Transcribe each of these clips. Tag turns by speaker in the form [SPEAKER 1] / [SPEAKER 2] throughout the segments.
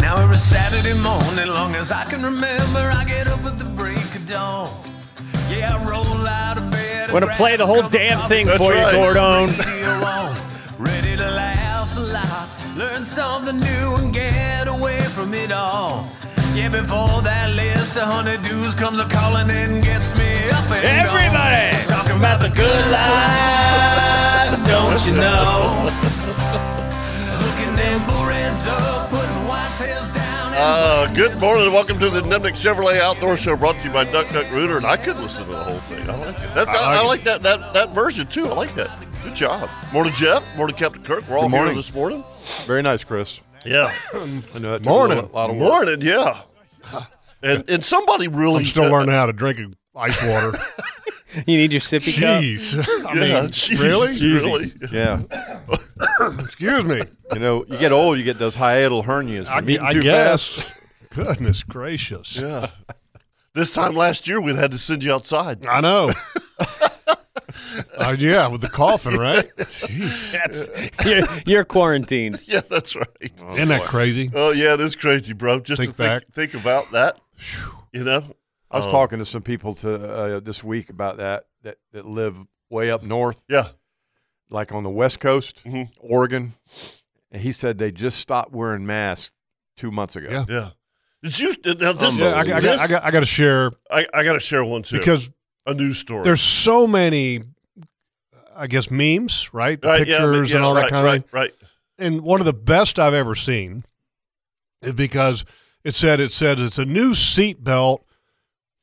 [SPEAKER 1] Now every Saturday morning, long as I can remember, I get up at the break of dawn. Yeah, I roll out of bed.
[SPEAKER 2] I'm gonna play the whole damn thing
[SPEAKER 3] That's
[SPEAKER 2] for you,
[SPEAKER 3] right.
[SPEAKER 2] Gordon.
[SPEAKER 1] Radio on, ready to laugh a lot, learn something new and get away from it all. Yeah, before that list of honeydews comes a calling and gets me up and
[SPEAKER 2] Everybody!
[SPEAKER 1] gone. talking about the good life, don't you know? Hooking them bullreds up, putting whitetails down. and
[SPEAKER 3] Uh, good morning and welcome to the Nemnick Chevrolet Outdoor Show brought to you by Duck Duck Rooter. And I could listen to the whole thing. I like it. That's, I, I like that, that that version too. I like that. Good job. Morning, Jeff. Morning, Captain Kirk. We're all
[SPEAKER 4] Good
[SPEAKER 3] here
[SPEAKER 4] morning.
[SPEAKER 3] this morning.
[SPEAKER 4] Very nice, Chris.
[SPEAKER 3] Yeah.
[SPEAKER 4] I know that took
[SPEAKER 5] Morning.
[SPEAKER 4] A lot, lot of work.
[SPEAKER 3] morning. Yeah. And and somebody really
[SPEAKER 5] I'm still
[SPEAKER 3] uh,
[SPEAKER 5] learning how to drink ice water.
[SPEAKER 2] You need your sippy cup.
[SPEAKER 5] Jeez. I mean,
[SPEAKER 3] Yeah, geez,
[SPEAKER 5] really?
[SPEAKER 3] Really?
[SPEAKER 4] Yeah.
[SPEAKER 5] Excuse me.
[SPEAKER 4] You know, you get old, you get those hiatal hernias.
[SPEAKER 5] I,
[SPEAKER 4] from eating
[SPEAKER 5] I
[SPEAKER 4] too
[SPEAKER 5] guess.
[SPEAKER 4] fast.
[SPEAKER 5] Goodness gracious.
[SPEAKER 3] Yeah. This time last year we'd had to send you outside.
[SPEAKER 5] I know. Uh, yeah, with the coffin, right? Jeez.
[SPEAKER 2] That's, you're, you're quarantined.
[SPEAKER 3] Yeah, that's right.
[SPEAKER 5] Isn't that crazy?
[SPEAKER 3] Oh yeah, that's crazy, bro. Just
[SPEAKER 5] Think
[SPEAKER 3] to think,
[SPEAKER 5] back.
[SPEAKER 3] think about that. You know? Um,
[SPEAKER 4] I
[SPEAKER 5] Um,
[SPEAKER 4] was talking to some people to uh, this week about that, that that live way up north,
[SPEAKER 3] Yeah.
[SPEAKER 4] like on the West Coast,
[SPEAKER 3] Mhm.
[SPEAKER 5] Mm-hmm.
[SPEAKER 4] Oregon, and he said they just stopped wearing masks two months ago.
[SPEAKER 5] Yeah.
[SPEAKER 3] Yeah. Did you now this,
[SPEAKER 5] Yeah, I, I, got-
[SPEAKER 3] this-
[SPEAKER 5] I, got, I got to share
[SPEAKER 3] I, I got to share one too.
[SPEAKER 5] because
[SPEAKER 3] a news story.
[SPEAKER 5] there's so many, I guess, memes, right? The
[SPEAKER 3] Right, yeah,
[SPEAKER 5] pictures
[SPEAKER 3] yeah,
[SPEAKER 5] and all
[SPEAKER 3] right,
[SPEAKER 5] that kind of
[SPEAKER 3] right,
[SPEAKER 5] thing.
[SPEAKER 3] right.
[SPEAKER 5] and one of the best I've ever seen is because it said it said it's a new seatbelt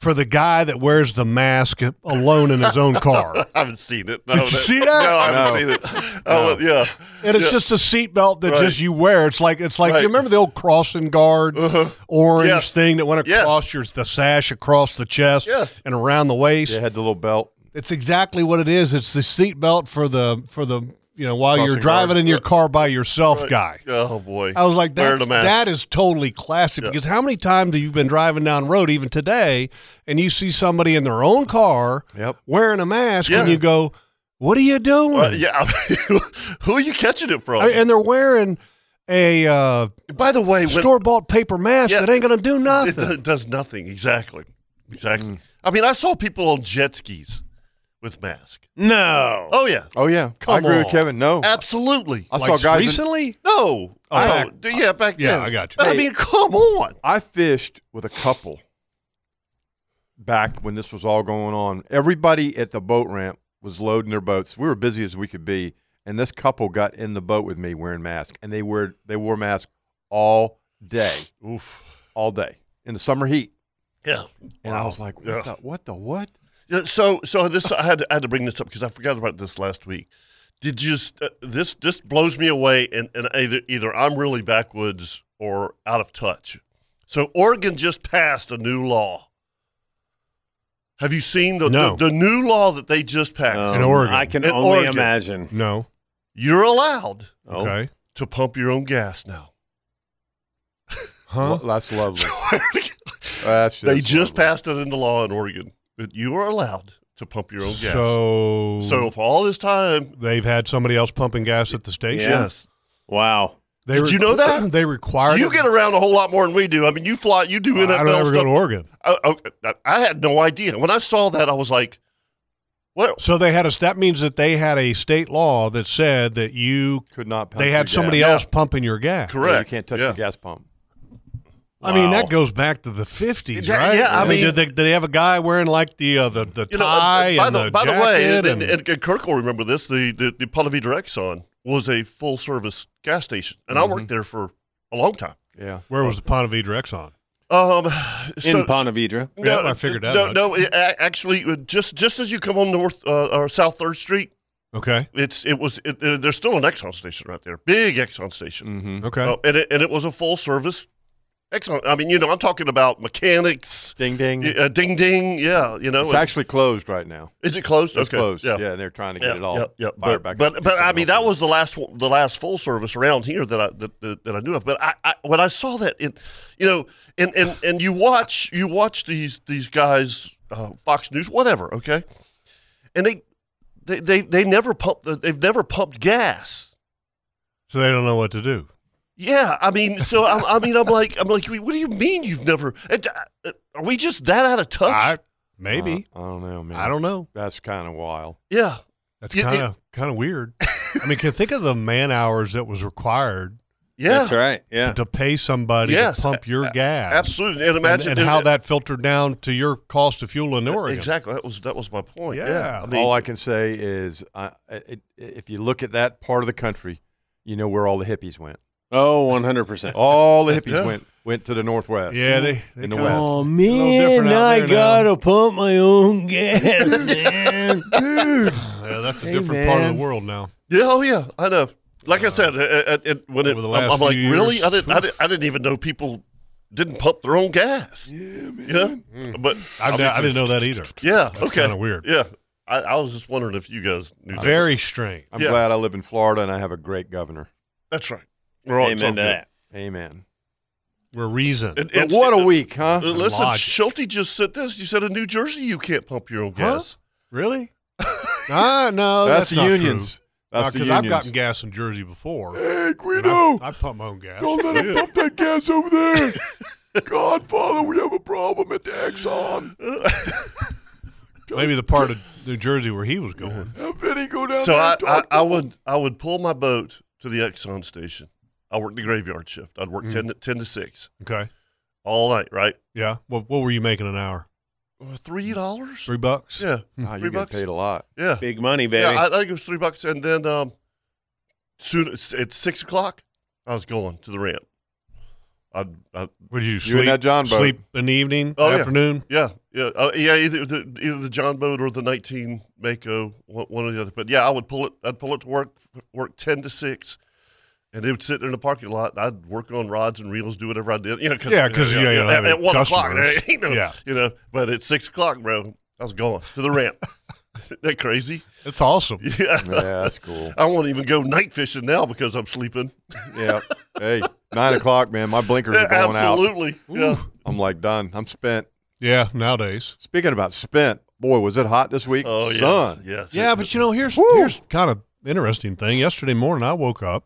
[SPEAKER 5] for the guy that wears the mask alone in his own car.
[SPEAKER 3] I haven't seen it. No,
[SPEAKER 5] Did you see that?
[SPEAKER 3] No, I haven't
[SPEAKER 4] No.
[SPEAKER 3] seen it. Oh yeah.
[SPEAKER 5] And it's
[SPEAKER 3] Yeah.
[SPEAKER 5] just a seatbelt that
[SPEAKER 3] Right.
[SPEAKER 5] just you wear. It's like it's like
[SPEAKER 3] Right. Uh-huh.
[SPEAKER 5] you remember the old crossing guard orange
[SPEAKER 3] Yes.
[SPEAKER 5] thing that went
[SPEAKER 3] Yes.
[SPEAKER 5] across your the sash across the chest
[SPEAKER 3] Yes.
[SPEAKER 5] and around the waist.
[SPEAKER 4] They had the little belt.
[SPEAKER 5] It's exactly what it is. It's the seatbelt for the for the you know while you're
[SPEAKER 4] Crossing
[SPEAKER 5] driving
[SPEAKER 4] guard.
[SPEAKER 5] in your car by yourself
[SPEAKER 3] Right.
[SPEAKER 5] guy.
[SPEAKER 3] Oh boy.
[SPEAKER 5] I was like,
[SPEAKER 3] Wearing
[SPEAKER 5] that's,
[SPEAKER 3] a mask.
[SPEAKER 5] that is totally classic because how many times have you been driving down the road, even today, and you see somebody in their own car
[SPEAKER 4] Yep.
[SPEAKER 5] wearing a mask and
[SPEAKER 3] Yeah.
[SPEAKER 5] you go, what are you doing?
[SPEAKER 3] Uh, yeah. Who are you catching it from?
[SPEAKER 5] I- and they're wearing a uh,
[SPEAKER 3] by the way, when-
[SPEAKER 5] store bought paper mask
[SPEAKER 3] Yeah.
[SPEAKER 5] that ain't going to do
[SPEAKER 3] it
[SPEAKER 5] nothing.
[SPEAKER 3] do- does nothing. Exactly. Exactly. I mean, I saw people on jet skis with masks.
[SPEAKER 2] No.
[SPEAKER 3] Oh yeah.
[SPEAKER 4] Oh yeah, I
[SPEAKER 5] Come
[SPEAKER 4] agree
[SPEAKER 5] on.
[SPEAKER 4] with Kevin. No,
[SPEAKER 3] Absolutely.
[SPEAKER 4] I
[SPEAKER 5] Like
[SPEAKER 4] saw guys. in-
[SPEAKER 5] recently?
[SPEAKER 3] no.
[SPEAKER 5] Oh,
[SPEAKER 3] No.
[SPEAKER 5] back-
[SPEAKER 3] D- yeah, back
[SPEAKER 5] yeah,
[SPEAKER 3] then.
[SPEAKER 5] I got you.
[SPEAKER 3] But I
[SPEAKER 4] Hey.
[SPEAKER 3] mean, come on.
[SPEAKER 4] I fished with a couple back when this was all going on. Everybody at the boat ramp was loading their boats. We were busy as we could be, and this couple got in the boat with me wearing masks, and they were they wore masks all day,
[SPEAKER 3] Oof.
[SPEAKER 4] all day in the summer heat.
[SPEAKER 3] Yeah.
[SPEAKER 4] And I was like, what,
[SPEAKER 3] Yeah.
[SPEAKER 4] the, what the what?
[SPEAKER 3] Yeah, So, so this I had to, I had to bring this up because I forgot about this last week. Did you? s- Uh, this this blows me away, and and either either I'm really backwoods or out of touch. So Oregon just passed a new law. Have you seen the
[SPEAKER 5] No.
[SPEAKER 3] the, the new law that they just passed?
[SPEAKER 5] In Oregon.
[SPEAKER 2] Um, I can
[SPEAKER 3] In
[SPEAKER 2] only
[SPEAKER 3] Oregon.
[SPEAKER 2] imagine.
[SPEAKER 5] No.
[SPEAKER 3] You're allowed
[SPEAKER 2] Oh.
[SPEAKER 5] Okay.
[SPEAKER 3] to pump your own gas now.
[SPEAKER 5] Huh?
[SPEAKER 4] Lo- That's lovely. That's
[SPEAKER 3] they
[SPEAKER 4] that's
[SPEAKER 3] just
[SPEAKER 4] lovely.
[SPEAKER 3] passed it into law in Oregon that you are allowed to pump your own gas.
[SPEAKER 5] So,
[SPEAKER 3] so for all this time,
[SPEAKER 5] they've had somebody else pumping gas at the station?
[SPEAKER 2] Yeah.
[SPEAKER 3] yes,
[SPEAKER 2] Wow.
[SPEAKER 5] They
[SPEAKER 3] Did
[SPEAKER 5] re-
[SPEAKER 3] you know that?
[SPEAKER 5] They require
[SPEAKER 3] You get around a whole lot more than we do. I mean, you fly, you do NFL
[SPEAKER 5] I don't ever
[SPEAKER 3] stuff.
[SPEAKER 5] go to Oregon.
[SPEAKER 3] I, I, I had no idea. When I saw that, I was like, "What?"
[SPEAKER 5] So they had a. That means that they had a state law that said that you
[SPEAKER 4] Could not pump
[SPEAKER 5] They
[SPEAKER 4] your
[SPEAKER 5] had somebody
[SPEAKER 4] gas.
[SPEAKER 5] else pumping your gas.
[SPEAKER 4] Yeah,
[SPEAKER 3] Correct.
[SPEAKER 4] you can't touch
[SPEAKER 3] Yeah.
[SPEAKER 4] the gas pump.
[SPEAKER 5] I mean,
[SPEAKER 3] Wow.
[SPEAKER 5] that goes back to the fifties,
[SPEAKER 3] Yeah,
[SPEAKER 5] right?
[SPEAKER 3] yeah, I mean-
[SPEAKER 5] did they, did they have a guy wearing like the uh, the the
[SPEAKER 3] You know,
[SPEAKER 5] tie
[SPEAKER 3] by
[SPEAKER 5] and
[SPEAKER 3] the,
[SPEAKER 5] the,
[SPEAKER 3] by the
[SPEAKER 5] jacket
[SPEAKER 3] way, and,
[SPEAKER 5] and,
[SPEAKER 3] and, and Kirk will remember this. The the, the Ponte Vedra Exxon was a full service gas station, and I worked there for a long time.
[SPEAKER 4] Yeah.
[SPEAKER 5] Mm-hmm. where was the Ponte Vedra Exxon?
[SPEAKER 3] Um, so-
[SPEAKER 2] in Ponte Vedra.
[SPEAKER 5] Yeah, I figured that
[SPEAKER 3] No,
[SPEAKER 5] much.
[SPEAKER 3] no, it, a- actually, it- just just as you come on North uh, or South Third Street,
[SPEAKER 5] Okay,
[SPEAKER 3] it's it was it, uh, there's still an Exxon station right there, big Exxon station,
[SPEAKER 4] Mm-hmm.
[SPEAKER 5] okay.
[SPEAKER 3] Uh, and it, and it was a full service Exxon. I mean, you know, I'm talking about mechanics,
[SPEAKER 4] Ding ding.
[SPEAKER 3] y- uh, ding ding, yeah, you know,
[SPEAKER 4] it's
[SPEAKER 3] and-
[SPEAKER 4] actually closed right now.
[SPEAKER 3] is it closed?
[SPEAKER 4] It's closed. Yeah. they're trying to get it all
[SPEAKER 3] yeah, yeah.
[SPEAKER 4] fired
[SPEAKER 3] But,
[SPEAKER 4] back. up
[SPEAKER 3] but,
[SPEAKER 4] and
[SPEAKER 3] but I
[SPEAKER 4] something
[SPEAKER 3] mean,
[SPEAKER 4] else
[SPEAKER 3] that
[SPEAKER 4] in.
[SPEAKER 3] was the last one- the last full service around here that I that, that, that I knew of. But I, I when I saw that, it, you know, and, and and you watch you watch these these guys, uh, Fox News, whatever, okay, and they they they, they never pump the, they've never pumped gas.
[SPEAKER 5] so they don't know what to do.
[SPEAKER 3] Yeah, I mean, so I'm, I mean, I'm like, I'm like, what do you mean you've never? and, uh, Are we just that out of touch?
[SPEAKER 5] I, maybe
[SPEAKER 4] Uh, I don't know, man.
[SPEAKER 5] I don't know.
[SPEAKER 4] That's kind of wild.
[SPEAKER 3] yeah,
[SPEAKER 5] That's
[SPEAKER 3] You- you-
[SPEAKER 5] kind of kind of weird. I mean, can think of the man hours that was required
[SPEAKER 3] yeah,
[SPEAKER 2] That's right. Yeah.
[SPEAKER 5] to pay somebody
[SPEAKER 3] Yes,
[SPEAKER 5] to pump your gas.
[SPEAKER 3] absolutely. And
[SPEAKER 5] And-
[SPEAKER 3] imagine
[SPEAKER 5] and, how that filtered down to your cost of fuel in Oregon.
[SPEAKER 3] Uh, Exactly. That was that was my point. Yeah.
[SPEAKER 5] Yeah.
[SPEAKER 3] I mean,
[SPEAKER 4] all I can say is, I, it, if you look at that part of the country, you know where all the hippies went.
[SPEAKER 2] Oh, 100%.
[SPEAKER 4] All the hippies
[SPEAKER 3] Yeah.
[SPEAKER 4] went went to the northwest.
[SPEAKER 5] Yeah, they, they
[SPEAKER 4] In the
[SPEAKER 5] kinda-
[SPEAKER 4] West.
[SPEAKER 2] Oh
[SPEAKER 5] different
[SPEAKER 2] man,
[SPEAKER 5] out
[SPEAKER 2] I
[SPEAKER 5] there now.
[SPEAKER 2] gotta pump my own gas, man.
[SPEAKER 5] Yeah, that's a
[SPEAKER 2] Hey,
[SPEAKER 5] different part of
[SPEAKER 2] man.
[SPEAKER 5] the world now.
[SPEAKER 3] yeah, oh yeah, I know. Like I said, uh, uh, it, when it,
[SPEAKER 5] over the
[SPEAKER 3] I'm,
[SPEAKER 5] last
[SPEAKER 3] I'm like,
[SPEAKER 5] few
[SPEAKER 3] really? I
[SPEAKER 5] years,
[SPEAKER 3] didn't, I didn't, I didn't even know people didn't pump their own gas. Yeah, man. But
[SPEAKER 5] Mm. I, I didn't know that either.
[SPEAKER 3] yeah,
[SPEAKER 5] That's
[SPEAKER 3] okay,
[SPEAKER 5] kinda weird.
[SPEAKER 3] Yeah, I, I was just wondering if you guys knew. that.
[SPEAKER 5] Very strange.
[SPEAKER 4] I'm
[SPEAKER 3] Yeah.
[SPEAKER 4] glad I live in Florida and I have a great governor.
[SPEAKER 3] That's right. We're all
[SPEAKER 2] Amen to that.
[SPEAKER 4] Amen.
[SPEAKER 5] We're reason.
[SPEAKER 3] It-
[SPEAKER 4] But
[SPEAKER 3] it's-
[SPEAKER 4] what a
[SPEAKER 3] it-
[SPEAKER 4] week, huh?
[SPEAKER 3] uh, Listen,
[SPEAKER 5] Logic.
[SPEAKER 3] Schulte just said this. You said in New Jersey you can't pump your own
[SPEAKER 5] Huh?
[SPEAKER 3] gas.
[SPEAKER 5] Really? ah, no,
[SPEAKER 4] that's,
[SPEAKER 5] that's,
[SPEAKER 4] the unions. That's the
[SPEAKER 5] Because
[SPEAKER 4] unions.
[SPEAKER 5] I've gotten gas in Jersey before.
[SPEAKER 4] hey,
[SPEAKER 5] and I, I pump my own gas. Yeah.
[SPEAKER 4] that gas over there. Godfather, we have a problem at the Exxon.
[SPEAKER 5] Maybe the part of New Jersey where he was going.
[SPEAKER 4] Have Vinny go down
[SPEAKER 3] So I, I, I would I would pull my boat to the Exxon station. I worked the graveyard shift. I'd work 10, to, 10 to 6
[SPEAKER 5] Mm. Okay.
[SPEAKER 3] all night, right?
[SPEAKER 5] Yeah. Well, what were you making an hour?
[SPEAKER 3] Uh, Three dollars?
[SPEAKER 5] Three bucks? Hmm.
[SPEAKER 3] Yeah,
[SPEAKER 4] Ah,
[SPEAKER 3] three
[SPEAKER 4] you get
[SPEAKER 3] bucks.
[SPEAKER 4] paid a lot.
[SPEAKER 3] yeah,
[SPEAKER 2] Big money, baby.
[SPEAKER 3] yeah. I, I think it was three bucks, and then um, soon it's, it's six o'clock. I was going to the ramp. I, I
[SPEAKER 5] Would you
[SPEAKER 4] You
[SPEAKER 5] sleep?
[SPEAKER 4] and that John boat.
[SPEAKER 5] sleep in the evening,
[SPEAKER 3] Oh, yeah.
[SPEAKER 5] afternoon?
[SPEAKER 3] yeah yeah uh, yeah either the either the John boat or the nineteen Mako one, one or the other. But yeah, I would pull it. I'd pull it to work work ten to six. And they would sit there in the parking lot. And I'd work on rods and reels, do whatever I did. You know, cause,
[SPEAKER 5] Yeah, 'cause you don't
[SPEAKER 3] at,
[SPEAKER 5] have any
[SPEAKER 3] at one o'clock,
[SPEAKER 5] customers.
[SPEAKER 3] you know,
[SPEAKER 5] Yeah.
[SPEAKER 3] you know. But at six o'clock, bro, I was going to the ramp. Isn't that crazy?
[SPEAKER 5] It's awesome.
[SPEAKER 3] Yeah.
[SPEAKER 4] Yeah, that's cool.
[SPEAKER 3] I won't even go night fishing now because I'm sleeping.
[SPEAKER 4] Yeah. Hey, nine o'clock, man. My blinkers are going out.
[SPEAKER 3] Absolutely. Yeah.
[SPEAKER 4] I'm like done. I'm spent.
[SPEAKER 5] Yeah, nowadays.
[SPEAKER 4] Speaking about spent, boy, was it hot this week?
[SPEAKER 3] Oh yeah.
[SPEAKER 4] Sun.
[SPEAKER 3] Yes.
[SPEAKER 5] Yeah, but you know, here's here's kind of interesting thing. Yesterday morning, I woke up,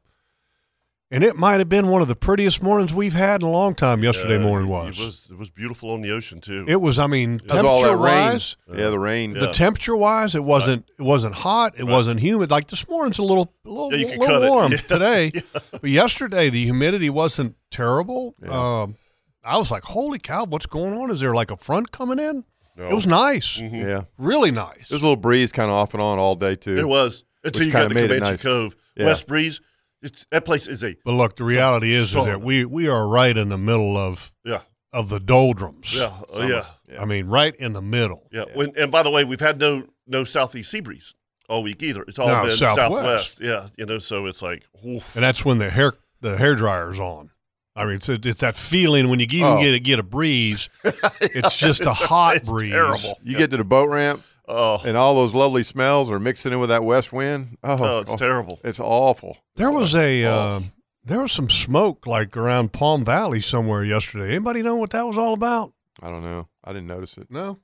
[SPEAKER 5] and it might have been one of the prettiest mornings we've had in a long time. Yesterday morning was.
[SPEAKER 3] It was it was beautiful on the ocean too.
[SPEAKER 5] It was. I mean,
[SPEAKER 4] That's all that
[SPEAKER 5] temperature
[SPEAKER 4] rain.
[SPEAKER 5] wise,
[SPEAKER 4] Yeah, the rain.
[SPEAKER 5] the temperature wise, it wasn't. It wasn't hot. It wasn't humid. Like this morning's a little, a little,
[SPEAKER 3] Yeah, you can
[SPEAKER 5] little
[SPEAKER 3] cut it.
[SPEAKER 5] warm
[SPEAKER 3] Yeah.
[SPEAKER 5] today. But yesterday, the humidity wasn't terrible. Um, I was like, "Holy cow, what's going on? Is there like a front coming in?" It was nice,
[SPEAKER 3] Mm-hmm.
[SPEAKER 4] Yeah.
[SPEAKER 5] really nice.
[SPEAKER 4] There's a little breeze kind of off and on all day, too.
[SPEAKER 3] It was until
[SPEAKER 4] Which
[SPEAKER 3] you got to
[SPEAKER 4] kinda made
[SPEAKER 3] Comanche
[SPEAKER 4] it nice.
[SPEAKER 3] Cove,
[SPEAKER 4] Yeah.
[SPEAKER 3] West Breeze. It's, that place is a
[SPEAKER 5] but look, the reality is, is
[SPEAKER 3] sauna.
[SPEAKER 5] that we we are right in the middle of
[SPEAKER 3] yeah
[SPEAKER 5] of the doldrums.
[SPEAKER 3] yeah oh, yeah,
[SPEAKER 5] I mean, right in the middle.
[SPEAKER 3] yeah When, and by the way, we've had no no southeast sea breeze all week either. It's all
[SPEAKER 5] No,
[SPEAKER 3] been
[SPEAKER 5] southwest.
[SPEAKER 3] southwest. Yeah, you know, so it's like oof.
[SPEAKER 5] And that's when the hair the hair dryer's on. I mean, it's it's that feeling when you even
[SPEAKER 4] Oh.
[SPEAKER 5] get a, get a breeze. It's just a hot
[SPEAKER 3] It's
[SPEAKER 5] breeze.
[SPEAKER 3] terrible.
[SPEAKER 4] You get to the boat ramp,
[SPEAKER 3] Oh,
[SPEAKER 4] and all those lovely smells are mixing in with that west wind. Oh,
[SPEAKER 3] oh, it's
[SPEAKER 4] oh,
[SPEAKER 3] terrible.
[SPEAKER 4] It's awful.
[SPEAKER 5] There was a
[SPEAKER 4] Oh.
[SPEAKER 5] uh, there was some smoke like around Palm Valley somewhere yesterday. Anybody know what that was all about?
[SPEAKER 4] I don't know. I didn't notice it.
[SPEAKER 5] No,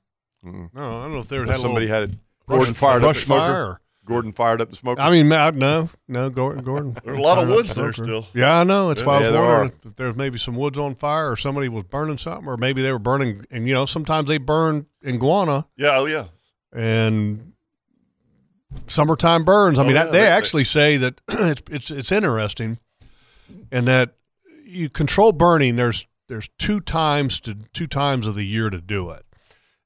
[SPEAKER 4] Mm-mm.
[SPEAKER 5] no, I don't know if there was
[SPEAKER 4] Somebody had it.
[SPEAKER 5] brush,
[SPEAKER 4] Gordon fired up
[SPEAKER 5] brush
[SPEAKER 4] the smoker.
[SPEAKER 5] fire.
[SPEAKER 4] Gordon fired up the smoker.
[SPEAKER 5] I mean, ma- no, no, Gordon. Gordon.
[SPEAKER 3] There's a lot of
[SPEAKER 5] Fired up
[SPEAKER 3] woods there
[SPEAKER 5] smoker.
[SPEAKER 3] still.
[SPEAKER 5] Yeah, I know. It's
[SPEAKER 3] Yeah.
[SPEAKER 5] why I
[SPEAKER 4] Yeah,
[SPEAKER 5] was
[SPEAKER 4] there
[SPEAKER 5] wondering if there's maybe some woods on fire or somebody was burning something, or maybe they were burning. And you know, sometimes they burn iguana
[SPEAKER 3] Yeah, oh yeah.
[SPEAKER 5] and summertime burns. I
[SPEAKER 3] Oh,
[SPEAKER 5] mean,
[SPEAKER 3] yeah,
[SPEAKER 5] that- they,
[SPEAKER 3] they- they-
[SPEAKER 5] actually say that it's it's it's interesting, and that you control burning. There's there's two times to two times of the year to do it,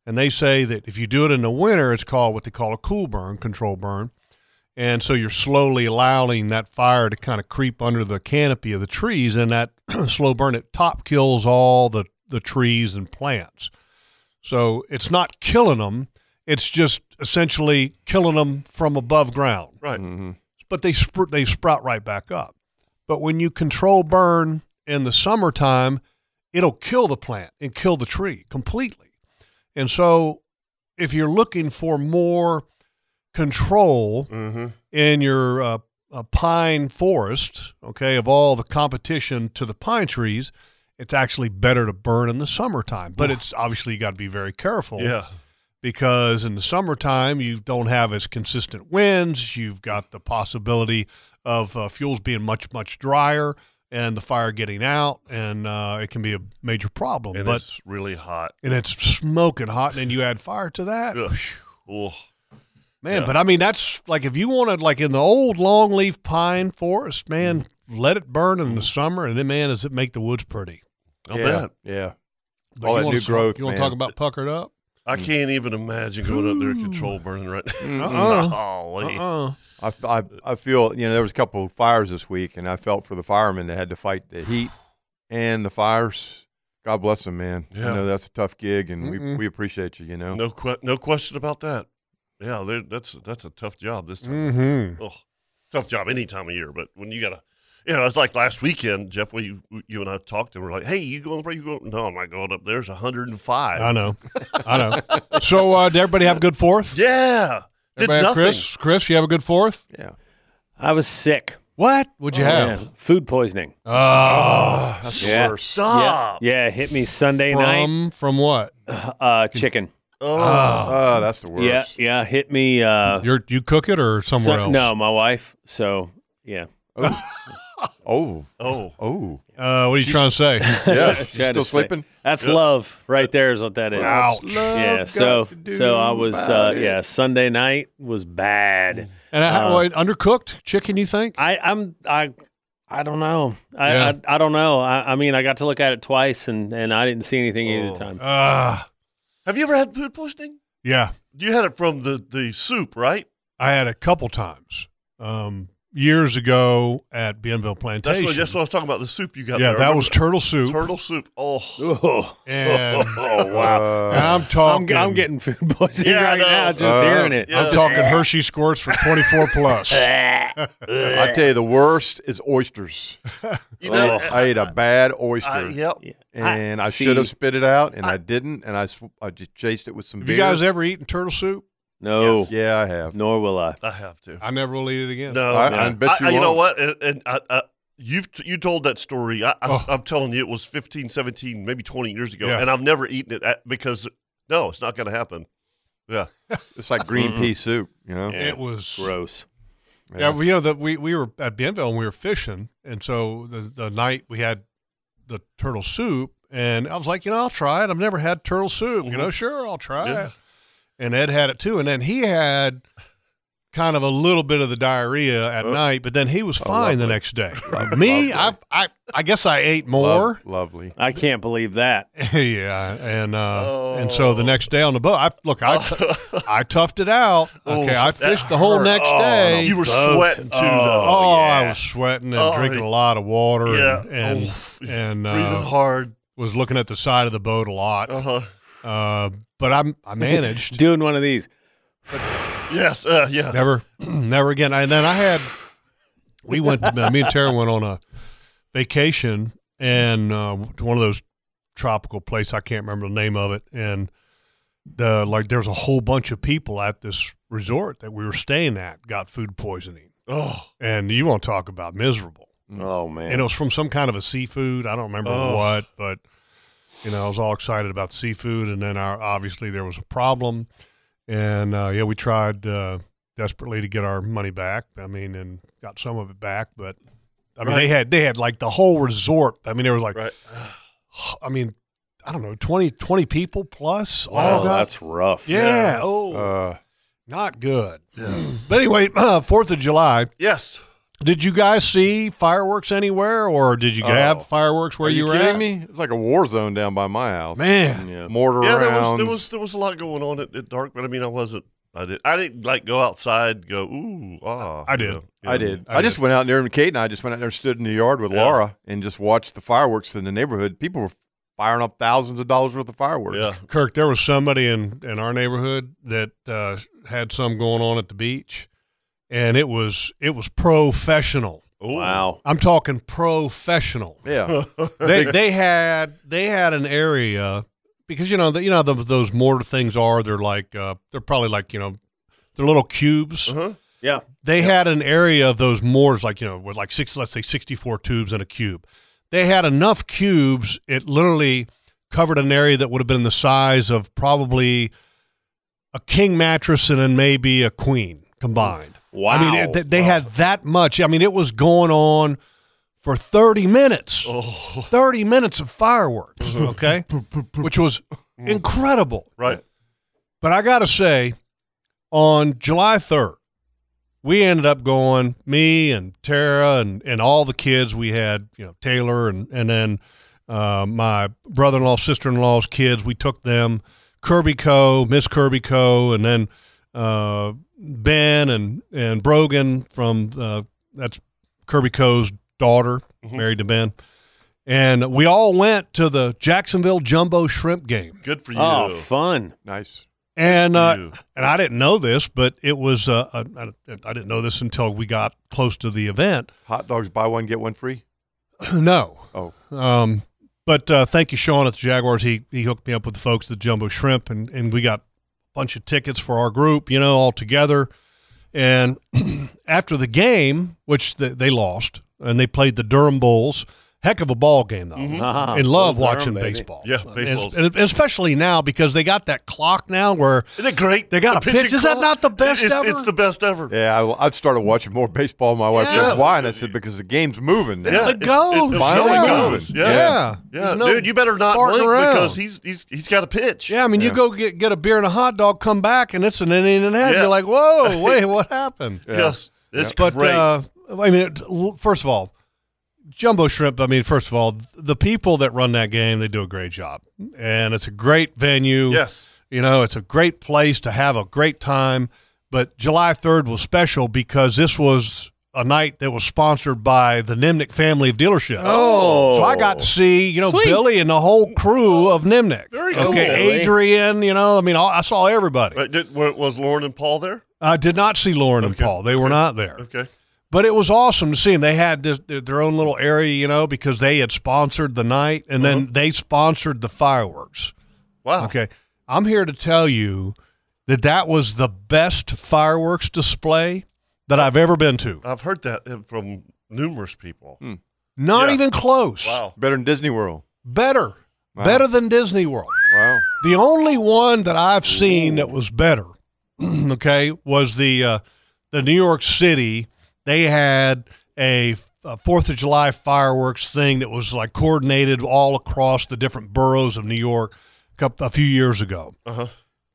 [SPEAKER 5] and they say that if you do it in the winter, it's called what they call a cool burn, control burn, and so you're slowly allowing that fire to kind of creep under the canopy of the trees, and that slow burn at top kills all the the trees and plants. So it's not killing them. It's just essentially killing them from above ground.
[SPEAKER 3] Right.
[SPEAKER 5] But they spr- they sprout right back up. But when you control burn in the summertime, it'll kill the plant and kill the tree completely. And so if you're looking for more control
[SPEAKER 3] Mm-hmm.
[SPEAKER 5] in your uh, uh, pine forest, okay, of all the competition to the pine trees, it's actually better to burn in the summertime. But it's obviously you got to be very careful
[SPEAKER 3] Yeah.
[SPEAKER 5] because in the summertime you don't have as consistent winds. You've got the possibility of uh, fuels being much much drier and the fire getting out, and uh, it can be a major problem.
[SPEAKER 3] And
[SPEAKER 5] but
[SPEAKER 3] it's really hot.
[SPEAKER 5] and it's smoking hot, and then you add fire to that.
[SPEAKER 3] Ugh. Oh.
[SPEAKER 5] Man,
[SPEAKER 3] Yeah.
[SPEAKER 5] but I mean, that's like if you wanted, like in the old longleaf pine forest, man,
[SPEAKER 3] Mm.
[SPEAKER 5] let it burn in the summer, and then, man, does it make the woods pretty.
[SPEAKER 3] I
[SPEAKER 4] yeah,
[SPEAKER 3] bet.
[SPEAKER 4] Yeah.
[SPEAKER 5] But
[SPEAKER 4] All
[SPEAKER 5] you
[SPEAKER 4] that
[SPEAKER 5] wanna
[SPEAKER 4] new
[SPEAKER 5] talk-
[SPEAKER 4] growth,
[SPEAKER 5] You want
[SPEAKER 4] man.
[SPEAKER 5] to talk about puckered up?
[SPEAKER 3] I can't even imagine going up there and control burning right now.
[SPEAKER 5] Mm. Uh-uh.
[SPEAKER 3] Golly.
[SPEAKER 5] Uh-uh.
[SPEAKER 4] I, I, I feel you know there was a couple of fires this week, and I felt for the firemen that had to fight the heat and the fires. God bless them, man.
[SPEAKER 3] Yeah.
[SPEAKER 4] I know that's a tough gig, and we,
[SPEAKER 5] Mm-mm.
[SPEAKER 4] we appreciate you. You know,
[SPEAKER 3] No, que- no question about that. Yeah, they're- that's that's a tough job this time.
[SPEAKER 5] Mm-hmm.
[SPEAKER 3] Oh, tough job any time of year, but when you gotta, you know, it's like last weekend, Jeff. We you and I talked, and we're like, "Hey, you going up there? You going? No, I'm not going up there. It's 105.
[SPEAKER 5] I know. I know. So, uh, did everybody have a good fourth?
[SPEAKER 3] Yeah, did
[SPEAKER 5] Everybody have-
[SPEAKER 3] nothing.
[SPEAKER 5] Chris, Chris, you have a good fourth?
[SPEAKER 4] yeah.
[SPEAKER 2] I was sick. Oh,
[SPEAKER 5] What? What'd you have?
[SPEAKER 2] Yeah, food poisoning.
[SPEAKER 5] Oh,
[SPEAKER 4] That's
[SPEAKER 2] Yeah.
[SPEAKER 4] worse.
[SPEAKER 3] Stop.
[SPEAKER 2] Yeah, it hit me Sunday night.
[SPEAKER 5] from from what? Ah,
[SPEAKER 2] Uh, chicken.
[SPEAKER 3] Oh,
[SPEAKER 4] Oh, that's the worst.
[SPEAKER 2] Yeah, yeah, hit me. Uh,
[SPEAKER 5] You you cook it or somewhere
[SPEAKER 2] Sun-
[SPEAKER 5] else?
[SPEAKER 2] No, my wife. So yeah,
[SPEAKER 4] Oh,
[SPEAKER 3] oh,
[SPEAKER 4] oh,
[SPEAKER 5] Uh, what are you trying to say?
[SPEAKER 4] yeah. You
[SPEAKER 2] Try to
[SPEAKER 4] still
[SPEAKER 2] say-
[SPEAKER 4] sleeping?
[SPEAKER 2] That's love right there is what that is.
[SPEAKER 5] Ouch.
[SPEAKER 2] Yeah.
[SPEAKER 4] Love
[SPEAKER 2] So
[SPEAKER 4] got to do
[SPEAKER 2] so I was uh,
[SPEAKER 4] about it.
[SPEAKER 2] yeah Sunday night was bad.
[SPEAKER 5] And I,
[SPEAKER 2] Uh,
[SPEAKER 5] what, undercooked chicken? You think?
[SPEAKER 2] I I'm I I don't know. I
[SPEAKER 5] Yeah.
[SPEAKER 2] I, I don't know. I, I mean I got to look at it twice and and I didn't see anything
[SPEAKER 3] Oh.
[SPEAKER 2] either time.
[SPEAKER 5] Uh,
[SPEAKER 3] have you ever had food poisoning?
[SPEAKER 5] yeah.
[SPEAKER 3] You had it from the the soup, right?
[SPEAKER 5] I had a couple times um, years ago at Bienville
[SPEAKER 3] That's
[SPEAKER 5] Plantation.
[SPEAKER 3] what, that's what I was talking about. The soup you got.
[SPEAKER 5] yeah,
[SPEAKER 3] there. I
[SPEAKER 5] that
[SPEAKER 3] remember
[SPEAKER 5] was turtle soup.
[SPEAKER 3] turtle soup. Oh,
[SPEAKER 2] Oh,
[SPEAKER 5] And
[SPEAKER 2] oh wow.
[SPEAKER 4] Uh,
[SPEAKER 2] I'm,
[SPEAKER 5] I'm talking.
[SPEAKER 2] I'm getting food poisoning
[SPEAKER 3] Yeah, I
[SPEAKER 2] right
[SPEAKER 3] know.
[SPEAKER 2] now just
[SPEAKER 4] Uh,
[SPEAKER 2] hearing it.
[SPEAKER 3] yeah.
[SPEAKER 5] I'm talking Hershey squirts for 24 plus.
[SPEAKER 4] I tell you, the worst is oysters. Oh,
[SPEAKER 3] you know.
[SPEAKER 4] I ate a bad oyster,
[SPEAKER 3] I- yep.
[SPEAKER 4] and I,
[SPEAKER 2] I-
[SPEAKER 4] should have
[SPEAKER 2] see.
[SPEAKER 4] spit it out, and I, didn't, and I, sw- I just chased it with some
[SPEAKER 5] Have
[SPEAKER 4] beer.
[SPEAKER 5] you guys ever eaten turtle soup?
[SPEAKER 2] No,
[SPEAKER 4] yeah, I have.
[SPEAKER 2] nor will I.
[SPEAKER 3] I have to.
[SPEAKER 5] I never will eat it again.
[SPEAKER 3] No,
[SPEAKER 4] uh, I, I bet you.
[SPEAKER 3] I, I- you know
[SPEAKER 4] won't.
[SPEAKER 3] what? And, and I, I, you've you told that story. I, I,
[SPEAKER 5] Oh.
[SPEAKER 3] I'm telling you, it was 15, 17, maybe 20 years ago,
[SPEAKER 5] Yeah.
[SPEAKER 3] and I've never eaten it at, because no, it's not going to happen. Yeah,
[SPEAKER 4] It's like green pea soup, you know.
[SPEAKER 2] Yeah.
[SPEAKER 5] It was.
[SPEAKER 2] Gross.
[SPEAKER 5] Yeah, well, you know that we, we were at Bienville and we were fishing, and so the the night we had the turtle soup, and I was like, you know, I'll try it. I've never had turtle soup.
[SPEAKER 3] Mm-hmm.
[SPEAKER 5] You know, sure, I'll try
[SPEAKER 3] Yeah.
[SPEAKER 5] it. And Ed had it too, and then he had kind of a little bit of the diarrhea
[SPEAKER 3] Oh.
[SPEAKER 5] at night, but then he was fine the next day. Me, I, I I guess I ate
[SPEAKER 4] Lov-
[SPEAKER 5] more.
[SPEAKER 4] lovely.
[SPEAKER 2] I can't believe that.
[SPEAKER 5] yeah, and uh, and so
[SPEAKER 3] Oh.
[SPEAKER 5] the next day on the boat, I look, I I toughed it out. Okay, I fished the whole next day.
[SPEAKER 3] Oh, you were
[SPEAKER 2] boat.
[SPEAKER 3] sweating too, though.
[SPEAKER 5] Oh, I
[SPEAKER 2] Oh, yeah.
[SPEAKER 5] was sweating and
[SPEAKER 3] Oh,
[SPEAKER 5] drinking
[SPEAKER 3] yeah.
[SPEAKER 5] a lot of water
[SPEAKER 3] yeah,
[SPEAKER 5] and and,
[SPEAKER 3] Oof.
[SPEAKER 5] and
[SPEAKER 3] breathing
[SPEAKER 5] uh,
[SPEAKER 3] hard.
[SPEAKER 5] was looking at the side of the boat a lot.
[SPEAKER 3] Uh huh.
[SPEAKER 5] Uh, but I I managed.
[SPEAKER 2] Doing one of these.
[SPEAKER 3] Yes. Uh, yeah.
[SPEAKER 5] never, never again. And then I had we went. me and Tara went on a vacation and uh, to one of those tropical place. I can't remember the name of it. And the like, there's a whole bunch of people at this resort that we were staying at got food poisoning.
[SPEAKER 3] Oh,
[SPEAKER 5] And you want to talk about miserable.
[SPEAKER 4] Mm.
[SPEAKER 2] Oh man.
[SPEAKER 5] and it was from some kind of a seafood. I don't remember
[SPEAKER 3] Oh.
[SPEAKER 5] what, but you know, I was all excited about the seafood, and then our, obviously there was a problem, and uh, yeah, we tried uh, desperately to get our money back. I mean, and got some of it back, but I mean,
[SPEAKER 4] Right.
[SPEAKER 5] they had they had like the whole resort. I mean, there was like,
[SPEAKER 4] Right.
[SPEAKER 5] I mean, I don't know, 20, 20 people plus.
[SPEAKER 2] Wow,
[SPEAKER 5] got-
[SPEAKER 2] that's rough.
[SPEAKER 5] yeah. Oh,
[SPEAKER 4] Uh,
[SPEAKER 5] not good. But anyway, uh, Fourth of July.
[SPEAKER 3] Yes.
[SPEAKER 5] Did you guys see fireworks anywhere, or did you
[SPEAKER 4] Oh.
[SPEAKER 5] have fireworks where
[SPEAKER 4] are
[SPEAKER 5] you,
[SPEAKER 4] you,
[SPEAKER 5] were
[SPEAKER 4] kidding
[SPEAKER 5] at?
[SPEAKER 4] me? It's like a war zone down by my house.
[SPEAKER 5] Man,
[SPEAKER 2] Yeah.
[SPEAKER 4] mortar
[SPEAKER 3] Yeah, there was
[SPEAKER 4] rounds.
[SPEAKER 3] there was there was a lot going on at, at dark, but I mean, I wasn't. I did. I didn't like go outside. Go ooh ah.
[SPEAKER 5] I
[SPEAKER 3] you
[SPEAKER 5] did.
[SPEAKER 3] know.
[SPEAKER 4] I did.
[SPEAKER 5] I
[SPEAKER 4] I, just
[SPEAKER 5] did.
[SPEAKER 4] went out there, and Kate and I just went out there and stood in the yard with
[SPEAKER 3] Yeah.
[SPEAKER 4] Laura and just watched the fireworks in the neighborhood. People were firing up thousands of dollars worth of fireworks.
[SPEAKER 3] Yeah.
[SPEAKER 5] Kirk, there was somebody in in our neighborhood that uh, had some going on at the beach, and it was it was professional.
[SPEAKER 3] Ooh.
[SPEAKER 2] Wow.
[SPEAKER 5] I'm talking professional.
[SPEAKER 4] Yeah.
[SPEAKER 5] They they had they had an area because you know the, you know the, those mortar things are they're like uh, they're probably like you know they're little cubes.
[SPEAKER 3] Uh-huh.
[SPEAKER 2] Yeah.
[SPEAKER 5] They had an area of those mortars like you know with like six let's say 64 tubes in a cube. They had enough cubes it literally covered an area that would have been the size of probably a king mattress and then maybe a queen combined.
[SPEAKER 2] Wow.
[SPEAKER 5] I mean, it, they, they had that much. I mean, it was going on for 30 minutes.
[SPEAKER 2] Oh.
[SPEAKER 5] 30 minutes of fireworks, okay? Which was
[SPEAKER 2] Mm.
[SPEAKER 5] incredible.
[SPEAKER 3] Right.
[SPEAKER 5] But I got to say, on July 3rd, we ended up going, me and Tara and, and all the kids we had, you know, Taylor and, and then uh, my brother in law, sister in law's kids. We took them, Kirby Co., Miss Kirby Co., and then uh, Ben and, and Brogan from uh, that's Kirby Co.'s daughter,
[SPEAKER 3] Mm-hmm.
[SPEAKER 5] married to Ben. And we all went to the Jacksonville Jumbo Shrimp game.
[SPEAKER 3] Good for you.
[SPEAKER 4] Ah,
[SPEAKER 2] oh, fun.
[SPEAKER 4] nice.
[SPEAKER 5] And uh,
[SPEAKER 3] you.
[SPEAKER 5] and I didn't know this, but it was uh, I, I- I didn't know this until we got close to the event.
[SPEAKER 4] Hot dogs, buy one get one free.
[SPEAKER 5] no,
[SPEAKER 4] Oh,
[SPEAKER 5] um, but uh, thank you, Sean at the Jaguars. He he hooked me up with the folks at Jumbo Shrimp, and and we got a bunch of tickets for our group, you know, all together. And after the game, which th- they lost, and they played the Durham Bulls. Heck of a ball game though.
[SPEAKER 2] Ah,
[SPEAKER 5] and love
[SPEAKER 2] Bull Durham,
[SPEAKER 5] watching
[SPEAKER 2] baby.
[SPEAKER 5] baseball.
[SPEAKER 3] Yeah,
[SPEAKER 5] And-
[SPEAKER 3] baseball's-
[SPEAKER 5] and especially now because they got that clock now where
[SPEAKER 3] Isn't it great?
[SPEAKER 5] They got a
[SPEAKER 3] The pitching
[SPEAKER 5] pitch. Is that
[SPEAKER 3] clock?
[SPEAKER 5] not the best
[SPEAKER 3] it's,
[SPEAKER 5] ever?
[SPEAKER 3] It's the best ever.
[SPEAKER 4] yeah. I, I've started watching more baseball. My wife
[SPEAKER 5] Yeah.
[SPEAKER 4] goes, "Why?" And I said, "Because the game's moving now."
[SPEAKER 3] Yeah.
[SPEAKER 5] It goes.
[SPEAKER 3] It, it
[SPEAKER 4] Finally
[SPEAKER 3] yeah.
[SPEAKER 4] goes.
[SPEAKER 3] goes. Yeah.
[SPEAKER 5] Yeah.
[SPEAKER 3] Yeah,
[SPEAKER 5] There's no
[SPEAKER 3] dude, you better not
[SPEAKER 5] farting
[SPEAKER 3] blink
[SPEAKER 5] around.
[SPEAKER 3] because he's he's he's got a pitch.
[SPEAKER 5] Yeah, I mean, you go get get a beer and a hot dog, come back, and it's an inning and a half.
[SPEAKER 3] Yeah.
[SPEAKER 5] You're like, whoa, wait, what happened?
[SPEAKER 3] Yes, it's
[SPEAKER 5] But
[SPEAKER 3] great.
[SPEAKER 5] uh, I mean, it- l- first of all, Jumbo Shrimp. I mean, first of all, th- the people that run that game, they do a great job, and it's a great venue.
[SPEAKER 3] yes,
[SPEAKER 5] You know, it's a great place to have a great time. But July 3rd was special because this was a night that was sponsored by the Nimnik family of dealerships.
[SPEAKER 2] Oh.
[SPEAKER 5] So I got to see, you know,
[SPEAKER 2] Sweet.
[SPEAKER 5] Billy and the whole crew of Nimnik.
[SPEAKER 3] Very cool.
[SPEAKER 5] Okay, Adrian, you know, I mean, all, I saw everybody.
[SPEAKER 3] Right, did, wa- was Lauren and Paul there?
[SPEAKER 5] I did not see Lauren and
[SPEAKER 3] Okay.
[SPEAKER 5] Paul. They were not there.
[SPEAKER 3] Okay,
[SPEAKER 5] But it was awesome to see them. They had this, their, their own little area, you know, because they had sponsored the night and then they sponsored the fireworks.
[SPEAKER 3] Uh-huh. wow.
[SPEAKER 5] Okay. I'm here to tell you that that was the best fireworks display that I've ever been to.
[SPEAKER 3] I've heard that from numerous people.
[SPEAKER 5] Not
[SPEAKER 3] Yeah.
[SPEAKER 5] even close.
[SPEAKER 3] Wow,
[SPEAKER 4] Hmm. Better than Disney World.
[SPEAKER 5] Better.
[SPEAKER 4] Wow.
[SPEAKER 5] Better than Disney World.
[SPEAKER 4] Wow.
[SPEAKER 5] The only one that I've seen that was better, okay, was the uh, the New York City. They had a Fourth of July fireworks thing that was like coordinated all across the different boroughs of New York a, coup- a few years ago.
[SPEAKER 3] Uh-huh.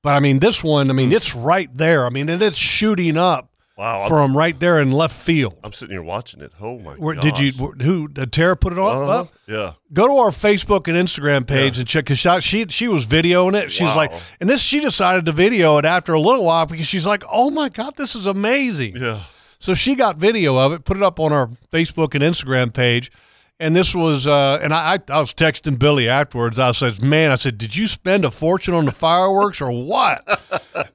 [SPEAKER 5] But I mean, this one, I mean, it's right there. I mean, and it's shooting up
[SPEAKER 3] wow. I'm,
[SPEAKER 5] from right there in left field.
[SPEAKER 3] I'm sitting here watching it. Oh my
[SPEAKER 5] Where,
[SPEAKER 3] god!
[SPEAKER 5] did you? wh- Who? Did Tara put it on?
[SPEAKER 3] Uh-huh.
[SPEAKER 5] up?
[SPEAKER 3] Yeah.
[SPEAKER 5] go to our Facebook and Instagram page and check because she she was videoing it. She's
[SPEAKER 3] Wow.
[SPEAKER 5] like, and this she decided to video it after a little while because she's like, oh my god, this is amazing.
[SPEAKER 3] Yeah.
[SPEAKER 5] So she got video of it, put it up on our Facebook and Instagram page. And this was, uh, and I, I I was texting Billy afterwards. I said, "Man, I said, did you spend a fortune on the fireworks or what?"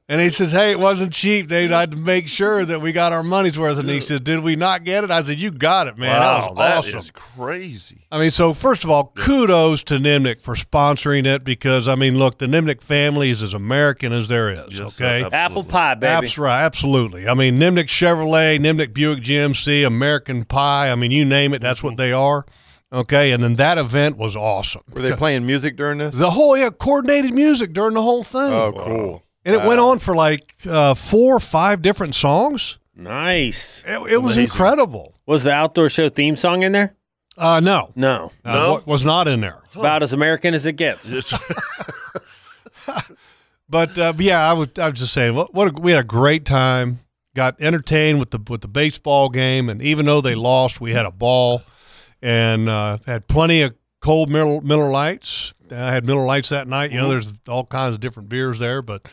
[SPEAKER 5] and he says, "Hey, it wasn't cheap. They had to make sure that we got our money's worth." And he said, "Did we not get it?" I said, "You got it, man.
[SPEAKER 3] wow.
[SPEAKER 5] that was awesome."
[SPEAKER 3] That is crazy.
[SPEAKER 5] I mean, so first of all, kudos to Nimnik for sponsoring it because I mean, look, the Nimnik family is as American as there is.
[SPEAKER 3] Yes,
[SPEAKER 5] okay,
[SPEAKER 3] ab-
[SPEAKER 2] Apple pie, baby.
[SPEAKER 5] Abs- right, absolutely. I mean, Nimnik Chevrolet, Nimnik Buick GMC, American Pie. I mean, you name it, that's what they are. Okay, and then that event was awesome.
[SPEAKER 4] Were they playing music during this?
[SPEAKER 5] The whole yeah, coordinated music during the whole thing.
[SPEAKER 4] Oh, cool.
[SPEAKER 5] And it went on for like uh, four or five different songs.
[SPEAKER 2] Nice.
[SPEAKER 5] It, it was incredible.
[SPEAKER 2] Was the outdoor show theme song in there?
[SPEAKER 5] Uh, no,
[SPEAKER 2] No.
[SPEAKER 3] No?
[SPEAKER 5] wa- was not in there.
[SPEAKER 2] It's about as American as it gets.
[SPEAKER 5] But, uh, but yeah, I was I was just saying, what, what a, we had a great time. Got entertained with the with the baseball game, and even though they lost, we had a ball, and uh, had plenty of cold Miller, Miller Lights. I had Miller Lights that night.
[SPEAKER 3] Mm-hmm.
[SPEAKER 5] You know, there's all kinds of different beers there, but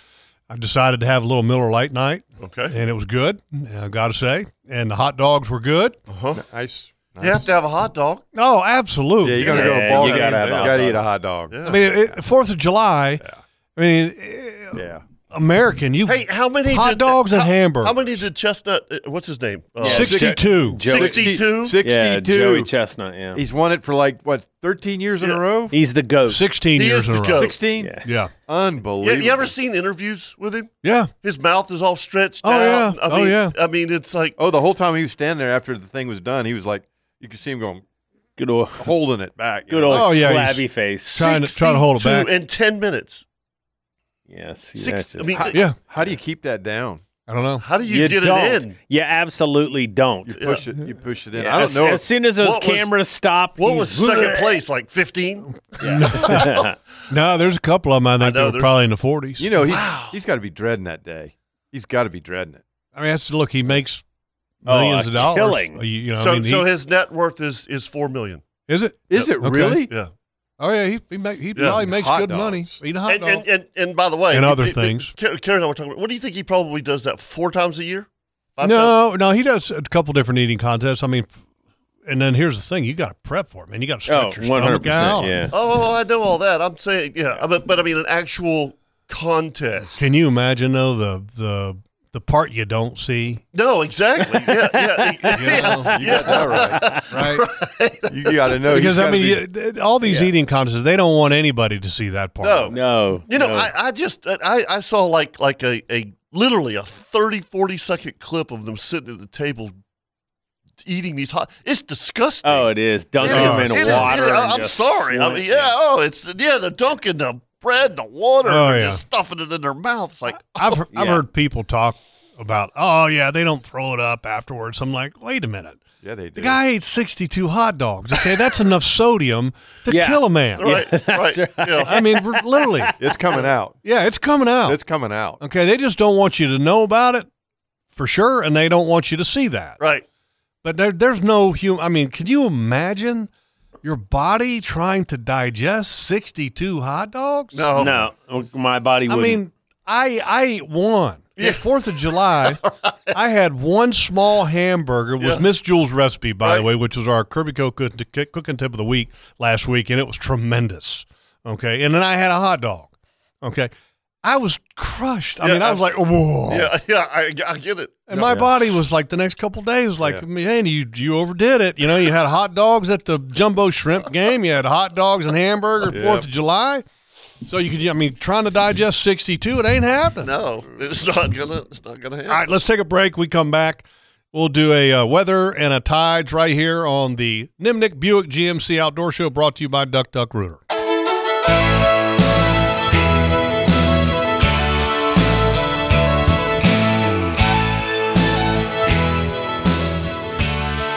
[SPEAKER 5] I decided to have a little Miller Light night,
[SPEAKER 3] Okay.
[SPEAKER 5] and it was good. I got to say, and the hot dogs were good.
[SPEAKER 4] Nice. nice.
[SPEAKER 3] Uh-huh. You have to have a hot dog.
[SPEAKER 5] Oh, absolutely!
[SPEAKER 4] Yeah, you got to go to
[SPEAKER 2] Yeah,
[SPEAKER 4] a ball
[SPEAKER 2] you
[SPEAKER 4] game.
[SPEAKER 2] gotta have a hot
[SPEAKER 4] gotta
[SPEAKER 2] dog.
[SPEAKER 4] eat a hot dog.
[SPEAKER 3] Yeah.
[SPEAKER 5] I mean, it, Fourth of July. I mean, eh,
[SPEAKER 4] Yeah.
[SPEAKER 5] American. You
[SPEAKER 3] Hey, how many
[SPEAKER 5] hot
[SPEAKER 3] did,
[SPEAKER 5] dogs and
[SPEAKER 3] how-
[SPEAKER 5] hamburgers?
[SPEAKER 3] How many did Chestnut? uh, What's his name? Uh,
[SPEAKER 2] Yeah. Six-
[SPEAKER 5] 62.
[SPEAKER 2] Joey-
[SPEAKER 3] 62?
[SPEAKER 4] 62.
[SPEAKER 2] Yeah, Joey Chestnut. Yeah, he's,
[SPEAKER 4] He's won it for like, what, 13 years in
[SPEAKER 3] Yeah.
[SPEAKER 4] a row?
[SPEAKER 2] the goat.
[SPEAKER 5] 16
[SPEAKER 3] He
[SPEAKER 5] years
[SPEAKER 3] is
[SPEAKER 5] in a
[SPEAKER 3] the
[SPEAKER 5] row.
[SPEAKER 3] goat.
[SPEAKER 4] 16?
[SPEAKER 2] Yeah.
[SPEAKER 5] Yeah.
[SPEAKER 3] Yeah,
[SPEAKER 4] Unbelievable.
[SPEAKER 3] you ever seen interviews with him?
[SPEAKER 5] Yeah.
[SPEAKER 3] His mouth is all stretched
[SPEAKER 5] Oh,
[SPEAKER 3] out.
[SPEAKER 5] yeah.
[SPEAKER 3] I
[SPEAKER 5] Oh,
[SPEAKER 3] mean,
[SPEAKER 5] yeah.
[SPEAKER 3] I mean, it's like
[SPEAKER 4] oh, the whole time he was standing there after the thing was done, he was like, you could see him going,
[SPEAKER 2] Good old,
[SPEAKER 4] holding it back. you
[SPEAKER 2] good
[SPEAKER 4] know?
[SPEAKER 2] old
[SPEAKER 5] Oh, yeah, he's-
[SPEAKER 2] flabby face.
[SPEAKER 5] Trying to- trying to hold it
[SPEAKER 3] 62
[SPEAKER 5] back.
[SPEAKER 3] in ten minutes.
[SPEAKER 2] Yes,
[SPEAKER 3] Six.
[SPEAKER 2] that's just-
[SPEAKER 3] I mean,
[SPEAKER 4] How-
[SPEAKER 5] Yeah.
[SPEAKER 4] How do you keep that down?
[SPEAKER 5] I don't know.
[SPEAKER 3] how do you, get
[SPEAKER 2] don't.
[SPEAKER 3] it in?
[SPEAKER 2] You absolutely don't.
[SPEAKER 4] You push it. You push it in.
[SPEAKER 2] Yeah,
[SPEAKER 4] I don't
[SPEAKER 2] as,
[SPEAKER 4] know.
[SPEAKER 2] As
[SPEAKER 4] if-
[SPEAKER 2] soon as those
[SPEAKER 3] What was-
[SPEAKER 2] cameras stop,
[SPEAKER 3] What
[SPEAKER 2] he's-
[SPEAKER 3] was second place? Like fifteen?
[SPEAKER 5] No, there's a couple of them I think
[SPEAKER 3] know,
[SPEAKER 5] that were
[SPEAKER 3] there's-
[SPEAKER 5] probably in the 40s.
[SPEAKER 4] you know, he's,
[SPEAKER 3] Wow.
[SPEAKER 4] he's got to be dreading that day. He's got to be dreading it.
[SPEAKER 5] I mean, that's look, he makes
[SPEAKER 3] Uh,
[SPEAKER 2] Oh,
[SPEAKER 5] millions
[SPEAKER 2] a
[SPEAKER 5] of dollars.
[SPEAKER 2] killing.
[SPEAKER 5] You, you know,
[SPEAKER 3] so,
[SPEAKER 5] I mean,
[SPEAKER 3] so
[SPEAKER 5] he-
[SPEAKER 3] his net worth is is four million.
[SPEAKER 5] is it?
[SPEAKER 4] Is it
[SPEAKER 5] Okay.
[SPEAKER 4] really?
[SPEAKER 3] Yeah.
[SPEAKER 5] Oh, yeah. He, he, make, he
[SPEAKER 3] Yeah.
[SPEAKER 5] probably makes
[SPEAKER 4] Hot
[SPEAKER 5] good
[SPEAKER 4] dogs.
[SPEAKER 5] money. Eating hot
[SPEAKER 3] And,
[SPEAKER 5] dogs.
[SPEAKER 3] and, and and by the way,
[SPEAKER 5] And other
[SPEAKER 3] it- it-
[SPEAKER 5] things.
[SPEAKER 3] Karen Karen and I were talking. About, what do you think he probably does that four times a year? Five times?
[SPEAKER 5] no, no, he does a couple different eating contests. I mean, f- and then here's the thing you got to prep for it, man. You got to
[SPEAKER 2] Oh,
[SPEAKER 5] stretch your stomach
[SPEAKER 2] 100%.
[SPEAKER 5] out.
[SPEAKER 2] Yeah.
[SPEAKER 3] Oh, I know all that. I'm saying, yeah, but but I mean, an actual contest.
[SPEAKER 5] Can you imagine though the the the part you don't see?
[SPEAKER 3] No, exactly. Yeah, yeah, yeah,
[SPEAKER 4] You got that
[SPEAKER 5] Right.
[SPEAKER 4] right. You got to know. he's
[SPEAKER 5] because I
[SPEAKER 4] gotta
[SPEAKER 5] mean,
[SPEAKER 4] be-
[SPEAKER 5] you- th- all these eating contests, they don't want anybody to see that part.
[SPEAKER 3] No.
[SPEAKER 2] No.
[SPEAKER 3] You know,
[SPEAKER 2] no.
[SPEAKER 3] I, I just uh, I, I saw like like a, a literally a 30, 40 second clip of them sitting at the table eating these hot. It's disgusting.
[SPEAKER 2] oh, it is dunking
[SPEAKER 3] It is-
[SPEAKER 2] them in
[SPEAKER 3] it is-
[SPEAKER 2] water.
[SPEAKER 3] it-
[SPEAKER 2] and
[SPEAKER 3] I'm
[SPEAKER 2] just
[SPEAKER 3] sorry. I
[SPEAKER 2] sling-
[SPEAKER 3] mean, yeah. Oh, it's yeah. They're dunking the bread, in the water.
[SPEAKER 5] Oh,
[SPEAKER 3] they're
[SPEAKER 5] yeah.
[SPEAKER 3] just stuffing it in their mouth. It's like
[SPEAKER 5] I've, he-
[SPEAKER 2] Yeah.
[SPEAKER 5] I've heard people talk about, oh, yeah, they don't throw it up afterwards. I'm like, wait a minute.
[SPEAKER 4] yeah, they do.
[SPEAKER 5] The guy ate 62 hot dogs. Okay. That's enough sodium to
[SPEAKER 2] Yeah.
[SPEAKER 5] kill a man.
[SPEAKER 3] right, right. Yeah.
[SPEAKER 5] I mean, r- literally.
[SPEAKER 4] It's coming out.
[SPEAKER 5] Yeah, it's coming out.
[SPEAKER 4] It's coming out.
[SPEAKER 5] okay. They just don't want you to know about it for sure. And they don't want you to see that.
[SPEAKER 3] Right.
[SPEAKER 5] But there, there's no human. I mean, can you imagine your body trying to digest 62 hot dogs?
[SPEAKER 3] No.
[SPEAKER 2] No, oh, my body
[SPEAKER 5] I
[SPEAKER 2] wouldn't.
[SPEAKER 5] mean, I I ate one. The Fourth of July, I had one small hamburger. It was
[SPEAKER 3] Yeah.
[SPEAKER 5] Miss Jules' recipe, by the
[SPEAKER 3] Right.
[SPEAKER 5] way, which was our Kirby Co. Cook- Cook- cooking tip of the week last week, and it was tremendous. Okay, and then I had a hot dog. Okay, I was crushed. I
[SPEAKER 3] Yeah,
[SPEAKER 5] mean, I was like, whoa.
[SPEAKER 3] Yeah. Yeah. I, I get it.
[SPEAKER 5] And my body was like the next couple days, like, man, you you overdid it. You know, you had hot dogs at the jumbo shrimp game. You had hot dogs and hamburger at Fourth of July. So you could, I mean, trying to digest sixty two, it ain't happening.
[SPEAKER 3] No, it's not gonna. It's not gonna happen.
[SPEAKER 5] All right, let's take a break. We come back. We'll do a uh, weather and a tides right here on the Nimnik Buick GMC Outdoor Show, brought to you by Duck Duck Rooter.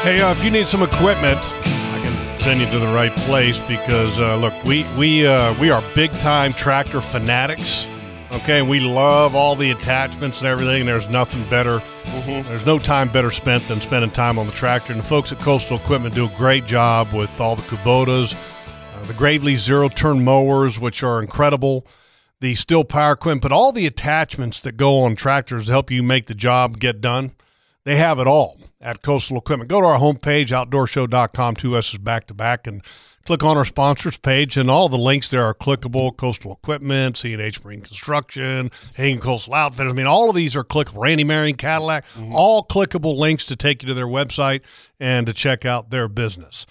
[SPEAKER 5] Hey, uh, if you need some equipment, I can send you to the right place because uh, look, we we uh, we are big time tractor fanatics. Okay, we love all the attachments and everything. And there's nothing better. There's no time better spent than spending time on the tractor. And the folks at Coastal Equipment do a great job with all the Kubotas, uh, the Gravely zero turn mowers, which are incredible the steel power equipment, but all the attachments that go on tractors to help you make the job get done. They have it all at Coastal Equipment. Go to our homepage, outdoorshow.com, two S's back to back, and click on our sponsors page. And all the links there are clickable Coastal Equipment, C&H Marine Construction, Hagen Coastal Outfitters. I mean, all of these are clickable. Randy Marion Cadillac, all clickable links to take you to their website and to check out their business.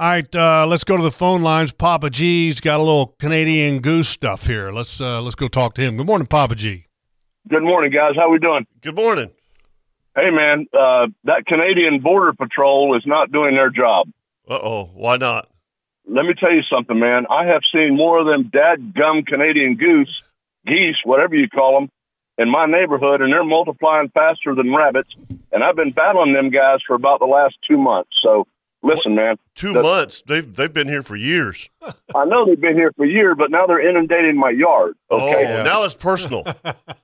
[SPEAKER 5] All right, uh, let's go to the phone lines. Papa G's got a little Canadian goose stuff here. Let's uh, let's go talk to him. Good morning, Papa G.
[SPEAKER 6] Good morning, guys. How we doing?
[SPEAKER 3] Good morning.
[SPEAKER 6] Hey, man, uh, that Canadian Border Patrol is not doing their job.
[SPEAKER 3] Uh oh. Why not?
[SPEAKER 6] Let me tell you something, man. I have seen more of them dadgum Canadian goose, geese, whatever you call them, in my neighborhood, and they're multiplying faster than rabbits. And I've been battling them guys for about the last two months. So listen, man.
[SPEAKER 3] Two
[SPEAKER 6] that's-
[SPEAKER 3] months. They've they've been here for years.
[SPEAKER 6] I know they've been here for a year, but now they're inundating my yard.
[SPEAKER 3] Oh,
[SPEAKER 6] Okay.
[SPEAKER 3] now it's personal.
[SPEAKER 6] It,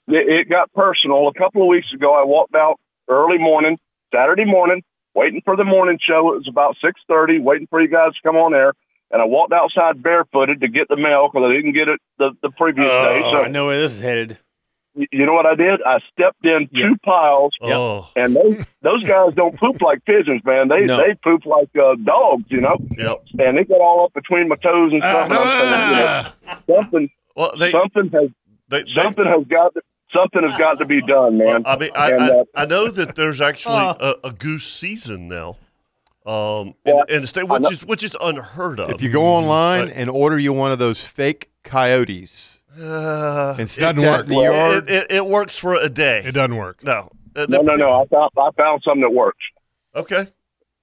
[SPEAKER 6] it got personal. A couple of weeks ago, I walked out early morning, Saturday morning, waiting for the morning show. It was about six thirty, waiting for you guys to come on air. And I walked outside barefooted to get the mail because I didn't get it the, the previous day. So
[SPEAKER 2] Oh, I know where this is headed.
[SPEAKER 6] y- you know what I did? I stepped in
[SPEAKER 2] Yeah.
[SPEAKER 6] two piles,
[SPEAKER 3] Oh,
[SPEAKER 6] and those those guys don't poop like pigeons, man. They
[SPEAKER 2] No.
[SPEAKER 6] they poop like uh, dogs, you know.
[SPEAKER 3] yep.
[SPEAKER 6] And it got all up between my toes and stuff. and I'm
[SPEAKER 2] Ah,
[SPEAKER 6] saying, you know, something
[SPEAKER 3] Well, they,
[SPEAKER 6] something has
[SPEAKER 3] they, they
[SPEAKER 6] something has got to, something has got to be done, man.
[SPEAKER 3] I mean, I,
[SPEAKER 6] And,
[SPEAKER 3] I,
[SPEAKER 6] uh,
[SPEAKER 3] I know that there's actually
[SPEAKER 2] Oh.
[SPEAKER 3] a, a goose season now, um,
[SPEAKER 6] Yeah.
[SPEAKER 3] in, in the state,
[SPEAKER 6] I
[SPEAKER 3] which
[SPEAKER 6] know.
[SPEAKER 3] is which is unheard of.
[SPEAKER 4] If you go
[SPEAKER 3] Mm-hmm.
[SPEAKER 4] online
[SPEAKER 3] Right.
[SPEAKER 4] and order you one of those fake coyotes
[SPEAKER 3] uh,
[SPEAKER 4] and
[SPEAKER 5] doesn't
[SPEAKER 4] stick that
[SPEAKER 5] work.
[SPEAKER 4] in the yard,
[SPEAKER 3] it, it, it works for a day.
[SPEAKER 5] It doesn't work.
[SPEAKER 3] no, Uh,
[SPEAKER 6] no, no, no. I found I found something that works.
[SPEAKER 3] Okay,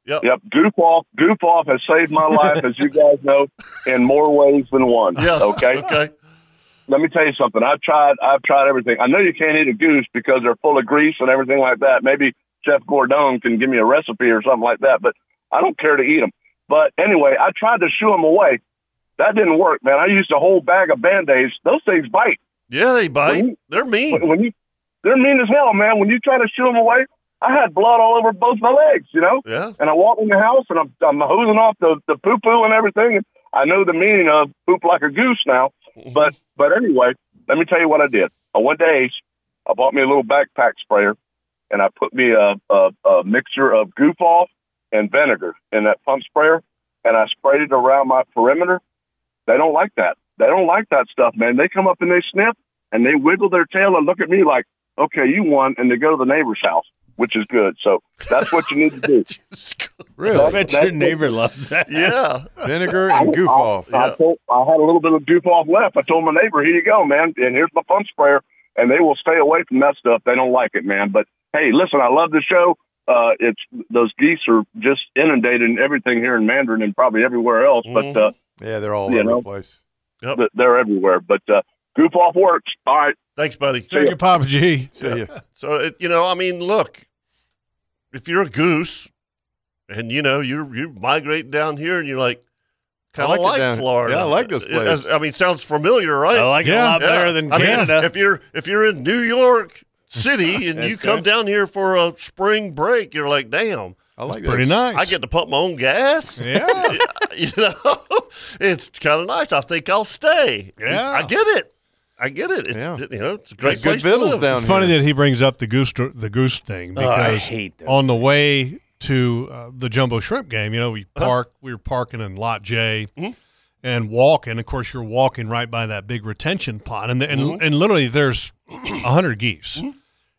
[SPEAKER 6] Yep, goof off. Goof off has saved my life, as you guys know, in more ways than one.
[SPEAKER 3] yeah,
[SPEAKER 6] Okay.
[SPEAKER 3] okay.
[SPEAKER 6] Let me tell you something. I've tried. I've tried everything. I know you can't eat a goose because they're full of grease and everything like that. Maybe Chef Gordon can give me a recipe or something like that. But I don't care to eat them. But anyway, I tried to shoo them away. That didn't work, man. I used a whole bag of band aids. Those things bite.
[SPEAKER 3] Yeah, they bite.
[SPEAKER 6] When you-
[SPEAKER 3] They're mean.
[SPEAKER 6] when, when you they're mean as hell, man. When you try to shoo them away, I had blood all over both my legs, you know.
[SPEAKER 3] Yeah,
[SPEAKER 6] And I walked in the house and I'm I'm hosing off the the poo poo and everything. And I know the meaning of poop like a goose now.
[SPEAKER 3] Mm-hmm.
[SPEAKER 6] But but anyway, let me tell you what I did. I went to Ace. I bought me a little backpack sprayer, and I put me a a, a mixture of goof off and vinegar in that pump sprayer, and I sprayed it around my perimeter. They don't like that. They don't like that stuff, man. They come up and they sniff and they wiggle their tail and look at me like, okay, you won, and they go to the neighbor's house, which is good. So that's what you need to do.
[SPEAKER 2] I
[SPEAKER 4] really
[SPEAKER 2] bet your neighbor loves that.
[SPEAKER 3] yeah.
[SPEAKER 4] vinegar and goof
[SPEAKER 6] I-
[SPEAKER 4] off.
[SPEAKER 6] I, told, I had a little bit of goof off left. I told my neighbor, here you go, man, and here's my pump sprayer, and they will stay away from that stuff. They don't like it, man. But hey, listen, I love the show. Uh, it's those geese are just inundating everything here in Mandarin and probably everywhere else,
[SPEAKER 3] Mhm.
[SPEAKER 6] but uh,
[SPEAKER 4] Yeah, they're all
[SPEAKER 6] You
[SPEAKER 4] over
[SPEAKER 6] know.
[SPEAKER 4] the place.
[SPEAKER 6] th- they're everywhere. But uh, goof off works. All right,
[SPEAKER 3] Thanks, buddy.
[SPEAKER 5] Thank you, Papa G.
[SPEAKER 4] See ya.
[SPEAKER 3] So it, you know, I mean, look, if you're a goose, and you know you you migrate down here, and you're like,
[SPEAKER 4] I
[SPEAKER 3] kind
[SPEAKER 4] like
[SPEAKER 3] of
[SPEAKER 4] it
[SPEAKER 3] like,
[SPEAKER 4] down-
[SPEAKER 3] Florida.
[SPEAKER 4] yeah, I like this
[SPEAKER 3] It-
[SPEAKER 4] place.
[SPEAKER 3] as- I mean, sounds familiar, right?
[SPEAKER 2] I like it a
[SPEAKER 5] Yeah.
[SPEAKER 2] lot better than
[SPEAKER 3] I mean,
[SPEAKER 2] Canada.
[SPEAKER 3] if you're if you're in New York City and you
[SPEAKER 2] That's
[SPEAKER 3] come
[SPEAKER 2] right.
[SPEAKER 3] down here for a spring break, you're like, damn,
[SPEAKER 4] I like
[SPEAKER 5] Pretty
[SPEAKER 4] this.
[SPEAKER 5] nice.
[SPEAKER 3] I get to pump my own gas.
[SPEAKER 5] Yeah.
[SPEAKER 3] you know, it's kind of nice. I think I'll stay.
[SPEAKER 5] Yeah.
[SPEAKER 3] I get it. I get it. It's
[SPEAKER 4] Yeah.
[SPEAKER 3] you know, it's a great
[SPEAKER 4] good
[SPEAKER 3] place to
[SPEAKER 4] vittles
[SPEAKER 3] live.
[SPEAKER 4] down
[SPEAKER 5] It's funny
[SPEAKER 4] here.
[SPEAKER 5] that he brings up the goose the goose thing
[SPEAKER 2] Oh, I
[SPEAKER 5] because
[SPEAKER 2] hate those
[SPEAKER 5] on the way to uh, the jumbo shrimp game, you know, we
[SPEAKER 4] Uh-huh.
[SPEAKER 5] park we were parking in lot J
[SPEAKER 4] Mm-hmm.
[SPEAKER 5] and walking. Of course, you're walking right by that big retention pond, and the, and,
[SPEAKER 4] Mm-hmm.
[SPEAKER 5] and literally there's a hundred geese.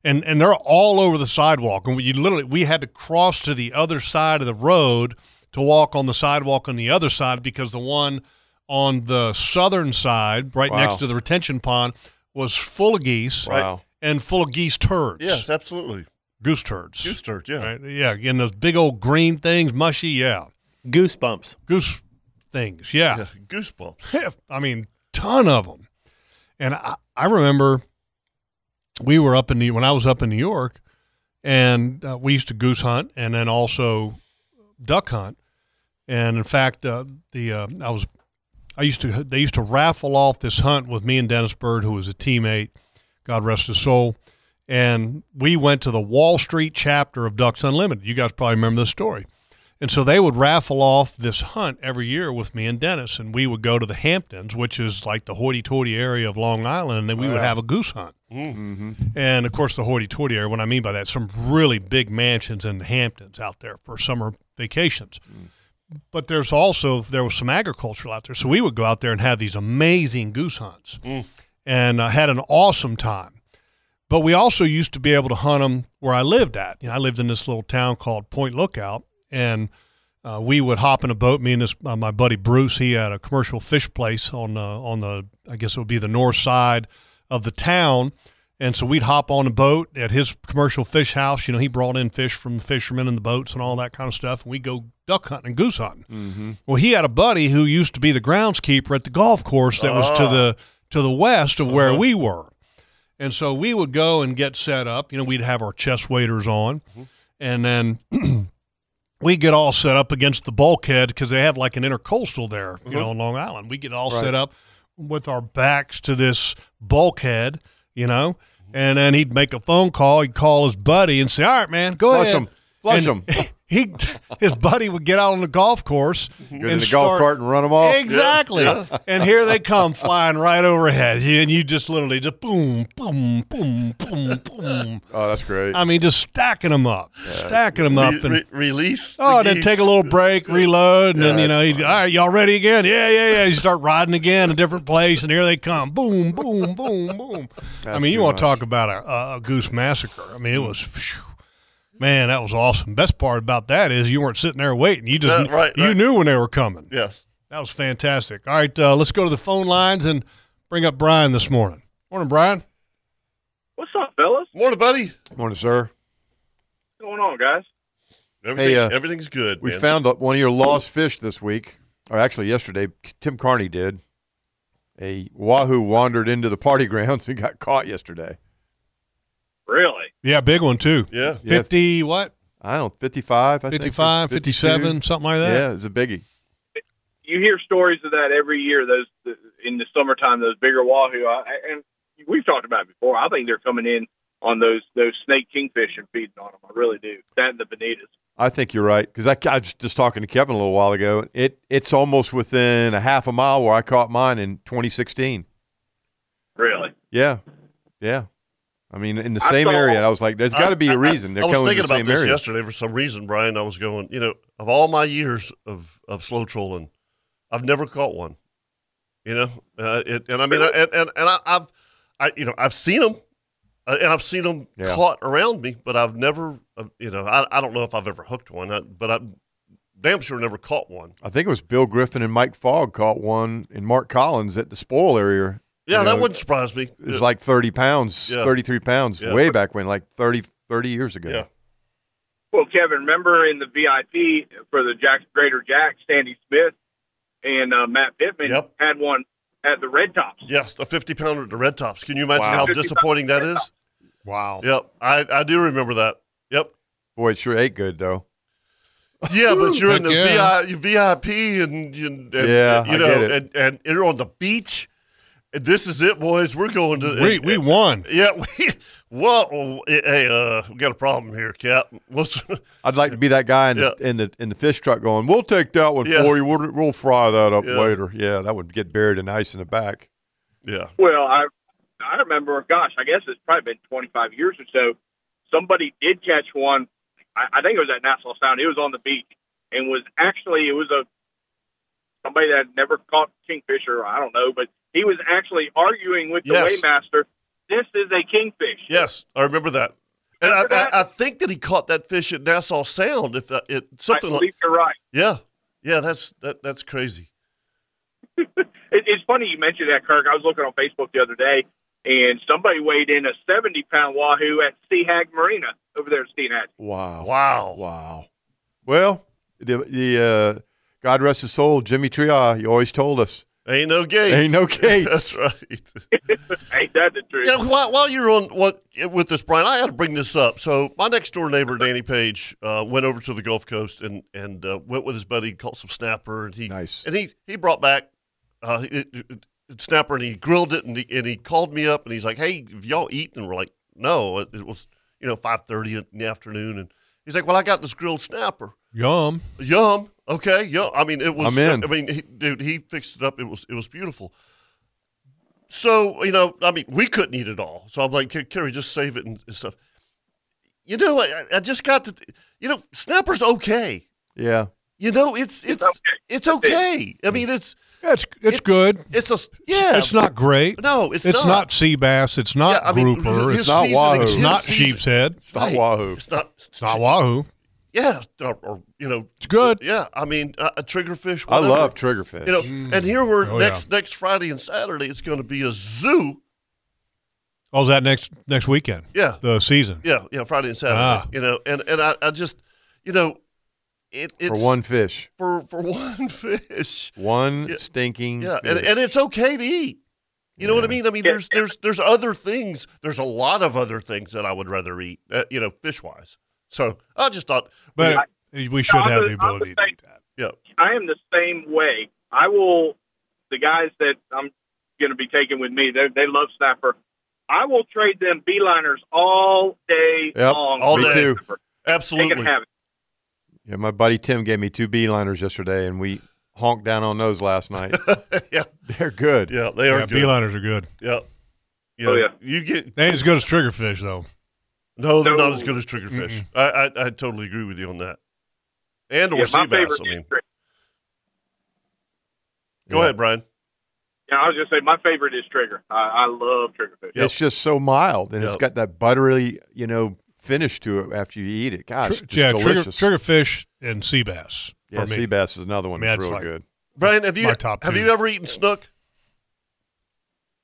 [SPEAKER 5] And, and they're all over the sidewalk, and we, you literally we had to cross to the other side of the road to walk on the sidewalk on the other side because the one on the southern side, right
[SPEAKER 4] Wow.
[SPEAKER 5] next to the retention pond, was full of geese
[SPEAKER 4] Wow.
[SPEAKER 5] and full of geese turds.
[SPEAKER 3] Yes, absolutely.
[SPEAKER 5] Goose turds.
[SPEAKER 3] Goose turd, yeah.
[SPEAKER 5] Right? Yeah. And those big old green things, mushy. Yeah.
[SPEAKER 2] Goosebumps.
[SPEAKER 5] Goose things. Yeah.
[SPEAKER 3] Yeah, Goosebumps.
[SPEAKER 5] I mean, ton of them. And I, I remember we were up in New when I was up in New York and uh, we used to goose hunt and then also duck hunt. And in fact, uh, the uh, I was I used to they used to raffle off this hunt with me and Dennis Bird, who was a teammate. God rest his soul. And we went to the Wall Street chapter of Ducks Unlimited. You guys probably remember this story. And so they would raffle off this hunt every year with me and Dennis, and we would go to the Hamptons, which is like the hoity-toity area of Long Island, and then we would have a goose hunt.
[SPEAKER 3] Mm.
[SPEAKER 4] Mm-hmm.
[SPEAKER 5] And of course, the hoity-toity area. What I mean by that, some really big mansions in the Hamptons out there for summer vacations. But there's also there was some agriculture out there, so we would go out there and have these amazing goose hunts, and uh, had an awesome time. But we also used to be able to hunt them where I lived at. You know, I lived in this little town called Point Lookout, and uh, we would hop in a boat. Me and this, uh, my buddy Bruce, he had a commercial fish place on uh, on the I guess it would be the north side of the town, and so we'd hop on a boat at his commercial fish house. You know, he brought in fish from fishermen and the boats and all that kind of stuff, and we go duck hunting and goose hunting. Well, he had a buddy who used to be the groundskeeper at the golf course that was to the to the west of where we were. And so we would go and get set up. You know, we'd have our chest waders on, and then we get all set up against the bulkhead because they have like an intercoastal there, you
[SPEAKER 3] Uh-huh.
[SPEAKER 5] know, on Long Island. We get all
[SPEAKER 4] Right.
[SPEAKER 5] set up with our backs to this bulkhead, you know, and then he'd make a phone call. He'd call his buddy and say, "All right, man, go
[SPEAKER 4] Flush
[SPEAKER 5] ahead,
[SPEAKER 4] 'em. Flush
[SPEAKER 5] And He, his buddy would get out on the golf course,
[SPEAKER 4] Go to the golf cart and run them off.
[SPEAKER 5] Exactly. And here they come flying right overhead. You- And you just literally just boom, boom, boom, boom, boom.
[SPEAKER 4] Oh, that's great.
[SPEAKER 5] I mean, just stacking them up, stacking them up.
[SPEAKER 3] Re-
[SPEAKER 5] And,
[SPEAKER 3] re- release.
[SPEAKER 5] oh,
[SPEAKER 3] the
[SPEAKER 5] and then
[SPEAKER 3] geese.
[SPEAKER 5] take a little break, reload. And then, you know, he'd, all right, y'all ready again? Yeah, yeah, yeah. You start riding again, a different place. And here they come. Boom, boom, boom, boom. I mean, you
[SPEAKER 4] too
[SPEAKER 5] want
[SPEAKER 4] much.
[SPEAKER 5] to talk about a, a- a goose massacre. I mean, it was. phew. Man, that was awesome. Best part about that is you weren't sitting there waiting. You just
[SPEAKER 3] Yeah, right,
[SPEAKER 5] you
[SPEAKER 3] right.
[SPEAKER 5] knew when they were coming.
[SPEAKER 3] Yes.
[SPEAKER 5] That was fantastic. All right, uh, let's go to the phone lines and bring up Brian this morning. Morning, Brian.
[SPEAKER 7] What's up, fellas?
[SPEAKER 3] Morning, buddy.
[SPEAKER 4] Morning, sir.
[SPEAKER 7] What's going on, guys?
[SPEAKER 3] Everything,
[SPEAKER 4] uh,
[SPEAKER 3] everything's good.
[SPEAKER 4] We
[SPEAKER 3] man.
[SPEAKER 4] found a- one of your lost fish this week, or actually yesterday. C- Tim Carney did. A wahoo wandered into the party grounds and got caught yesterday.
[SPEAKER 7] Really?
[SPEAKER 5] Yeah, big one too.
[SPEAKER 3] Yeah.
[SPEAKER 4] Yeah.
[SPEAKER 5] 50 what?
[SPEAKER 4] I don't know, 55, I think, or
[SPEAKER 5] 55,
[SPEAKER 4] 52.
[SPEAKER 5] 57, something like that.
[SPEAKER 4] Yeah, it's a biggie.
[SPEAKER 7] you hear stories of that every year. Those in the summertime, those bigger wahoo, I, and we've talked about it before. I think they're coming in on those those snake kingfish and feeding on them. I really do. That and the bonitas.
[SPEAKER 4] I think you're right because I, I was just talking to Kevin a little while ago. It it's almost within a half a mile where I caught mine in 2016.
[SPEAKER 7] Really?
[SPEAKER 4] Yeah, yeah. I mean, in the
[SPEAKER 7] I
[SPEAKER 4] same
[SPEAKER 7] saw-
[SPEAKER 4] area, I was like, "There's got to be
[SPEAKER 3] I-
[SPEAKER 4] a
[SPEAKER 3] I- I-
[SPEAKER 4] reason." They're
[SPEAKER 3] I was
[SPEAKER 4] coming
[SPEAKER 3] thinking
[SPEAKER 4] in the
[SPEAKER 3] about
[SPEAKER 4] same
[SPEAKER 3] this
[SPEAKER 4] area.
[SPEAKER 3] yesterday for some reason, Brian. I was going, you know, of all my years of of slow trolling, I've never caught one. You know, uh, it, and I mean, I- and and, and I, I've, I you know, I've seen them, uh, and I've seen them
[SPEAKER 4] Yeah.
[SPEAKER 3] caught around me, but I've never, uh, you know, I, I don't know if I've ever hooked one, I, but I damn sure never caught one.
[SPEAKER 4] I think it was Bill Griffin and Mike Fogg caught one, and Mark Collins at the spoil area.
[SPEAKER 3] Yeah,
[SPEAKER 4] You
[SPEAKER 3] that
[SPEAKER 4] know,
[SPEAKER 3] wouldn't surprise me.
[SPEAKER 4] It was like 30 pounds,
[SPEAKER 3] Yeah.
[SPEAKER 4] 33 pounds,
[SPEAKER 3] Yeah.
[SPEAKER 4] way back when, like 30, 30 years ago.
[SPEAKER 3] Yeah.
[SPEAKER 7] Well, Kevin, remember in the VIP for the Jack Greater Jack, Sandy Smith and uh, Matt Pittman
[SPEAKER 3] Yep.
[SPEAKER 7] had one at the Red Tops.
[SPEAKER 3] yes, a fifty pounder at the red tops. Can you imagine
[SPEAKER 4] Wow.
[SPEAKER 3] how disappointing that is?
[SPEAKER 5] Wow.
[SPEAKER 3] Yep, I I do remember that. Yep.
[SPEAKER 4] Boy, it sure ate good though.
[SPEAKER 3] Yeah, but you're in
[SPEAKER 5] Heck
[SPEAKER 3] the
[SPEAKER 5] yeah.
[SPEAKER 3] VI, VIP and, you- and
[SPEAKER 4] Yeah,
[SPEAKER 3] you
[SPEAKER 4] I
[SPEAKER 3] know,
[SPEAKER 4] get it.
[SPEAKER 3] And, and you're on the beach. And this is it, boys. We're going to.
[SPEAKER 5] We,
[SPEAKER 3] and-
[SPEAKER 5] we
[SPEAKER 3] and-
[SPEAKER 5] won.
[SPEAKER 3] yeah, we. Whoa, hey, uh, we got a problem here, Cap. What's,
[SPEAKER 4] I'd like to be that guy in the in the in the fish truck going, "We'll take that one
[SPEAKER 3] Yeah.
[SPEAKER 4] for you. We'll, we'll fry that up
[SPEAKER 3] Yeah.
[SPEAKER 4] later." Yeah, that would get buried in ice in the back.
[SPEAKER 3] yeah,
[SPEAKER 7] Well, I I remember, gosh, I guess it's probably been 25 years or so. Somebody did catch one. I, I think it was at Nassau Sound. It was on the beach and was actually it was a somebody that had never caught kingfisher. I don't know, but he was actually arguing with the
[SPEAKER 3] Yes.
[SPEAKER 7] weighmaster. This is a kingfish.
[SPEAKER 3] yes, I remember that. And I,
[SPEAKER 7] Remember that?
[SPEAKER 3] I, I think that he caught that fish at Nassau Sound. If uh, it
[SPEAKER 7] I
[SPEAKER 3] something like
[SPEAKER 7] believe you're right.
[SPEAKER 3] yeah, yeah, that's that that's crazy.
[SPEAKER 7] It, it's funny you mentioned that, Kirk. I was looking on Facebook the other day, and somebody weighed in a 70 pound wahoo at Seahag Marina over there at Seahag.
[SPEAKER 4] Wow,
[SPEAKER 3] Wow.
[SPEAKER 4] wow. Well, the the uh, God rest his soul, Jimmy Tria. He always told us,
[SPEAKER 3] Ain't no gate.
[SPEAKER 4] "Ain't no case."
[SPEAKER 3] That's right.
[SPEAKER 7] Ain't that the truth?
[SPEAKER 3] You know, while, while you're on what with this, Brian, I got to bring this up. So my next door neighbor, Danny Page, uh, went over to the Gulf Coast and and uh, went with his buddy, caught some snapper, and he
[SPEAKER 4] Nice.
[SPEAKER 3] and he he brought back uh, it, it- it- snapper, and he grilled it, and he and he called me up, and he's like, "Hey, have y'all eaten?" And we're like, "No." It, it was you know five thirty in the afternoon, and he's like, "Well, I got this grilled snapper."
[SPEAKER 5] Yum.
[SPEAKER 3] Yum. Okay. Yum. I mean, it was.
[SPEAKER 4] I'm in.
[SPEAKER 3] I mean, he, dude, he fixed it up. It was. It was beautiful. So you know, I mean, we couldn't eat it all. So I'm like, "Car- Carrie, just save it and, and stuff. You know, I, I- I just got to. You know, snapper's okay.
[SPEAKER 4] Yeah,
[SPEAKER 3] You know, it's it's it's okay. I mean, it's
[SPEAKER 5] That's it's
[SPEAKER 3] It-
[SPEAKER 5] good.
[SPEAKER 3] it's a yeah.
[SPEAKER 5] It's not great.
[SPEAKER 3] No, it's,
[SPEAKER 5] it's not sea bass. It's not
[SPEAKER 3] Yeah, I mean,
[SPEAKER 5] grouper.
[SPEAKER 3] his
[SPEAKER 5] It's
[SPEAKER 4] not
[SPEAKER 3] seasoning-
[SPEAKER 4] wahoo.
[SPEAKER 5] it's
[SPEAKER 3] his
[SPEAKER 5] not
[SPEAKER 3] season-
[SPEAKER 5] sheep's head.
[SPEAKER 4] it's not
[SPEAKER 3] Hey,
[SPEAKER 4] Wahoo.
[SPEAKER 3] It's not.
[SPEAKER 5] It's not wahoo.
[SPEAKER 3] Yeah, or, or, you know,
[SPEAKER 5] It's good.
[SPEAKER 3] yeah. I mean, uh, a triggerfish.
[SPEAKER 4] I
[SPEAKER 3] whatever.
[SPEAKER 4] love triggerfish.
[SPEAKER 3] You know, and here we're
[SPEAKER 5] Oh,
[SPEAKER 3] next next Friday and Saturday. It's going to be a zoo.
[SPEAKER 5] Oh, is that next next weekend?
[SPEAKER 3] Yeah,
[SPEAKER 5] The season.
[SPEAKER 3] yeah, yeah. Friday and Saturday.
[SPEAKER 5] Ah.
[SPEAKER 3] You know, and and I, I just, you know, it, it's
[SPEAKER 4] for one fish,
[SPEAKER 3] for, for one fish.
[SPEAKER 4] one
[SPEAKER 3] Yeah.
[SPEAKER 4] stinking.
[SPEAKER 3] Yeah,
[SPEAKER 4] fish.
[SPEAKER 3] and, and it's okay to eat. You know what I mean? I mean, there's there's there's other things. There's a lot of other things that I would rather eat. Uh, you know, fish wise. So I just thought,
[SPEAKER 5] But we should
[SPEAKER 7] I'm
[SPEAKER 5] have the
[SPEAKER 7] the- I'm the
[SPEAKER 5] ability. to
[SPEAKER 7] same-
[SPEAKER 5] do that.
[SPEAKER 3] yeah,
[SPEAKER 7] I am the same way. I will. The guys that I'm going to be taking with me, they they love snapper. I will trade them beeliners all day
[SPEAKER 4] Yep,
[SPEAKER 7] long.
[SPEAKER 3] all
[SPEAKER 7] for
[SPEAKER 3] day.
[SPEAKER 7] snapper. They
[SPEAKER 3] absolutely.
[SPEAKER 7] can have it.
[SPEAKER 4] Yeah, my buddy Tim gave me two beeliners yesterday, and we honked down on those last night.
[SPEAKER 3] yeah,
[SPEAKER 4] They're good.
[SPEAKER 3] yeah, they are
[SPEAKER 5] Yeah,
[SPEAKER 3] good.
[SPEAKER 5] beeliners are good.
[SPEAKER 3] Yeah. You
[SPEAKER 7] Oh,
[SPEAKER 3] know,
[SPEAKER 7] yeah.
[SPEAKER 3] You get
[SPEAKER 5] They ain't as good as triggerfish though.
[SPEAKER 3] no, they're not
[SPEAKER 7] No.
[SPEAKER 3] as good as triggerfish. I, I I totally agree with you on that. And or
[SPEAKER 7] Yeah,
[SPEAKER 3] sea
[SPEAKER 7] my
[SPEAKER 3] bass.
[SPEAKER 7] favorite.
[SPEAKER 3] I mean,
[SPEAKER 7] is tri-
[SPEAKER 3] go
[SPEAKER 4] Yeah.
[SPEAKER 3] ahead, Brian.
[SPEAKER 7] yeah, I was going to say my favorite is trigger. I, I love triggerfish.
[SPEAKER 3] Yep.
[SPEAKER 4] It's just so mild, and it's
[SPEAKER 3] Yep.
[SPEAKER 4] got that buttery, you know, finish to it after you eat it. Gosh,
[SPEAKER 5] Tr-
[SPEAKER 4] just
[SPEAKER 5] yeah, trigger,
[SPEAKER 4] delicious.
[SPEAKER 5] triggerfish and sea bass.
[SPEAKER 4] yeah,
[SPEAKER 5] for me.
[SPEAKER 4] sea bass is another one
[SPEAKER 5] I mean,
[SPEAKER 4] that's
[SPEAKER 5] that's
[SPEAKER 4] really
[SPEAKER 5] like-
[SPEAKER 4] good.
[SPEAKER 3] Brian, have you
[SPEAKER 5] my top
[SPEAKER 3] have
[SPEAKER 5] two.
[SPEAKER 3] you ever eaten snook?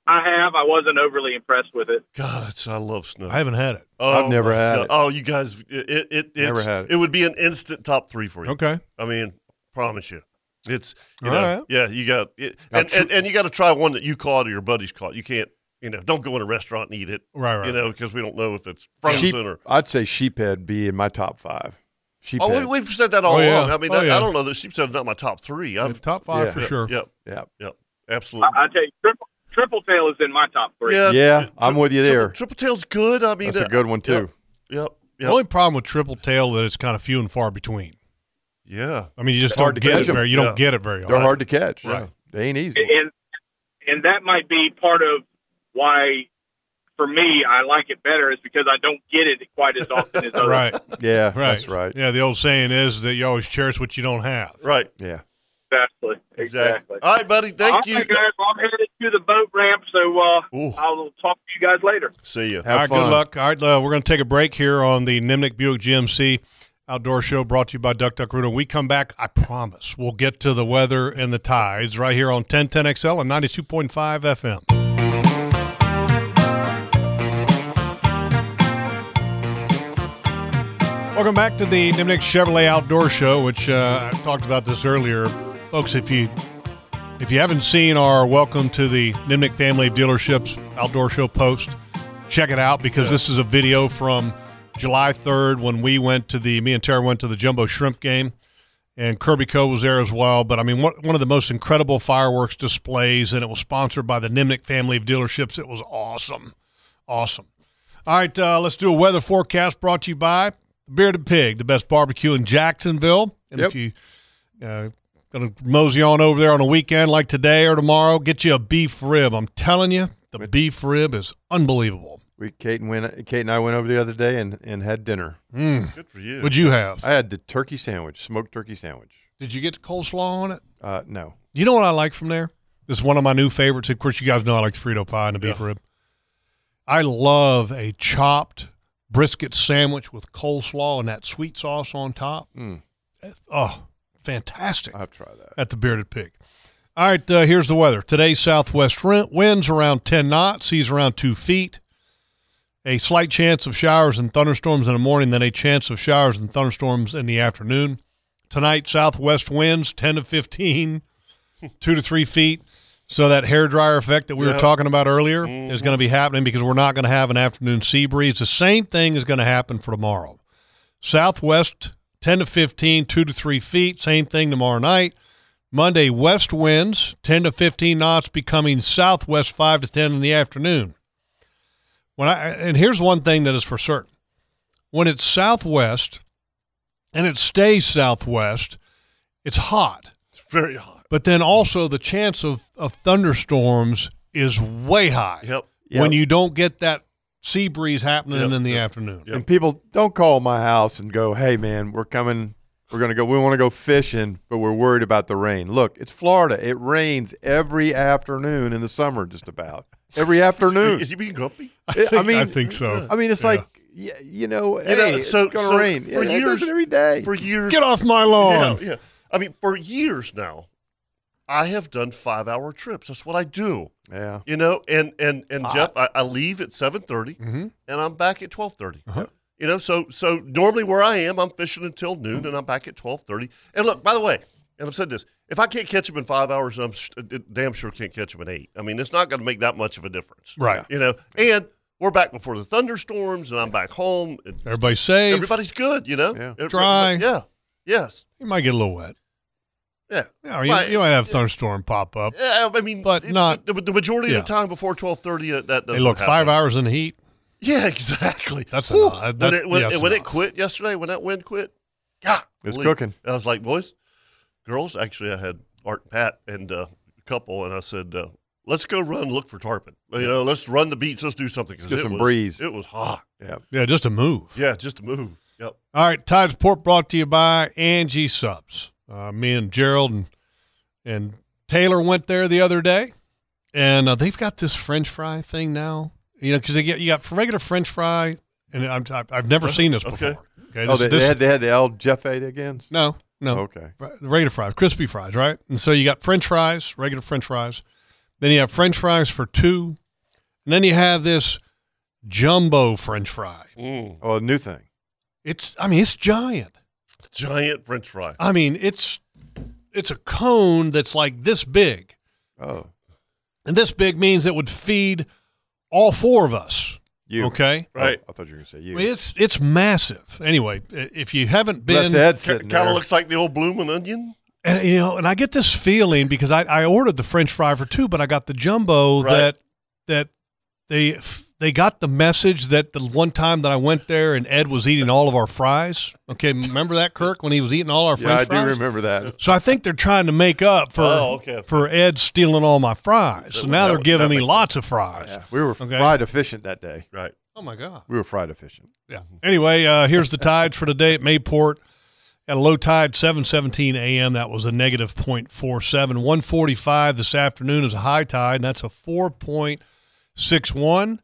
[SPEAKER 7] I have. I wasn't overly impressed with it.
[SPEAKER 3] God, it's, I love snook.
[SPEAKER 5] I haven't had it.
[SPEAKER 3] oh,
[SPEAKER 4] I've never
[SPEAKER 3] my
[SPEAKER 4] had
[SPEAKER 3] God.
[SPEAKER 4] it.
[SPEAKER 3] Oh, you guys, it it it's,
[SPEAKER 4] Never had it.
[SPEAKER 3] it would be an instant top three for you.
[SPEAKER 5] Okay.
[SPEAKER 3] I mean, promise you. It's you
[SPEAKER 5] All
[SPEAKER 3] know,
[SPEAKER 5] right.
[SPEAKER 3] yeah, you got it,
[SPEAKER 4] Now,
[SPEAKER 3] and,
[SPEAKER 4] tr-
[SPEAKER 3] and and you got to try one that you caught or your buddies caught. You can't, you know, don't go in a restaurant and eat it,
[SPEAKER 5] Right, right.
[SPEAKER 3] you know, because we don't know if it's frozen
[SPEAKER 4] Sheep-
[SPEAKER 3] or.
[SPEAKER 4] I'd say sheephead be in my top five. Sheephead.
[SPEAKER 3] Oh, we, we've said that all
[SPEAKER 5] Oh, yeah.
[SPEAKER 3] along. I mean,
[SPEAKER 5] Oh,
[SPEAKER 3] I,
[SPEAKER 5] yeah.
[SPEAKER 3] I don't know. The sheep said not my top three. I'm,
[SPEAKER 5] top five
[SPEAKER 4] Yeah.
[SPEAKER 5] for
[SPEAKER 3] yeah,
[SPEAKER 5] sure.
[SPEAKER 3] Yep,
[SPEAKER 4] yeah,
[SPEAKER 3] absolutely.
[SPEAKER 7] I, I tell you, triple, triple tail is in my top three.
[SPEAKER 4] Yeah,
[SPEAKER 3] tri-
[SPEAKER 4] I'm with you
[SPEAKER 3] triple-
[SPEAKER 4] there.
[SPEAKER 3] Triple, tail's good. I mean,
[SPEAKER 4] that's a
[SPEAKER 3] uh,
[SPEAKER 4] good one too.
[SPEAKER 3] Yep. Yep.
[SPEAKER 5] The
[SPEAKER 3] yep.
[SPEAKER 5] only problem with triple tail that it's kind of few and far between.
[SPEAKER 3] yeah.
[SPEAKER 5] I mean, you just
[SPEAKER 4] Hard
[SPEAKER 5] don't
[SPEAKER 4] to
[SPEAKER 5] get
[SPEAKER 4] catch
[SPEAKER 5] it
[SPEAKER 4] 'em.
[SPEAKER 5] very. You
[SPEAKER 3] Yeah.
[SPEAKER 5] don't get it very.
[SPEAKER 4] They're
[SPEAKER 5] often.
[SPEAKER 4] hard to catch.
[SPEAKER 3] Right.
[SPEAKER 4] They ain't easy.
[SPEAKER 7] and and that might be part of why for me I like it better is because I don't get it quite as often as others.
[SPEAKER 5] Right.
[SPEAKER 4] yeah,
[SPEAKER 5] Right.
[SPEAKER 4] that's right.
[SPEAKER 5] Yeah. The old saying is that you always cherish what you don't have.
[SPEAKER 3] Right.
[SPEAKER 4] Yeah.
[SPEAKER 7] Exactly.
[SPEAKER 3] Exactly. All right, buddy. Thank
[SPEAKER 7] All
[SPEAKER 3] you.
[SPEAKER 7] right, guys, I'm headed to the boat ramp, so uh,
[SPEAKER 3] Ooh.
[SPEAKER 7] I'll talk to you guys later.
[SPEAKER 3] See you.
[SPEAKER 4] Have
[SPEAKER 5] All right,
[SPEAKER 4] fun.
[SPEAKER 5] good luck. All right, uh, we're going to take a break here on the Nimnik Buick GMC Outdoor Show brought to you by Duck Duck Root. When we come back, I promise we'll get to the weather and the tides right here on 1010XL and 92.5 FM. Welcome back to the Nimnik Chevrolet Outdoor Show, which uh, I talked about this earlier. Folks, if you if you haven't seen our Welcome to the Nimnik Family of Dealerships Outdoor Show post, check it out because this is a video from July 3rd when we went to the, me and Tara went to the Jumbo Shrimp game and Kirby Co was there as well. But I mean, one, one of the most incredible fireworks displays, and it was sponsored by the Nimnik family of dealerships. It was awesome. Awesome. All right, uh, let's do a weather forecast brought to you by Bearded Pig, the best barbecue in Jacksonville. And if
[SPEAKER 4] Yep.
[SPEAKER 5] you uh, going to mosey on over there on a weekend like today or tomorrow, get you a beef rib. I'm telling you, the beef rib is unbelievable.
[SPEAKER 4] We Kate and went, Kate and I went over the other day and, and had dinner.
[SPEAKER 3] Good for you.
[SPEAKER 5] Would Mm. you have?
[SPEAKER 4] I had the turkey sandwich, smoked turkey sandwich.
[SPEAKER 5] Did you get coleslaw on it?
[SPEAKER 4] Uh, no,
[SPEAKER 5] You know what I like from there? This is one of my new favorites. Of course, you guys know I like the Frito pie and the beef rib. I love a chopped brisket sandwich with coleslaw and that sweet sauce on top. Oh, fantastic
[SPEAKER 4] I'll try that.
[SPEAKER 5] at the Bearded Pig. All right, uh, here's the weather. Today's southwest ri- winds around 10 knots, seas around 2 feet. A slight chance of showers and thunderstorms in the morning, then a chance of showers and thunderstorms in the afternoon. Tonight, southwest winds 10 to 15, 2 to 3 feet. So that hair dryer effect that we were talking about earlier is going to be happening because we're not going to have an afternoon sea breeze. The same thing is going to happen for tomorrow. Southwest 10 to 15, 2 to 3 feet. Same thing tomorrow night. Monday, west winds 10 to 15 knots, becoming southwest 5 to 10 in the afternoon. When I, and here's one thing that is for certain when it's southwest and it stays southwest, it's hot.
[SPEAKER 3] It's very hot.
[SPEAKER 5] But then also the chance of, of thunderstorms is way high
[SPEAKER 3] Yep.
[SPEAKER 5] when you don't get that sea breeze happening
[SPEAKER 3] Yep,
[SPEAKER 5] in the
[SPEAKER 3] yep.
[SPEAKER 5] afternoon.
[SPEAKER 3] Yep.
[SPEAKER 4] And people don't call my house and go, "Hey, man, we're coming. We're gonna go. We want to go fishing, but we're worried about the rain." Look, it's Florida. It rains every afternoon in the summer, just about every afternoon.
[SPEAKER 3] Is he being grumpy?
[SPEAKER 4] I, mean,
[SPEAKER 5] I think so.
[SPEAKER 4] I mean, it's
[SPEAKER 5] Yeah.
[SPEAKER 4] like yeah, you know,
[SPEAKER 3] You know,
[SPEAKER 4] hey,
[SPEAKER 3] so-
[SPEAKER 4] it's gonna
[SPEAKER 3] so
[SPEAKER 4] rain.
[SPEAKER 3] for
[SPEAKER 4] Yeah, it
[SPEAKER 3] years-
[SPEAKER 4] does it every day.
[SPEAKER 3] For years,
[SPEAKER 5] Get off my lawn.
[SPEAKER 3] Yeah, yeah. I mean, for years now, I have done five-hour trips. That's what I do.
[SPEAKER 4] yeah,
[SPEAKER 3] You know, and and and
[SPEAKER 5] Ah.
[SPEAKER 3] Jeff, I, I leave at seven
[SPEAKER 5] Mm-hmm.
[SPEAKER 3] and I'm back at twelve
[SPEAKER 5] Uh-huh. Mm-hmm.
[SPEAKER 3] You know, so so normally where I am, I'm fishing until noon, and I'm back at twelve thirty. And look, by the way, and I've said this: if I can't catch them in five hours, I'm s- uh, damn sure can't catch them in eight. I mean, it's not going to make that much of a difference,
[SPEAKER 5] Right.
[SPEAKER 3] You know, and we're back before the thunderstorms, and I'm back home. and
[SPEAKER 5] Everybody's safe.
[SPEAKER 3] Everybody's good, you know. Everybody-
[SPEAKER 5] Dry.
[SPEAKER 3] Yeah. Yes.
[SPEAKER 5] You might get a little wet.
[SPEAKER 3] Yeah.
[SPEAKER 5] No, you,
[SPEAKER 3] Right.
[SPEAKER 5] you might have a thunderstorm pop up.
[SPEAKER 3] Yeah, I mean,
[SPEAKER 5] But not-
[SPEAKER 3] the, the majority
[SPEAKER 5] yeah.
[SPEAKER 3] of the time before twelve thirty. uh, That, that
[SPEAKER 5] Hey,
[SPEAKER 3] doesn't
[SPEAKER 5] look,
[SPEAKER 3] happen.
[SPEAKER 5] five hours in the heat.
[SPEAKER 3] Yeah, exactly.
[SPEAKER 5] That's
[SPEAKER 3] Whew.
[SPEAKER 5] enough. Uh, That's,
[SPEAKER 3] when it when,
[SPEAKER 5] yes,
[SPEAKER 3] when it
[SPEAKER 5] enough.
[SPEAKER 3] quit yesterday, when that wind quit, God,
[SPEAKER 4] It's
[SPEAKER 3] golly.
[SPEAKER 4] cooking.
[SPEAKER 3] I was like, boys, girls. Actually, I had Art, and Pat, and uh, a couple, and I said, uh, let's go run look for tarpon. You know, let's run the beach. Let's do something. 'cause
[SPEAKER 4] Let's get
[SPEAKER 3] it
[SPEAKER 4] some
[SPEAKER 3] was-
[SPEAKER 4] breeze.
[SPEAKER 3] It was hot.
[SPEAKER 4] Yeah.
[SPEAKER 5] yeah, just a move.
[SPEAKER 3] Yeah, just to move. Yep.
[SPEAKER 5] All right, Tides Port brought to you by Angie Subs. Uh, me and Gerald and and Taylor went there the other day, and uh, they've got this French fry thing now. You know, because they get you got regular French fry, and I'm, I've I've never seen this
[SPEAKER 3] Okay.
[SPEAKER 5] before. Okay,
[SPEAKER 4] oh,
[SPEAKER 5] this-
[SPEAKER 4] they,
[SPEAKER 5] this-
[SPEAKER 4] they had, they had the El Jefe again?
[SPEAKER 5] no, no.
[SPEAKER 4] Okay.
[SPEAKER 5] Right, the regular fries, crispy fries, right? And so you got French fries, regular French fries. Then you have French fries for two, and then you have this jumbo French fry.
[SPEAKER 4] Oh, a new thing.
[SPEAKER 5] It's, I mean, it's giant.
[SPEAKER 3] Giant French fry.
[SPEAKER 5] I mean, it's it's a cone that's like this big,
[SPEAKER 4] Oh,
[SPEAKER 5] and this big means it would feed all four of us.
[SPEAKER 4] you.
[SPEAKER 5] Okay,
[SPEAKER 4] Oh,
[SPEAKER 3] Right.
[SPEAKER 4] I thought you were going to say
[SPEAKER 5] I
[SPEAKER 4] you.
[SPEAKER 5] mean, it's it's massive. Anyway, i- if you haven't been,
[SPEAKER 4] Bless Ed sitting
[SPEAKER 3] Kind
[SPEAKER 4] there.
[SPEAKER 3] of looks like the old blooming onion.
[SPEAKER 5] and, you know, and I get this feeling because I, I ordered the French fry for two, but I got the jumbo
[SPEAKER 3] Right.
[SPEAKER 5] that that they they got the message that the one time that I went there and Ed was eating all of our fries. Okay, remember that Kirk when he was eating all our
[SPEAKER 4] yeah, I
[SPEAKER 5] French fries?
[SPEAKER 4] do remember that.
[SPEAKER 5] So I think they're trying to make up for
[SPEAKER 3] Oh, okay.
[SPEAKER 5] for Ed stealing all my fries. So
[SPEAKER 3] That-
[SPEAKER 5] now
[SPEAKER 3] that-
[SPEAKER 5] they're giving
[SPEAKER 3] that
[SPEAKER 5] me
[SPEAKER 3] makes
[SPEAKER 5] lots of fries.
[SPEAKER 4] Yeah, we were
[SPEAKER 5] Okay.
[SPEAKER 4] fried efficient that day.
[SPEAKER 3] Right.
[SPEAKER 5] Oh my god.
[SPEAKER 4] We were fried efficient.
[SPEAKER 5] Yeah. Anyway, uh, here's the tides for today at Mayport. At a low tide, 7:17 a.m. That was a negative 0.47. 1:45 this afternoon is a high tide, and that's a 4.61.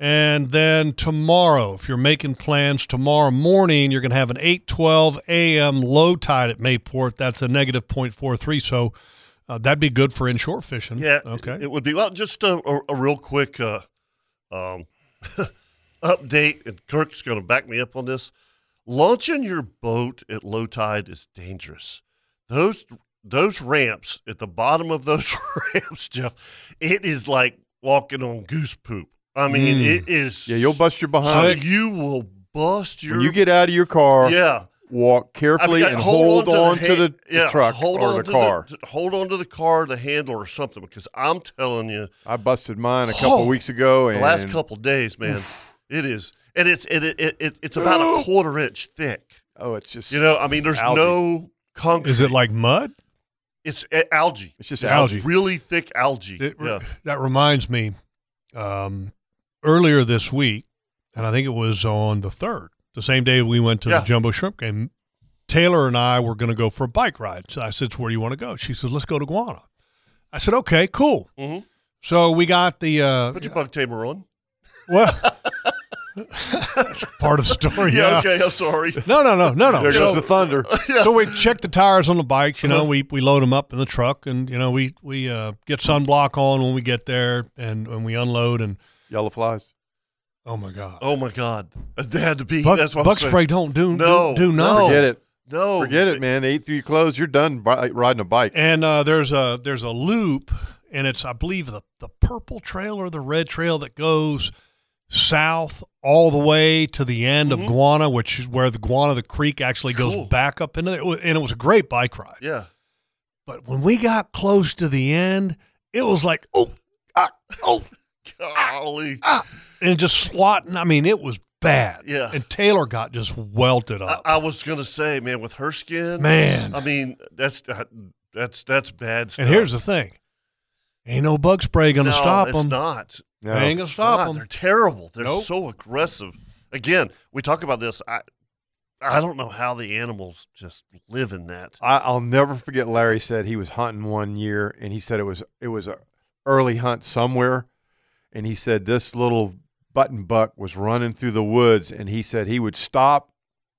[SPEAKER 5] And then tomorrow, if you're making plans tomorrow morning, you're going to have an 8:12 a.m. low tide at Mayport. That's a negative 0.43. So uh, that'd be good for inshore fishing.
[SPEAKER 3] Yeah.
[SPEAKER 5] Okay.
[SPEAKER 3] It, it would be well. Just a, a, a real quick uh, um, update, and Kirk's going to back me up on this. Launching your boat at low tide is dangerous. Those those ramps at the bottom of those ramps, Jeff, it is like walking on goose poop. I mean,
[SPEAKER 5] Mm.
[SPEAKER 3] it is.
[SPEAKER 4] Yeah, you'll bust your
[SPEAKER 3] So
[SPEAKER 4] behind.
[SPEAKER 3] you will bust your.
[SPEAKER 4] when you get out of your car,
[SPEAKER 3] yeah.
[SPEAKER 4] walk carefully
[SPEAKER 3] I mean,
[SPEAKER 4] and hold, on to
[SPEAKER 3] hand-
[SPEAKER 4] the, the
[SPEAKER 3] yeah,
[SPEAKER 4] truck
[SPEAKER 3] hold
[SPEAKER 4] or
[SPEAKER 3] on
[SPEAKER 4] the
[SPEAKER 3] to
[SPEAKER 4] car.
[SPEAKER 3] t- hold on to the car, the handle, or something, because I'm telling you,
[SPEAKER 4] I busted mine a couple
[SPEAKER 3] Oh,
[SPEAKER 4] weeks ago,
[SPEAKER 3] the
[SPEAKER 4] and
[SPEAKER 3] last couple days, man, it is, and it's and it, it, it it's about a quarter inch thick.
[SPEAKER 4] oh, it's just
[SPEAKER 3] You know, I mean, there's
[SPEAKER 4] Algae.
[SPEAKER 3] no concrete.
[SPEAKER 5] Is it like mud?
[SPEAKER 3] It's a- algae.
[SPEAKER 4] it's just
[SPEAKER 5] It's
[SPEAKER 4] algae.
[SPEAKER 5] algae.
[SPEAKER 3] Really thick algae.
[SPEAKER 5] It-
[SPEAKER 3] yeah.
[SPEAKER 5] That reminds me, um, earlier this week, and I think it was on the third, the same day we went to
[SPEAKER 3] Yeah.
[SPEAKER 5] the Jumbo Shrimp game. Taylor and I were going to go for a bike ride. So I said, "Where do you want to go?" She said, "Let's go to Guana." I said, "Okay, cool."
[SPEAKER 3] Mhm.
[SPEAKER 5] So we got the uh,
[SPEAKER 3] Put your bug tamer on.
[SPEAKER 5] well, part of the story.
[SPEAKER 3] Yeah.
[SPEAKER 5] Yeah.
[SPEAKER 3] Okay. I'm sorry.
[SPEAKER 5] No, no, no, no, no.
[SPEAKER 4] there
[SPEAKER 5] So-
[SPEAKER 4] goes the thunder.
[SPEAKER 5] so we check the tires on the bikes. You know, we we load them up in the truck, and you know, we we uh, get sunblock on when we get there, and when we unload, and
[SPEAKER 4] Yellow flies.
[SPEAKER 5] oh my god,
[SPEAKER 3] Oh my God. They had to be.
[SPEAKER 5] Buck,
[SPEAKER 3] that's what
[SPEAKER 5] Buck
[SPEAKER 3] I'm saying.
[SPEAKER 5] spray don't do
[SPEAKER 3] No,
[SPEAKER 5] do, do
[SPEAKER 3] no.
[SPEAKER 5] nothing.
[SPEAKER 4] Forget it.
[SPEAKER 3] Oh, No.
[SPEAKER 4] Forget it, man. They ate through your clothes. You're done bi- riding a bike.
[SPEAKER 5] And uh, there's a there's a loop, and it's I believe the the purple trail or the red trail that goes south all the way to the end
[SPEAKER 4] Mm-hmm.
[SPEAKER 5] of Guana, which is where the Guana the creek actually goes
[SPEAKER 3] Cool.
[SPEAKER 5] back up into there. It wa- And it was a great bike ride.
[SPEAKER 3] Yeah.
[SPEAKER 5] But when we got close to the end, it was like oh ah, oh ah,
[SPEAKER 3] Golly.
[SPEAKER 5] and just swatting. I mean, it was bad.
[SPEAKER 3] Yeah.
[SPEAKER 5] And Taylor got just welted
[SPEAKER 3] I,
[SPEAKER 5] up.
[SPEAKER 3] I was gonna say, man, with her skin,
[SPEAKER 5] Man.
[SPEAKER 3] I mean, that's that's that's bad stuff.
[SPEAKER 5] and here's the thing. Ain't no bug spray gonna
[SPEAKER 3] No,
[SPEAKER 5] stop
[SPEAKER 3] it's
[SPEAKER 5] them.
[SPEAKER 3] Not.
[SPEAKER 4] No.
[SPEAKER 5] They ain't gonna stop
[SPEAKER 3] God, They're
[SPEAKER 5] them.
[SPEAKER 3] terrible. They're
[SPEAKER 5] Nope.
[SPEAKER 3] so aggressive. Again, we talk about this. I I don't know how the animals just live in that.
[SPEAKER 4] I, I'll never forget. Larry said he was hunting one year, and he said it was it was a early hunt somewhere, and he said this little button buck was running through the woods, and he said he would stop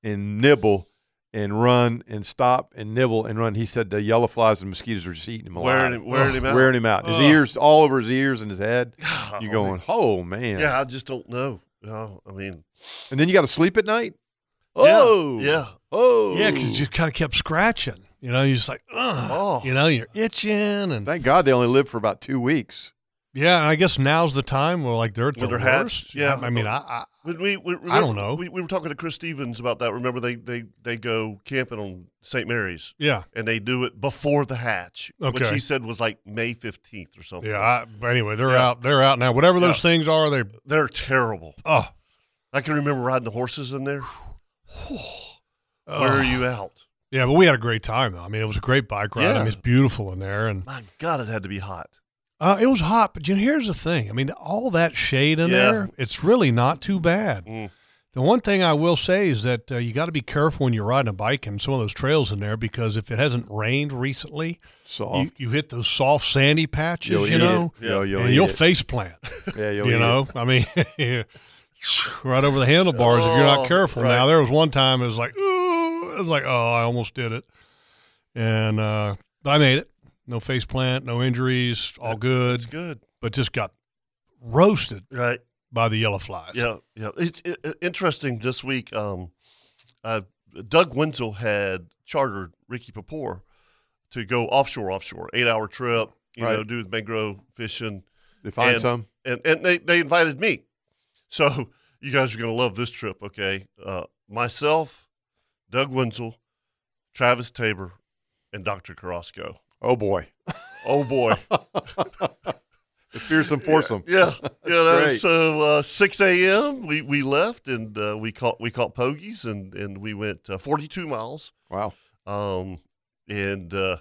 [SPEAKER 4] and nibble and run and stop and nibble and run. He said the yellow flies and mosquitoes were just eating him alive,
[SPEAKER 3] Wearing him, wearing him out.
[SPEAKER 4] wearing him out. His
[SPEAKER 5] Ugh.
[SPEAKER 4] ears, all over his ears and his head.
[SPEAKER 3] Golly.
[SPEAKER 4] You going, oh man!
[SPEAKER 3] Yeah, I just don't know. No, I mean,
[SPEAKER 4] And then you got to sleep at night.
[SPEAKER 3] yeah,
[SPEAKER 4] Oh
[SPEAKER 3] yeah,
[SPEAKER 4] Oh
[SPEAKER 5] Yeah, because it just kind of kept scratching. You know, you're just like, Ugh,
[SPEAKER 4] Oh.
[SPEAKER 5] you know, you're itching, and
[SPEAKER 4] Thank God they only live for about two weeks.
[SPEAKER 5] yeah. And I guess now's the time where like they're at
[SPEAKER 3] When
[SPEAKER 5] their
[SPEAKER 3] they're
[SPEAKER 5] worst.
[SPEAKER 3] hatched, yeah.
[SPEAKER 5] I mean, I, I
[SPEAKER 3] When we, we, remember,
[SPEAKER 5] I don't know.
[SPEAKER 3] We, we were talking to Chris Stevens about that. Remember, they, they, they go camping on St. Mary's
[SPEAKER 5] yeah,
[SPEAKER 3] and they do it before the hatch, which
[SPEAKER 5] Okay.
[SPEAKER 3] he said was like May 15th or something.
[SPEAKER 5] yeah. I, but anyway, they're
[SPEAKER 3] Yeah.
[SPEAKER 5] out. They're out now. Whatever those
[SPEAKER 3] Yeah.
[SPEAKER 5] things are, they
[SPEAKER 3] They're terrible.
[SPEAKER 5] oh,
[SPEAKER 3] I can remember riding the horses in there.
[SPEAKER 5] oh.
[SPEAKER 3] Where are you out?
[SPEAKER 5] Yeah, but we had a great time though. I mean, it was a great bike ride. I
[SPEAKER 3] Yeah.
[SPEAKER 5] mean, it's beautiful in there, and
[SPEAKER 3] My God, it had to be hot.
[SPEAKER 5] uh, it was hot. But you know, here's the thing. I mean, all that shade in
[SPEAKER 3] Yeah.
[SPEAKER 5] there, it's really not too bad.
[SPEAKER 3] Mm.
[SPEAKER 5] The one thing I will say is that uh, you got to be careful when you're riding a bike and some of those trails in there because if it hasn't rained recently, you,
[SPEAKER 4] Soft.
[SPEAKER 5] you hit those soft sandy patches,
[SPEAKER 4] You'll
[SPEAKER 5] you
[SPEAKER 4] eat
[SPEAKER 5] know,
[SPEAKER 4] it. You'll- you'll
[SPEAKER 5] and
[SPEAKER 4] eat
[SPEAKER 5] you'll
[SPEAKER 4] it.
[SPEAKER 5] face plant.
[SPEAKER 4] yeah, you'll eat
[SPEAKER 5] you
[SPEAKER 4] it.
[SPEAKER 5] know, I mean, right over the handlebars if you're
[SPEAKER 3] Oh,
[SPEAKER 5] not careful.
[SPEAKER 3] right.
[SPEAKER 5] Now there was one time it was like, ooh, it was like, oh, I almost did it, and uh, but I made it. No face plant, no injuries, all good,
[SPEAKER 3] It's good.
[SPEAKER 5] but just got roasted
[SPEAKER 3] Right.
[SPEAKER 5] by the yellow flies.
[SPEAKER 3] Yeah. Yeah. It's it, it- interesting this week. Um, uh, Doug Wenzel had chartered Ricky Papore to go offshore, offshore, eight hour trip, you know,
[SPEAKER 4] Right.
[SPEAKER 3] do the mangrove fishing.
[SPEAKER 4] They find
[SPEAKER 3] And-
[SPEAKER 4] some.
[SPEAKER 3] and and they, they invited me. So you guys are gonna love this trip, okay? Uh, myself, Doug Wenzel, Travis Tabor, and Dr. Carrasco.
[SPEAKER 4] Oh boy,
[SPEAKER 3] Oh boy,
[SPEAKER 4] the fearsome foursome.
[SPEAKER 3] yeah, yeah. that was-
[SPEAKER 4] great.
[SPEAKER 3] so uh, six a.m. we we left and uh, we caught we caught pogies and and we went uh, forty two miles.
[SPEAKER 4] Wow.
[SPEAKER 3] Um, and uh,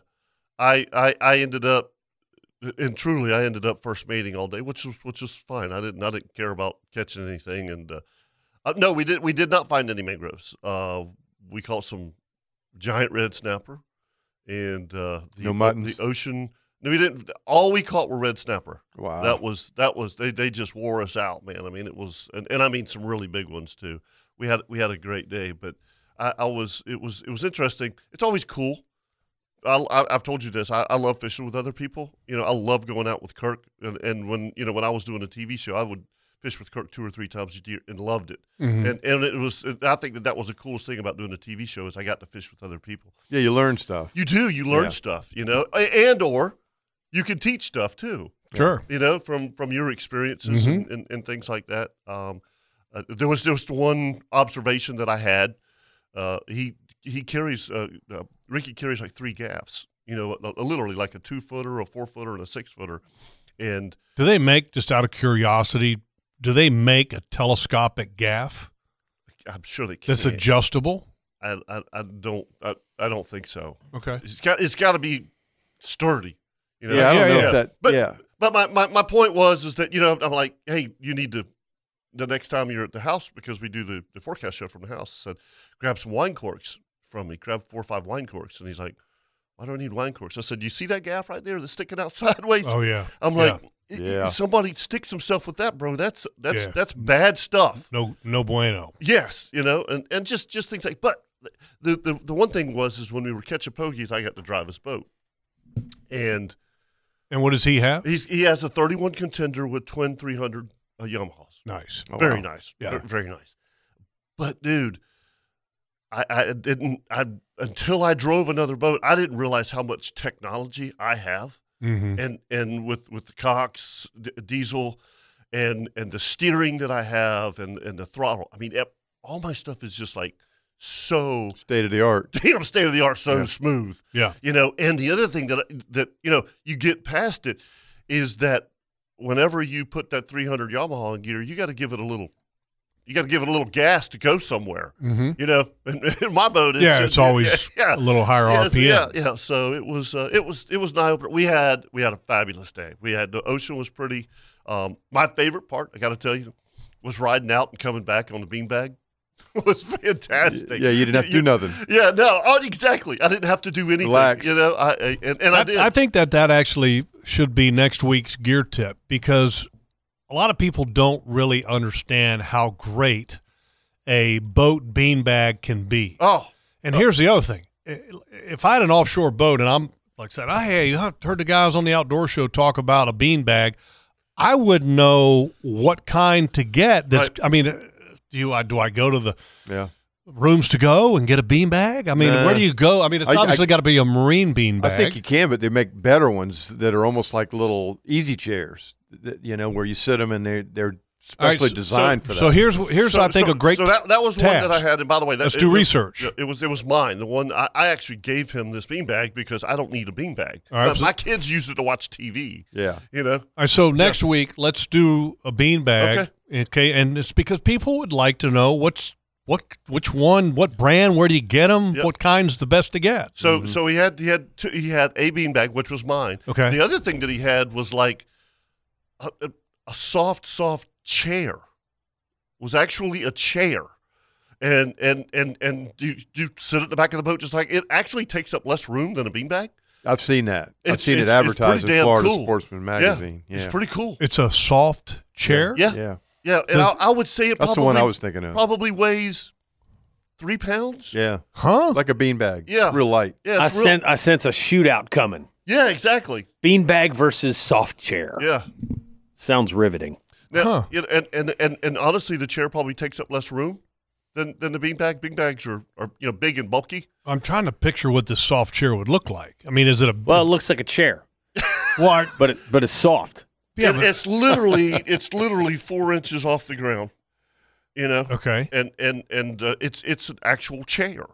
[SPEAKER 3] I I I ended up. And truly, I ended up first mating all day, which was which was fine. I didn't I didn't care about catching anything, and uh, Uh, no, we did. We did not find any mangroves. Uh, we caught some giant red snapper, and uh, the,
[SPEAKER 4] No muttons?
[SPEAKER 3] the ocean. No, we didn't. All we caught were red snapper.
[SPEAKER 4] Wow.
[SPEAKER 3] That was that was they they just wore us out, man. I mean, it was, and, and I mean some really big ones too. We had we had a great day, but I, I was it was it was interesting. It's always cool. I, I, have told you this. I, I love fishing with other people. You know, I love going out with Kirk. And, and when you know when I was doing a TV show, I would fish with Kirk two or three times a year and loved it
[SPEAKER 5] Mhm.
[SPEAKER 3] and and it was and I think that that was the coolest thing about doing a TV show is I got to fish with other people.
[SPEAKER 4] yeah, you learn stuff.
[SPEAKER 3] You do you learn
[SPEAKER 4] Yeah.
[SPEAKER 3] stuff, you know, A- and or you can teach stuff too,
[SPEAKER 5] sure. Mm-hmm.
[SPEAKER 3] you know, from from your experiences and, and, and things like that. Um, uh, there was just one observation that I had. Uh, he he carries uh, uh, Ricky carries like three gaffs, you know, uh, literally like a two footer, a four footer, and a six footer, and
[SPEAKER 5] Do they make just out of curiosity? Do they make a telescopic gaff
[SPEAKER 3] I'm sure they can.
[SPEAKER 5] that's adjustable?
[SPEAKER 3] I, I I don't I, I don't think so.
[SPEAKER 5] Okay.
[SPEAKER 3] it's got it's got to be sturdy. You know?
[SPEAKER 4] yeah, I don't know
[SPEAKER 5] yeah.
[SPEAKER 4] if that.
[SPEAKER 3] But-
[SPEAKER 4] yeah,
[SPEAKER 3] But my, my, my point was is that you know I'm like, hey, you need to the next time you're at the house because we do the, the forecast show from the house. I said, grab some wine corks from me. Grab four or five wine corks, and he's like, why do I need wine corks? I said, you see that gaff right there that's sticking out sideways?
[SPEAKER 5] Oh yeah.
[SPEAKER 3] I'm
[SPEAKER 5] yeah.
[SPEAKER 3] like, "I- I-
[SPEAKER 4] Yeah.
[SPEAKER 3] somebody sticks himself with that, bro. That's that's
[SPEAKER 5] Yeah.
[SPEAKER 3] that's bad stuff.
[SPEAKER 5] no, no bueno.
[SPEAKER 3] Yes, you know, and, and just just things like. But the, the the one thing was is when we were catching pogies, I got to drive his boat, and
[SPEAKER 5] And what does he have?
[SPEAKER 3] he's he has a 31 contender with twin 300 uh, Yamahas.
[SPEAKER 5] Nice.
[SPEAKER 4] Oh,
[SPEAKER 3] very
[SPEAKER 4] wow.
[SPEAKER 3] nice,
[SPEAKER 5] Yeah.
[SPEAKER 3] ver- very, nice. But dude, I I didn't I until I drove another boat, I didn't realize how much technology I have
[SPEAKER 5] Mm-hmm.
[SPEAKER 3] and and with with the Cox d- diesel, and and the steering that I have, and and the throttle. I mean, e- all my stuff is just like so
[SPEAKER 4] state of the art.
[SPEAKER 3] damn state of the art, so
[SPEAKER 4] Yeah.
[SPEAKER 3] smooth.
[SPEAKER 5] Yeah.
[SPEAKER 3] you know. And the other thing that I- that you know you get past it is that whenever you put that 300 Yamaha in gear, you got to give it a little. You got to give it a little gas to go somewhere.
[SPEAKER 5] Mm-hmm.
[SPEAKER 3] You know, in, my boat,
[SPEAKER 5] Yeah, it's always a
[SPEAKER 3] yeah,
[SPEAKER 5] little higher
[SPEAKER 3] yeah, so-
[SPEAKER 5] RPM.
[SPEAKER 3] yeah, yeah. So it was uh, it was it was an eye opener. We had we had a fabulous day. We had the ocean was pretty. Um, my favorite part, I got to tell you, was riding out and coming back on the beanbag. was fantastic.
[SPEAKER 4] Yeah, you didn't have to do nothing.
[SPEAKER 3] Yeah, no, oh, exactly. I didn't have to do anything.
[SPEAKER 4] Relax.
[SPEAKER 3] You know, I, I and, and I,
[SPEAKER 5] That-
[SPEAKER 3] did.
[SPEAKER 5] I think that that actually should be next week's gear tip because a lot of people don't really understand how great a boat beanbag can be.
[SPEAKER 3] oh,
[SPEAKER 5] And here's the other thing: I- eh, if I had an offshore boat and I'm like I said, I hey, you heard the guys on the outdoor show talk about a beanbag, I wouldn't know what kind to get. That's, I mean, uh, do you, I do I go to the
[SPEAKER 4] Yeah,
[SPEAKER 5] rooms to go and get a beanbag? I mean,
[SPEAKER 4] Nah.
[SPEAKER 5] where do you go? I mean, it's
[SPEAKER 4] I- I-
[SPEAKER 5] obviously got to be a marine beanbag.
[SPEAKER 4] I think you can, but they make better ones that are almost like little easy chairs. That, you know, where you sit them and they they're
[SPEAKER 5] All right,
[SPEAKER 4] specially
[SPEAKER 5] so-
[SPEAKER 4] designed for that.
[SPEAKER 5] So here's wh- here's
[SPEAKER 3] so,
[SPEAKER 5] I think
[SPEAKER 3] so-
[SPEAKER 5] a great.
[SPEAKER 3] So that, that was one that I
[SPEAKER 5] task.
[SPEAKER 3] had, and by the way, that,
[SPEAKER 5] Let's do
[SPEAKER 3] it- it-
[SPEAKER 5] research.
[SPEAKER 3] It was it was mine. The one I, I actually gave him this beanbag because I don't need a beanbag.
[SPEAKER 5] All right,
[SPEAKER 3] But
[SPEAKER 5] so-
[SPEAKER 3] my kids use it to watch TV.
[SPEAKER 4] yeah,
[SPEAKER 3] You know,
[SPEAKER 5] All right, so next week let's do a beanbag.
[SPEAKER 3] Okay.
[SPEAKER 5] Okay. and it's because people would like to know what's what, which one, what brand, where do you get them,
[SPEAKER 3] Yep.
[SPEAKER 5] what kind's the best to get.
[SPEAKER 3] So
[SPEAKER 4] Mm-hmm.
[SPEAKER 3] so he had he had two, he had a beanbag, which was mine.
[SPEAKER 5] Okay.
[SPEAKER 3] The other thing that he had was like a, a, a soft soft chair was actually a chair. And and and and you, you sit at the back of the boat just like it actually takes up less room than a beanbag.
[SPEAKER 4] I've seen that. I've
[SPEAKER 3] It's-
[SPEAKER 4] seen it
[SPEAKER 3] it's- it's pretty
[SPEAKER 4] advertised in
[SPEAKER 3] damn
[SPEAKER 4] Florida
[SPEAKER 3] cool.
[SPEAKER 4] Sportsman
[SPEAKER 3] Yeah.
[SPEAKER 4] magazine. Yeah,
[SPEAKER 3] It's pretty cool.
[SPEAKER 5] It's a soft chair.
[SPEAKER 3] Yeah, yeah.
[SPEAKER 4] Yeah,
[SPEAKER 3] And I,
[SPEAKER 5] Does-
[SPEAKER 3] I would say it
[SPEAKER 4] that's
[SPEAKER 3] probably
[SPEAKER 4] the one I was thinking of.
[SPEAKER 3] probably weighs three pounds.
[SPEAKER 4] Yeah,
[SPEAKER 5] Huh?
[SPEAKER 4] like a beanbag.
[SPEAKER 3] Yeah.
[SPEAKER 4] real light.
[SPEAKER 3] yeah,
[SPEAKER 2] I
[SPEAKER 3] it's real-
[SPEAKER 2] sen- I sense a shootout coming.
[SPEAKER 3] yeah, exactly.
[SPEAKER 2] Beanbag versus soft chair.
[SPEAKER 3] Yeah.
[SPEAKER 2] Sounds riveting.
[SPEAKER 3] Now,
[SPEAKER 5] Huh.
[SPEAKER 3] you know, and, and, and, and honestly, the chair probably takes up less room than, than the beanbag. Beanbags are, are you know big and bulky.
[SPEAKER 5] I'm trying to picture what this soft chair would look like. I mean, is it a
[SPEAKER 2] Well, it looks like a chair,
[SPEAKER 5] what?
[SPEAKER 2] but it, but it's soft.
[SPEAKER 5] Yeah,
[SPEAKER 3] It-
[SPEAKER 5] but-
[SPEAKER 3] it's literally it's literally four inches off the ground. You know,
[SPEAKER 5] Okay.
[SPEAKER 3] and and and uh, it's it's an actual chair.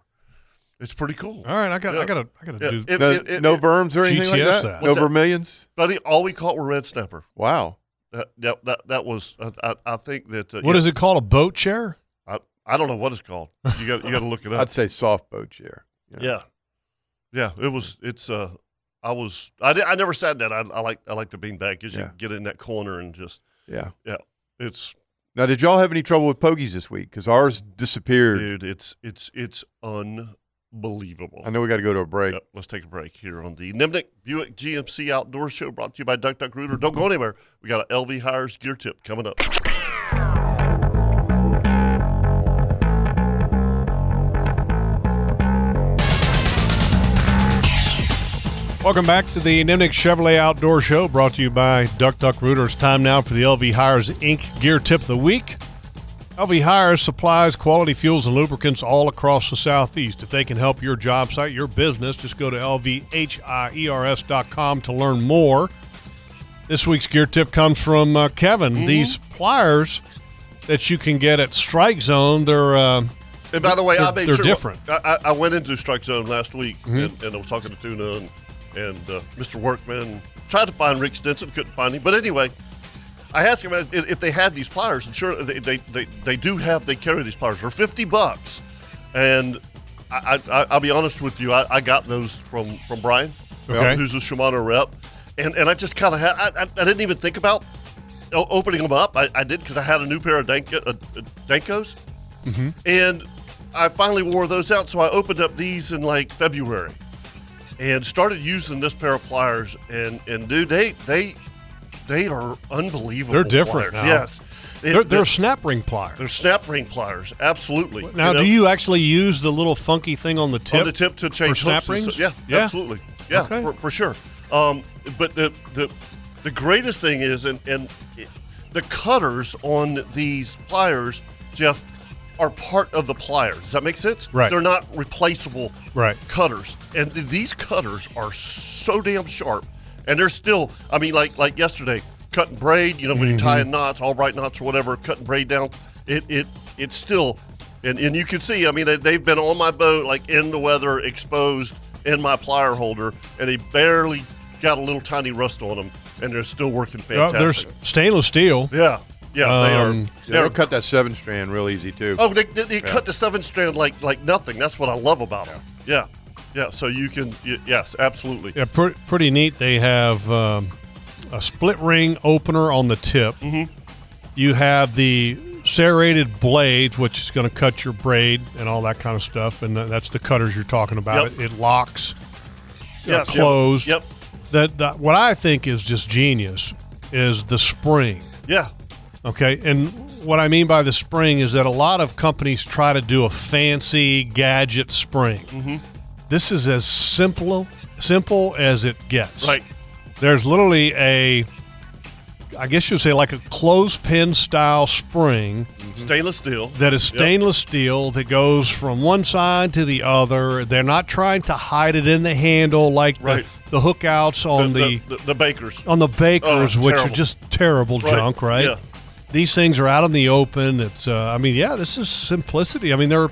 [SPEAKER 3] It's pretty cool.
[SPEAKER 5] All right, I got,
[SPEAKER 3] Yeah.
[SPEAKER 5] I got, I got to
[SPEAKER 3] Yeah,
[SPEAKER 5] do.
[SPEAKER 3] it-
[SPEAKER 4] No,
[SPEAKER 3] it- it-
[SPEAKER 4] no
[SPEAKER 3] it-
[SPEAKER 4] berms or anything like that.
[SPEAKER 5] GTS that.
[SPEAKER 4] No
[SPEAKER 3] What's that?
[SPEAKER 4] vermilions.
[SPEAKER 3] buddy, all we caught were red snapper.
[SPEAKER 4] Wow.
[SPEAKER 3] That that that, that was I, I, I think that uh,
[SPEAKER 5] What is it called? A boat chair?
[SPEAKER 3] I, I don't know what it's called. You got you got to look it up.
[SPEAKER 4] I'd say soft boat chair.
[SPEAKER 3] Yeah, yeah. It was. It's. Uh, I was. I, di- I never sat in that. I, I like. I like the beanbag because
[SPEAKER 4] Yeah.
[SPEAKER 3] you get in that corner and just.
[SPEAKER 4] Yeah.
[SPEAKER 3] Yeah. It's
[SPEAKER 4] Now, did y'all have any trouble with pogies this week? Because ours disappeared.
[SPEAKER 3] dude. It's it's it's unbelievable.
[SPEAKER 4] I know we got to go to a break.
[SPEAKER 3] Yep, let's take a break here on the Nimnik Buick GMC Outdoor Show brought to you by Duck Duck Rooter. Don't go anywhere. We got an LV Hires gear tip coming up.
[SPEAKER 5] Welcome back to the Nimnik Chevrolet Outdoor Show, brought to you by Duck Duck Rooter. It's time now for the LV Hires Inc. Gear Tip of the Week. LV Hires supplies quality fuels and lubricants all across the Southeast. If they can help your job site, your business, just go to E lvhires.com to learn more. This week's gear tip comes from uh, Kevin.
[SPEAKER 3] Mm-hmm.
[SPEAKER 5] These pliers that you can get at Strike Zone, they're uh,
[SPEAKER 3] And by the way, I
[SPEAKER 5] They're-
[SPEAKER 3] made
[SPEAKER 5] they're
[SPEAKER 3] sure
[SPEAKER 5] different. Mm-hmm.
[SPEAKER 3] I, I- I went into Strike Zone last week, and, and I was talking to Tuna and, and uh, Mr. Workman. Tried to find Rick Stinson, couldn't find him. But anyway, I asked him if if they had these pliers, and sure, they they, they, they do have. They carry these pliers. They're fifty bucks, and I, I I'll be honest with you, I, I got those from from Brian, uh,
[SPEAKER 5] Okay.
[SPEAKER 3] who's a Shimano rep, and and I just kind of had. I, I, I didn't even think about o- opening them up. I, I did because I had a new pair of Danko, uh, uh, Dankos,
[SPEAKER 5] Mm-hmm.
[SPEAKER 3] and I finally wore those out. So I opened up these in like February, and started using this pair of pliers. And and dude, they they they are unbelievable.
[SPEAKER 5] They're different now.
[SPEAKER 3] pliers. Yes, It-
[SPEAKER 5] they're, they're
[SPEAKER 3] they're,
[SPEAKER 5] snap ring pliers.
[SPEAKER 3] they're snap ring pliers. Absolutely.
[SPEAKER 5] Now,
[SPEAKER 3] know,
[SPEAKER 5] do you actually use the little funky thing on the tip?
[SPEAKER 3] on the tip to change
[SPEAKER 5] for snap
[SPEAKER 3] hooks and
[SPEAKER 5] rings?
[SPEAKER 3] stuff. Yeah,
[SPEAKER 5] Yeah.
[SPEAKER 3] absolutely. Yeah,
[SPEAKER 5] Okay.
[SPEAKER 3] for, for sure. Um, but the the the greatest thing is, and and it- the cutters on these pliers, Jeff, are part of the pliers. Does that make sense?
[SPEAKER 5] Right.
[SPEAKER 3] They're not replaceable.
[SPEAKER 5] Right.
[SPEAKER 3] Cutters, and th- these cutters are so damn sharp, and they're still. I mean, like like yesterday, cutting braid. You know, when you're
[SPEAKER 5] Mm-hmm.
[SPEAKER 3] tying knots, all right knots or whatever, cutting braid down. It it it's still, and and you can see. I mean, they, they've been on my boat, like in the weather, exposed in my plier holder, and they barely got a little tiny rust on them, and they're still working
[SPEAKER 5] Uh, they're s-
[SPEAKER 3] fantastic.
[SPEAKER 5] stainless steel.
[SPEAKER 3] yeah, yeah,
[SPEAKER 5] Um,
[SPEAKER 3] they
[SPEAKER 4] Yeah,
[SPEAKER 3] are. They're
[SPEAKER 4] they'll cut that seven strand real easy too.
[SPEAKER 3] Oh, they, they, they cut the seven strand like like nothing. That's what I love about them. Yeah, yeah. So you can y- yes, absolutely.
[SPEAKER 5] Yeah, pr- pretty neat. They have um, a split ring opener on the tip.
[SPEAKER 3] Mm-hmm.
[SPEAKER 5] You have the serrated blades, which is going to cut your braid and all that kind of stuff. And tha- that's the cutters you're talking about.
[SPEAKER 3] Yep.
[SPEAKER 5] It, it locks uh,
[SPEAKER 3] Yes, yep,
[SPEAKER 5] closed.
[SPEAKER 3] Yep.
[SPEAKER 5] That, that what I think is just genius is the spring.
[SPEAKER 3] Yeah.
[SPEAKER 5] Okay, and what I mean by the spring is that a lot of companies try to do a fancy gadget spring. Mm-hmm. This is as simple simple as it gets.
[SPEAKER 3] Right.
[SPEAKER 5] There's literally a I guess you'd say like a clothespin style spring
[SPEAKER 3] Mm-hmm. Stainless steel.
[SPEAKER 5] that is stainless steel that goes from one side to the other. They're not trying to hide it in the handle like the-
[SPEAKER 3] Right.
[SPEAKER 5] the, hookouts on the,
[SPEAKER 3] the, the, the bakers.
[SPEAKER 5] on the bakers,
[SPEAKER 3] Oh,
[SPEAKER 5] which
[SPEAKER 3] terrible.
[SPEAKER 5] are just terrible
[SPEAKER 3] Right.
[SPEAKER 5] junk, right?
[SPEAKER 3] Yeah.
[SPEAKER 5] These things are out in the open. It's, uh, I mean, yeah, this is simplicity. I mean, they're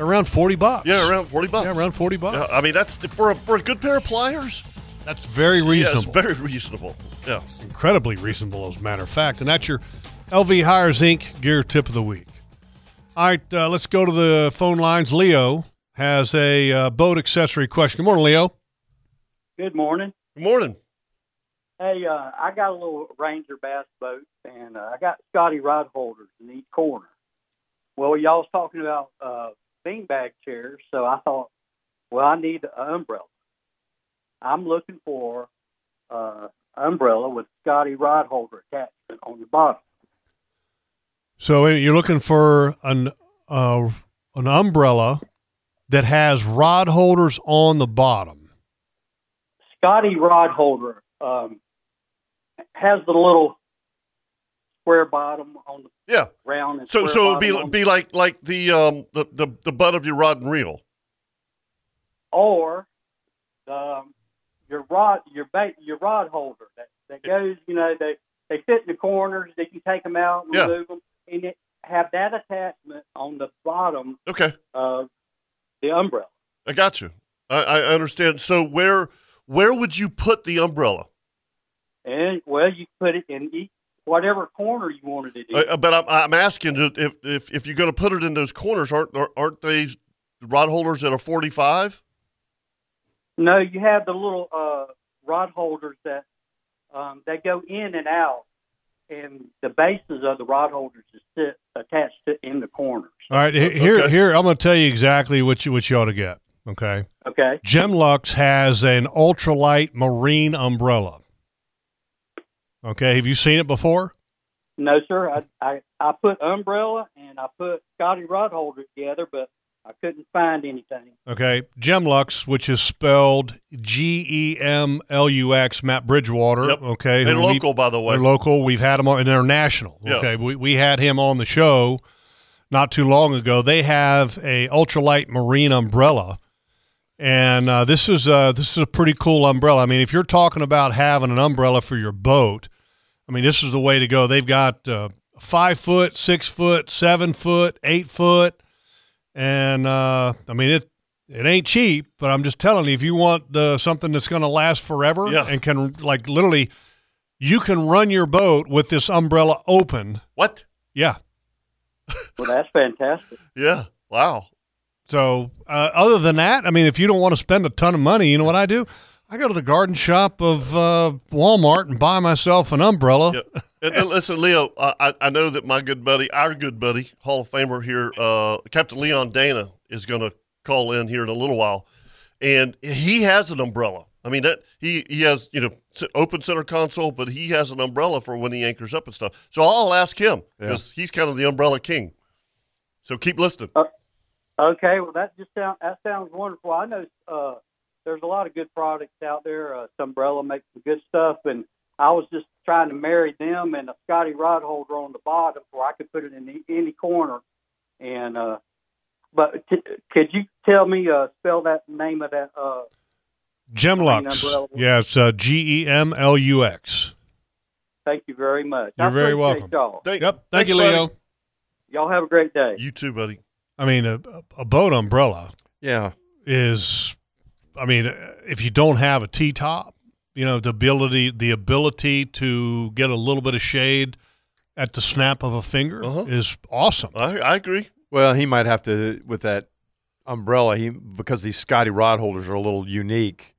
[SPEAKER 5] around forty bucks.
[SPEAKER 3] Yeah, around forty bucks.
[SPEAKER 5] Yeah, around 40 bucks.
[SPEAKER 3] Yeah, I mean, that's for a, for a good pair of pliers.
[SPEAKER 5] That's very
[SPEAKER 3] Yeah,
[SPEAKER 5] reasonable.
[SPEAKER 3] it's very reasonable. Yeah.
[SPEAKER 5] incredibly reasonable, as a matter of fact. And that's your LV Hires Inc. gear tip of the week. All right, uh, let's go to the phone lines. Leo has a uh, boat accessory question. Good morning, Leo.
[SPEAKER 8] Good morning.
[SPEAKER 3] Good morning.
[SPEAKER 8] Hey, uh, I got a little Ranger bass boat, and uh, I got Scotty rod holders in each corner. Well, y'all was talking about uh, beanbag chairs, so I thought, well, I need an umbrella. I'm looking for uh, umbrella with Scotty rod holder attachment on the bottom.
[SPEAKER 5] So uh, you're looking for an uh, an umbrella that has rod holders on the bottom.
[SPEAKER 8] Scotty rod holder um, has the little square bottom on the
[SPEAKER 3] Yeah.
[SPEAKER 8] round. And
[SPEAKER 3] So
[SPEAKER 8] square
[SPEAKER 3] so it'd be
[SPEAKER 8] bottom on the-
[SPEAKER 3] be like like the um the, the, the butt of your rod and reel.
[SPEAKER 8] or um, your rod your bait your rod holder that, that goes you know they they fit in the corners they can take them out and
[SPEAKER 3] Yeah.
[SPEAKER 8] remove them and it, have that attachment on the bottom
[SPEAKER 3] Okay,
[SPEAKER 8] of the umbrella
[SPEAKER 3] I got you. I, I understand. So where where would you put the umbrella?
[SPEAKER 8] and well you put it in each whatever corner you wanted it in
[SPEAKER 3] Uh, but I'm, I'm asking if if, if you're going to put it in those corners, aren't aren't they rod holders at a 45?
[SPEAKER 8] no you have the little uh, rod holders that um, they go in and out and the bases of the rod holders is sit attached to in the corners
[SPEAKER 5] All right, he- here
[SPEAKER 3] Okay.
[SPEAKER 5] here I'm going to tell you exactly what you what you ought to get. Okay,
[SPEAKER 8] okay
[SPEAKER 5] Gemlux has an ultralight marine umbrella. Okay, have you seen it before?
[SPEAKER 8] No, sir. I, I, I put umbrella and I put Scotty rod holder together, but I couldn't find anything.
[SPEAKER 5] Okay, Gemlux, which is spelled G E M L U X, Matt Bridgewater.
[SPEAKER 3] Yep.
[SPEAKER 5] Okay,
[SPEAKER 3] They're
[SPEAKER 5] who we-
[SPEAKER 3] local, by the way.
[SPEAKER 5] They're local. We've had them on, and they're national.
[SPEAKER 3] Yeah.
[SPEAKER 5] Okay, we, we had him on the show not too long ago. They have a ultralight marine umbrella, and uh, this is uh, this is a pretty cool umbrella. I mean, if you're talking about having an umbrella for your boat, I mean, this is the way to go. They've got uh, five foot, six foot, seven foot, eight foot, and uh, I mean it. It ain't cheap, but I'm just telling you, if you want the something that's going to last forever
[SPEAKER 3] Yeah.
[SPEAKER 5] and can like literally, you can run your boat with this umbrella open.
[SPEAKER 3] What?
[SPEAKER 5] Yeah.
[SPEAKER 8] Well, that's fantastic.
[SPEAKER 3] Yeah. Wow.
[SPEAKER 5] So uh, other than that, I mean, if you don't want to spend a ton of money, you know what I do? I go to the garden shop of uh, Walmart and buy myself an umbrella.
[SPEAKER 3] Yeah. And, and listen, Leo, I, I- I know that my good buddy, our good buddy, Hall of Famer here, uh, Captain Leon Dana, is going to call in here in a little while, and he has an umbrella. I mean that he he has you know s- open center console, but he has an umbrella for when he anchors up and stuff. So I'll ask him because he's kind of the umbrella king. So keep listening.
[SPEAKER 8] Okay, well that just sound that sounds wonderful. I know uh, there's a lot of good products out there. Uh, Umbrella makes some good stuff, and I was just trying to marry them and a Scotty rod holder on the bottom where I could put it in the, any corner. And uh, but t- could you tell me uh, spell that name of that? Uh,
[SPEAKER 5] Gemlux.
[SPEAKER 8] umbrella.
[SPEAKER 5] Yeah, it's uh, G E M L U X.
[SPEAKER 8] thank you very much.
[SPEAKER 5] You're
[SPEAKER 8] I
[SPEAKER 5] very
[SPEAKER 8] appreciate
[SPEAKER 5] welcome.
[SPEAKER 8] Y'all.
[SPEAKER 3] Thank-
[SPEAKER 5] Yep. Thank
[SPEAKER 3] thanks,
[SPEAKER 5] you,
[SPEAKER 3] buddy.
[SPEAKER 5] Leo.
[SPEAKER 8] y'all have a great day.
[SPEAKER 3] You too, buddy.
[SPEAKER 5] I mean, a, a boat umbrella
[SPEAKER 4] Yeah.
[SPEAKER 5] is, I mean, uh, if you don't have a T top, you know, the ability the ability to get a little bit of shade at the snap of a finger
[SPEAKER 3] Uh-huh.
[SPEAKER 5] is awesome.
[SPEAKER 3] I, I agree.
[SPEAKER 4] Well, he might have to with that umbrella. He because these Scotty rod holders are a little unique.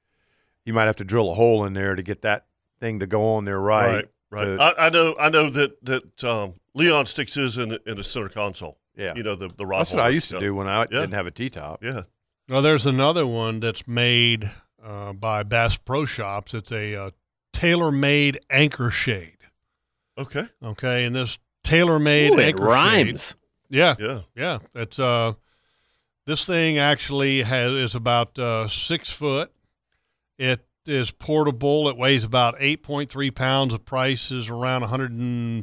[SPEAKER 4] You might have to drill a hole in there to get that thing to go on there right. Uh,
[SPEAKER 3] Right. Right.
[SPEAKER 4] to-
[SPEAKER 3] I, I know. I know that that um, Leon sticks his in in the center console.
[SPEAKER 4] yeah.
[SPEAKER 3] You know the the rod.
[SPEAKER 4] That's what I
[SPEAKER 3] holders.
[SPEAKER 4] used to
[SPEAKER 3] Yeah.
[SPEAKER 4] do when I
[SPEAKER 3] Yeah.
[SPEAKER 4] didn't have a T top.
[SPEAKER 3] Yeah.
[SPEAKER 5] Well, there's another one that's made uh, by Bass Pro Shops. It's a uh, tailor-made anchor shade.
[SPEAKER 3] Okay.
[SPEAKER 5] Okay, and this tailor-made
[SPEAKER 2] Ooh, it
[SPEAKER 5] anchor shade.
[SPEAKER 2] rhymes.
[SPEAKER 5] Yeah,
[SPEAKER 3] Yeah.
[SPEAKER 5] yeah. It's uh, this thing actually has is about uh, six foot. It is portable. It weighs about 8.3 pounds. The price is around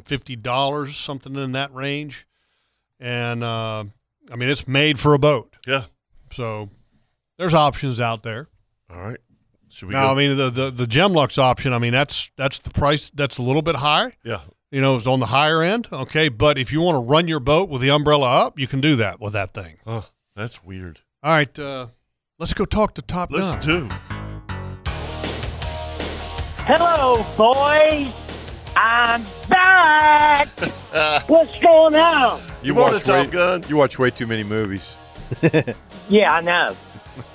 [SPEAKER 5] $150, something in that range. And uh, I mean, it's made for a boat.
[SPEAKER 3] Yeah.
[SPEAKER 5] So there's options out there.
[SPEAKER 3] All right. Should
[SPEAKER 5] we now, I mean, the, the, the Gemlux option, I mean, that's that's the price that's a little bit high.
[SPEAKER 3] Yeah.
[SPEAKER 5] You know, it's on the higher end. Okay. But if you want to run your boat with the umbrella up, you can do that with that thing.
[SPEAKER 3] Oh, that's weird.
[SPEAKER 5] All right. Uh, let's go talk to Top
[SPEAKER 3] Let's
[SPEAKER 5] Gun.
[SPEAKER 3] do.
[SPEAKER 9] Hello, boys. I'm back. What's going on?
[SPEAKER 4] You,
[SPEAKER 9] want
[SPEAKER 4] watch way, You watch way too many movies.
[SPEAKER 9] Yeah, I know.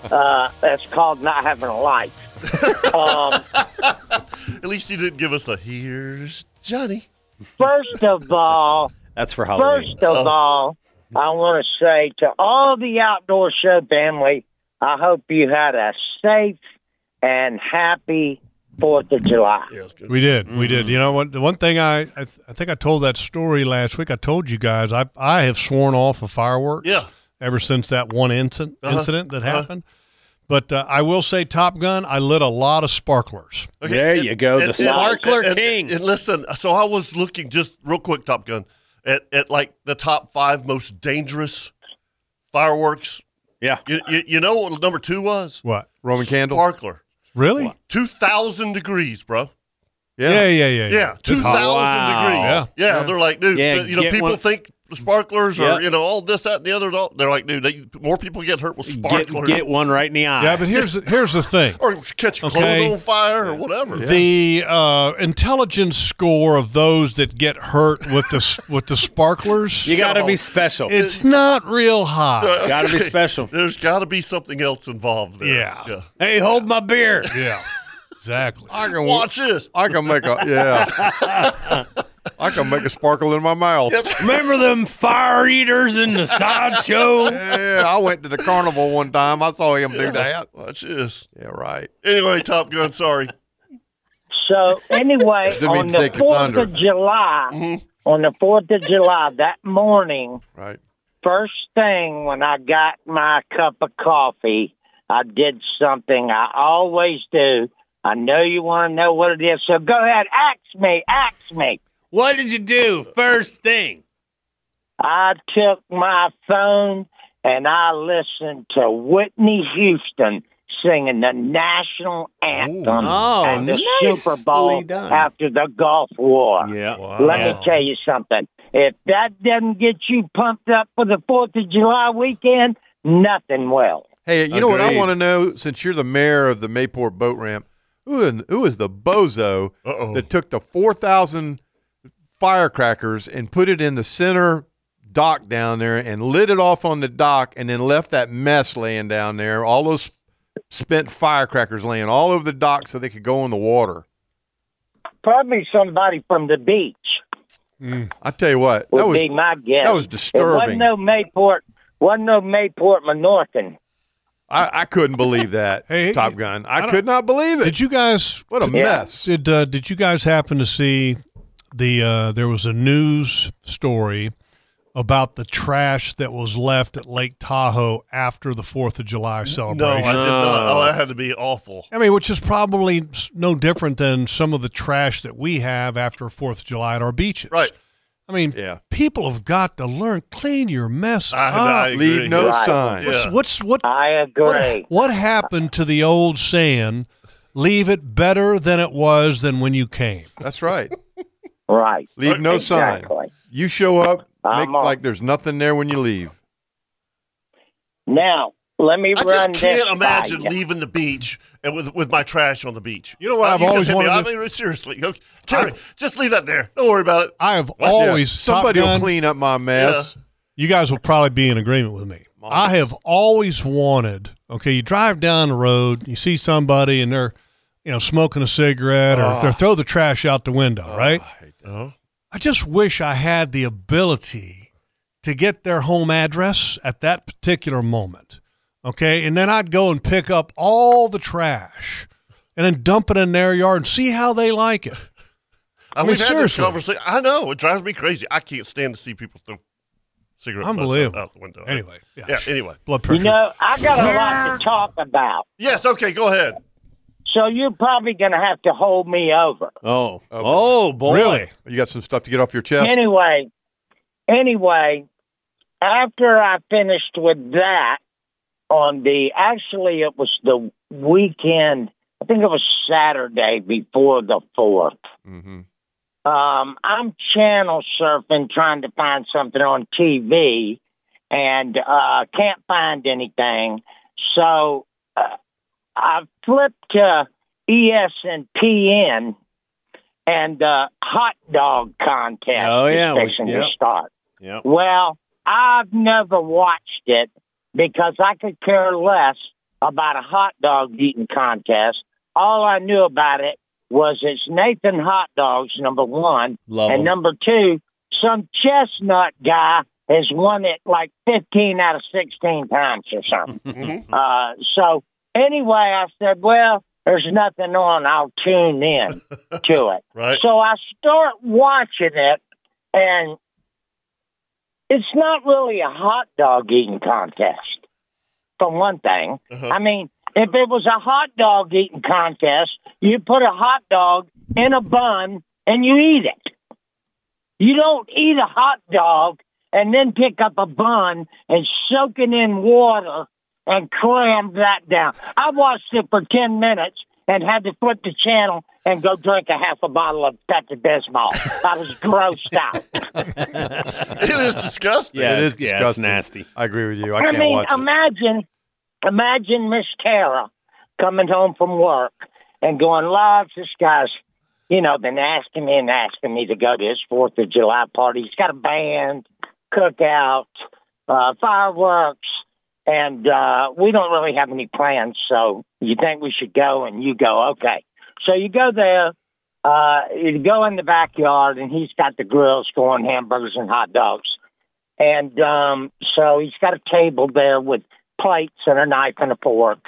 [SPEAKER 9] Uh, that's called not having a life. Um,
[SPEAKER 3] At least you didn't give us the here's Johnny.
[SPEAKER 9] first of all,
[SPEAKER 10] That's for Halloween.
[SPEAKER 9] First of all, I want to say to all the outdoor show family, I hope you had a safe and happy Fourth of July.
[SPEAKER 5] We did. We did.
[SPEAKER 3] Mm-hmm.
[SPEAKER 5] You know what? The one thing I, I, th- I think I told that story last week. I told you guys I, I have sworn off of fireworks.
[SPEAKER 3] Yeah.
[SPEAKER 5] Ever since that one incident
[SPEAKER 3] Uh-huh.
[SPEAKER 5] incident that
[SPEAKER 3] Uh-huh.
[SPEAKER 5] happened, but uh, I will say Top Gun. I lit a lot of sparklers.
[SPEAKER 10] There you go. The sparkler
[SPEAKER 3] and- and-
[SPEAKER 10] king.
[SPEAKER 3] And, listen, so I was looking just real quick, Top Gun, at, at like the top five most dangerous fireworks.
[SPEAKER 10] Yeah.
[SPEAKER 3] You, you, you know what number two was?
[SPEAKER 5] What?
[SPEAKER 4] Roman candle.
[SPEAKER 3] Sparkler.
[SPEAKER 5] Really?
[SPEAKER 3] Two thousand degrees, bro.
[SPEAKER 5] Yeah, yeah, yeah.
[SPEAKER 3] Yeah, two thousand degrees.
[SPEAKER 5] Yeah.
[SPEAKER 3] yeah, They're like, dude,
[SPEAKER 10] Yeah,
[SPEAKER 3] th- you know,
[SPEAKER 10] get
[SPEAKER 3] people
[SPEAKER 10] one-
[SPEAKER 3] think sparklers
[SPEAKER 10] Yeah.
[SPEAKER 3] or you know all this, that, and the other. and all- They're like, dude, they, more people get hurt with
[SPEAKER 10] Get,
[SPEAKER 3] sparklers
[SPEAKER 10] get one right in the eye.
[SPEAKER 5] Yeah, but here's the- here's the thing.
[SPEAKER 3] or catch your
[SPEAKER 5] Okay.
[SPEAKER 3] clothes on fire or whatever.
[SPEAKER 5] The uh, intelligence score of those that get hurt with the s- with the sparklers,
[SPEAKER 10] you got to be special.
[SPEAKER 5] it's not real high.
[SPEAKER 3] Uh,
[SPEAKER 10] Got to be
[SPEAKER 3] okay.
[SPEAKER 10] special.
[SPEAKER 3] There's got to be something else involved there.
[SPEAKER 5] Yeah.
[SPEAKER 10] Hey, hold my beer.
[SPEAKER 5] Yeah, exactly.
[SPEAKER 4] I can
[SPEAKER 3] Watch this.
[SPEAKER 4] I can make a yeah. I can make a sparkle in my mouth.
[SPEAKER 2] Remember them fire eaters in the sideshow?
[SPEAKER 4] Yeah, I went to the carnival one time. I saw him do that.
[SPEAKER 3] Watch this.
[SPEAKER 4] Yeah, right.
[SPEAKER 3] Anyway, Top Gun. Sorry.
[SPEAKER 9] So anyway,
[SPEAKER 4] Didn't mean
[SPEAKER 9] on
[SPEAKER 4] to
[SPEAKER 9] the
[SPEAKER 4] take your
[SPEAKER 9] Fourth of
[SPEAKER 4] thunder. Mm-hmm.
[SPEAKER 9] July, on the Fourth of July that morning,
[SPEAKER 4] Right.
[SPEAKER 9] first thing when I got my cup of coffee, I did something I always do. I know you want to know what it is, so go ahead, ask me, ask me.
[SPEAKER 2] What did you do first thing?
[SPEAKER 9] I took my phone and I listened to Whitney Houston singing the national anthem
[SPEAKER 10] Oh,
[SPEAKER 9] and the
[SPEAKER 10] nicely
[SPEAKER 9] Super Bowl
[SPEAKER 10] done.
[SPEAKER 9] after the Gulf War.
[SPEAKER 10] Yeah.
[SPEAKER 9] Let me tell you something. If that doesn't get you pumped up for the Fourth of July weekend, nothing will.
[SPEAKER 4] Hey, you know what I
[SPEAKER 10] Agreed.
[SPEAKER 4] want to know? Since you're the mayor of the Mayport Boat Ramp, who in- who is the bozo
[SPEAKER 3] Uh-oh.
[SPEAKER 4] that took the four thousand firecrackers and put it in the center dock down there and lit it off on the dock and then left that mess laying down there? All those spent firecrackers laying all over the dock so they could go in the water.
[SPEAKER 9] Probably somebody from the beach
[SPEAKER 4] Mm, I tell you what,
[SPEAKER 9] would
[SPEAKER 4] that was
[SPEAKER 9] be my guess.
[SPEAKER 4] that was
[SPEAKER 9] It wasn't
[SPEAKER 4] disturbing.
[SPEAKER 9] no Mayport, wasn't no Mayport Menorcan.
[SPEAKER 4] I, I couldn't believe that
[SPEAKER 5] Hey,
[SPEAKER 4] Top Gun.
[SPEAKER 5] I
[SPEAKER 4] I,
[SPEAKER 5] don't-
[SPEAKER 4] could not believe it.
[SPEAKER 5] Did you guys
[SPEAKER 4] what a mess!
[SPEAKER 5] Did uh, did you guys happen to see the uh, there was a news story about the trash that was left at Lake Tahoe after the Fourth of July
[SPEAKER 3] No, I
[SPEAKER 5] celebration?
[SPEAKER 3] did not. Oh, that had to be awful.
[SPEAKER 5] I mean, which is probably s- no different than some of the trash that we have after Fourth of July at our beaches.
[SPEAKER 3] Right.
[SPEAKER 5] I mean,
[SPEAKER 4] Yeah.
[SPEAKER 5] people have got to learn clean your mess
[SPEAKER 3] I,
[SPEAKER 5] up.
[SPEAKER 3] I agree.
[SPEAKER 4] Leave no
[SPEAKER 9] Right.
[SPEAKER 4] sign.
[SPEAKER 3] Yeah.
[SPEAKER 5] What's what
[SPEAKER 9] I agree.
[SPEAKER 5] what, what happened to the old saying? Leave it better than it was than when you came.
[SPEAKER 4] That's right.
[SPEAKER 9] Right.
[SPEAKER 4] Leave no sign.
[SPEAKER 9] Exactly.
[SPEAKER 4] You show up, make
[SPEAKER 9] I'm on.
[SPEAKER 4] like there's nothing there when you leave.
[SPEAKER 9] Now, let me
[SPEAKER 3] I
[SPEAKER 9] run
[SPEAKER 3] just
[SPEAKER 9] this
[SPEAKER 3] can't
[SPEAKER 9] by
[SPEAKER 3] imagine
[SPEAKER 9] you.
[SPEAKER 3] leaving the beach and with with my trash on the beach. You know
[SPEAKER 5] what I've
[SPEAKER 3] you
[SPEAKER 5] always
[SPEAKER 3] just hit me.
[SPEAKER 5] wanted
[SPEAKER 3] I mean, seriously, okay, Kerry, just leave that there. Don't worry about it.
[SPEAKER 5] I have
[SPEAKER 4] Yeah.
[SPEAKER 5] always
[SPEAKER 4] somebody
[SPEAKER 5] Top Gun,
[SPEAKER 4] will clean up my mess.
[SPEAKER 5] You guys will probably be in agreement with me. I have always wanted. Okay, you drive down the road, you see somebody, and they're, you know, smoking a cigarette
[SPEAKER 4] Ah.
[SPEAKER 5] or they throw the trash out the window. right?
[SPEAKER 4] Uh-huh.
[SPEAKER 5] I just wish I had the ability to get their home address at that particular moment. Okay. And then I'd go and pick up all the trash and then dump it in their yard and see how they like it.
[SPEAKER 3] I
[SPEAKER 5] mean,
[SPEAKER 3] We've had this
[SPEAKER 5] seriously.
[SPEAKER 3] conversation. I know it drives me crazy. I can't stand to see people throw cigarette butts out-
[SPEAKER 5] Unbelievable.
[SPEAKER 3] out the window.
[SPEAKER 5] Anyway.
[SPEAKER 3] yeah. Anyway,
[SPEAKER 5] Blood pressure.
[SPEAKER 9] You know, I got a lot to talk about.
[SPEAKER 3] yes. Okay, go ahead.
[SPEAKER 9] So you're probably going to have to hold me over.
[SPEAKER 10] Oh, oh, boy!
[SPEAKER 4] Really? You got some stuff to get off your chest?
[SPEAKER 9] Anyway, anyway, after I finished with that on the actually it was the weekend. I think it was Saturday before the 4th
[SPEAKER 5] Mm-hmm.
[SPEAKER 9] Um, I'm channel surfing trying to find something on TV and uh, can't find anything. So uh, I flipped to E ESPN and the hot dog contest
[SPEAKER 10] Oh, yeah,
[SPEAKER 9] is
[SPEAKER 10] we-
[SPEAKER 9] fixing
[SPEAKER 10] yep.
[SPEAKER 9] to start.
[SPEAKER 10] Yep.
[SPEAKER 9] Oh. Well, I've never watched it because I could care less about a hot dog eating contest. All I knew about it was it's Nathan Hot Dogs, number one.
[SPEAKER 10] Love
[SPEAKER 9] and
[SPEAKER 10] 'em.
[SPEAKER 9] number two, some chestnut guy has won it like 15 out of 16 times or something. uh, so anyway, I said, well, there's nothing on. I'll tune in to it.
[SPEAKER 3] Right.
[SPEAKER 9] So I start watching it, and it's not really a hot dog eating contest, for one thing. I mean, if it was a hot dog eating contest, you put a hot dog in a bun and you eat it. You don't eat a hot dog and then pick up a bun and soak it in water and cram that down. I watched it for 10 minutes and had to flip the channel and go drink a half a bottle of Pepto Bismol. I was grossed out.
[SPEAKER 3] it is disgusting.
[SPEAKER 10] Yeah,
[SPEAKER 4] it is
[SPEAKER 10] it's- yeah, it's
[SPEAKER 4] disgusting.
[SPEAKER 10] nasty.
[SPEAKER 4] I agree with you. I,
[SPEAKER 9] I,
[SPEAKER 4] can't
[SPEAKER 9] mean,
[SPEAKER 4] watch it.
[SPEAKER 9] imagine, imagine Miss Tara coming home from work and going, "Love, this guy's, you know, been asking me and asking me to go to his Fourth of July party. He's got a band, cookout, uh, fireworks, and uh, we don't really have any plans. So you think we should go? And you go, okay. So you go there." Uh, you go in the backyard and he's got the grills going, hamburgers and hot dogs. And um, so he's got a table there with plates and a knife and a fork.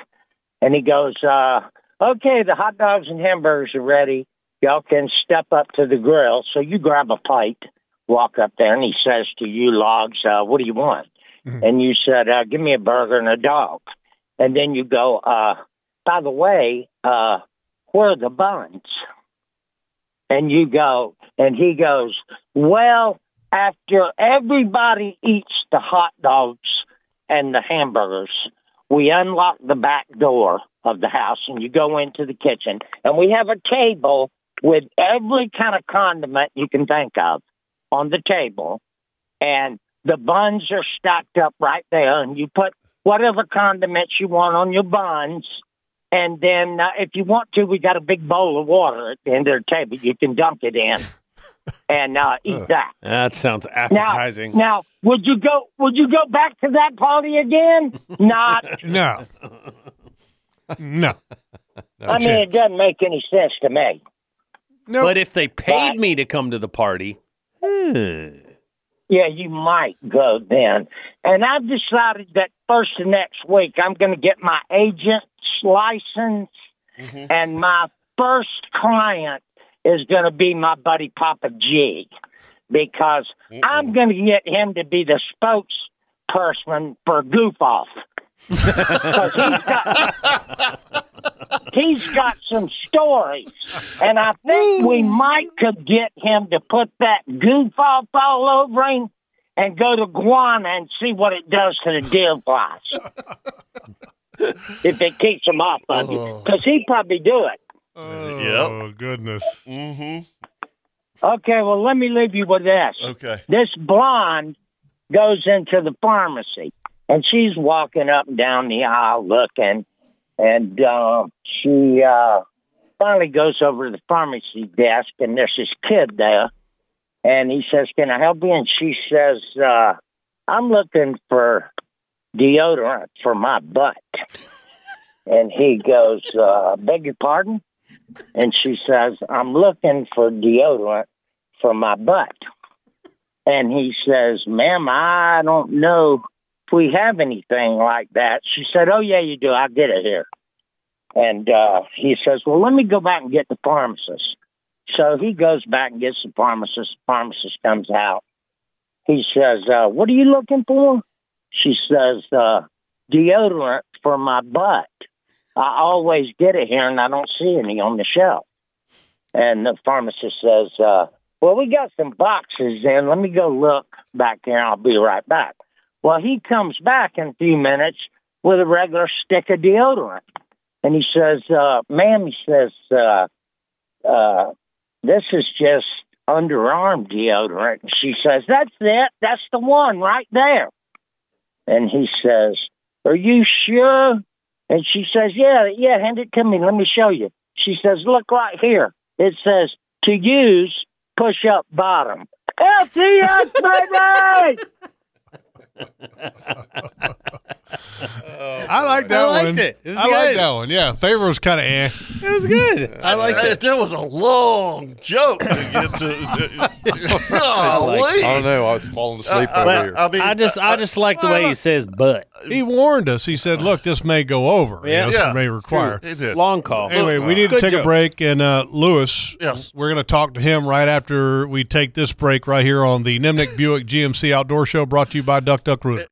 [SPEAKER 9] And he goes, uh, okay, the hot dogs and hamburgers are ready. Y'all can step up to the grill. So you grab a plate, walk up there, and he says to you, Logs, uh, what do you want? And you said, uh, give me a burger and a dog. And then you go, uh, by the way, uh, where are the buns? And you go, and he goes, well, after everybody eats the hot dogs and the hamburgers, we unlock the back door of the house and you go into the kitchen and we have a table with every kind of condiment you can think of on the table and the buns are stacked up right there and you put whatever condiments you want on your buns and then uh, if you want to we got a big bowl of water at the end of the table you can dunk it in and uh, eat that
[SPEAKER 10] That sounds appetizing.
[SPEAKER 9] now, would you go? Would you go back to that party again? Not.
[SPEAKER 5] No. No.
[SPEAKER 9] I mean, it doesn't make any sense to me.
[SPEAKER 10] But if they paid me to come to the party, hmm.
[SPEAKER 9] Yeah, you might go then. And I've decided that first of next week, I'm going to get my agent's license, and my first client is going to be my buddy Papa G, because I'm going to get him to be the spokesperson for Goof Off. 'Cause he's got- he's got some stories, and I think we might could get him to put that goof off all over him and go to Guana and see what it does to the deer flies. if it keeps him off of you, because he'd probably do it.
[SPEAKER 5] Oh, goodness.
[SPEAKER 3] Mm-hmm.
[SPEAKER 9] Okay, well, let me leave you with this.
[SPEAKER 3] Okay.
[SPEAKER 9] This blonde goes into the pharmacy, and she's walking up and down the aisle looking, and uh, she uh, finally goes over to the pharmacy desk, and there's this kid there, and he says, "Can I help you?" And she says, uh, "I'm looking for deodorant for my butt." and he goes, uh, "Beg your pardon." and she says, I'm looking for deodorant for my butt. And he says, Ma'am, I don't know if we have anything like that. She said, Oh, yeah, you do. I'll get it here. And uh, he says, Well, let me go back and get the pharmacist. So he goes back and gets the pharmacist. The pharmacist comes out. He says, uh, What are you looking for? She says, uh, Deodorant for my butt. I always get it here, and I don't see any on the shelf. And the pharmacist says, uh, "Well, we got some boxes in. Let me go look back there. I'll be right back." Well, he comes back in a few minutes with a regular stick of deodorant, and he says, uh, "Ma'am," he says, uh, uh, "This is just underarm deodorant." And she says, "That's it. That's the one right there." And he says, Are you sure? And she says, Yeah, yeah, hand it to me. Let me show you. She says, Look right here. It says, To use push up bottom. LTS, baby!
[SPEAKER 5] I like that
[SPEAKER 3] I liked
[SPEAKER 5] one.
[SPEAKER 3] it. It was
[SPEAKER 5] I like
[SPEAKER 3] good.
[SPEAKER 5] that one. Yeah, favor was kind of eh.
[SPEAKER 3] It was good. I like it. Uh, That was a long joke. to get to- Golly.
[SPEAKER 4] I don't know. I was falling asleep
[SPEAKER 3] I-
[SPEAKER 4] over here.
[SPEAKER 3] I mean,
[SPEAKER 10] I just, I just like the way he says "but."
[SPEAKER 5] He warned us. He said, "Look, this may go over. You know, this
[SPEAKER 10] Yeah.
[SPEAKER 5] may
[SPEAKER 10] It's
[SPEAKER 5] require."
[SPEAKER 10] true. It did. Long call.
[SPEAKER 5] Anyway, we
[SPEAKER 10] Good
[SPEAKER 5] need to take a
[SPEAKER 10] joke.
[SPEAKER 5] break, and uh, Lewis, yes, we're going to talk to him right after we take this break right here on the Nimnik Buick GMC Outdoor Show, brought to you by Duck Duck Rooter.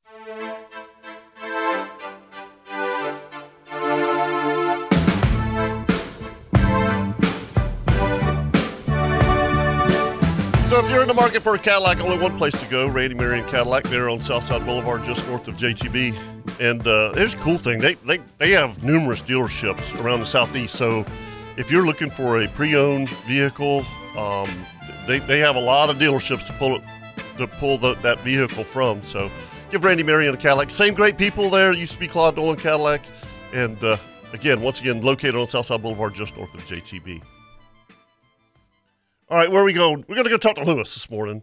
[SPEAKER 3] So if you're in the market for a Cadillac, only one place to go, Randy Marion Cadillac. They're on Southside Boulevard, just north of JTB. And uh, here's a cool thing. They, they, they have numerous dealerships around the Southeast. So if you're looking for a pre-owned vehicle, um, they, they have a lot of dealerships to pull it, to pull the, that vehicle from. So give Randy Marion a Cadillac. Same great people there. Used to be Claude Dolan Cadillac. And uh, again, once again, located on Southside Boulevard, just north of JTB. All right, where are we going? We're going to go talk to Lewis this morning.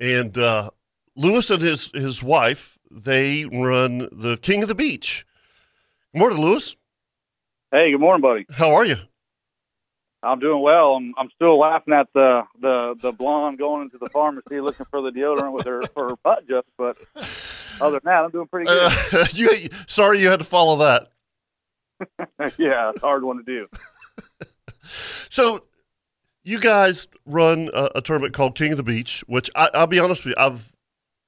[SPEAKER 3] And uh, Lewis and his, his wife, they run the King of the Beach. Good morning, Lewis.
[SPEAKER 11] Hey, good morning, buddy.
[SPEAKER 3] How are you?
[SPEAKER 11] I'm doing well. I'm I'm still laughing at the the the blonde going into the pharmacy looking for the deodorant with her for her butt just. But other than that, I'm doing pretty good.
[SPEAKER 3] you, sorry you had to follow that.
[SPEAKER 11] yeah, it's a hard one to do.
[SPEAKER 3] So you guys run a, a tournament called King of the Beach, which I, I'll be honest with you, I've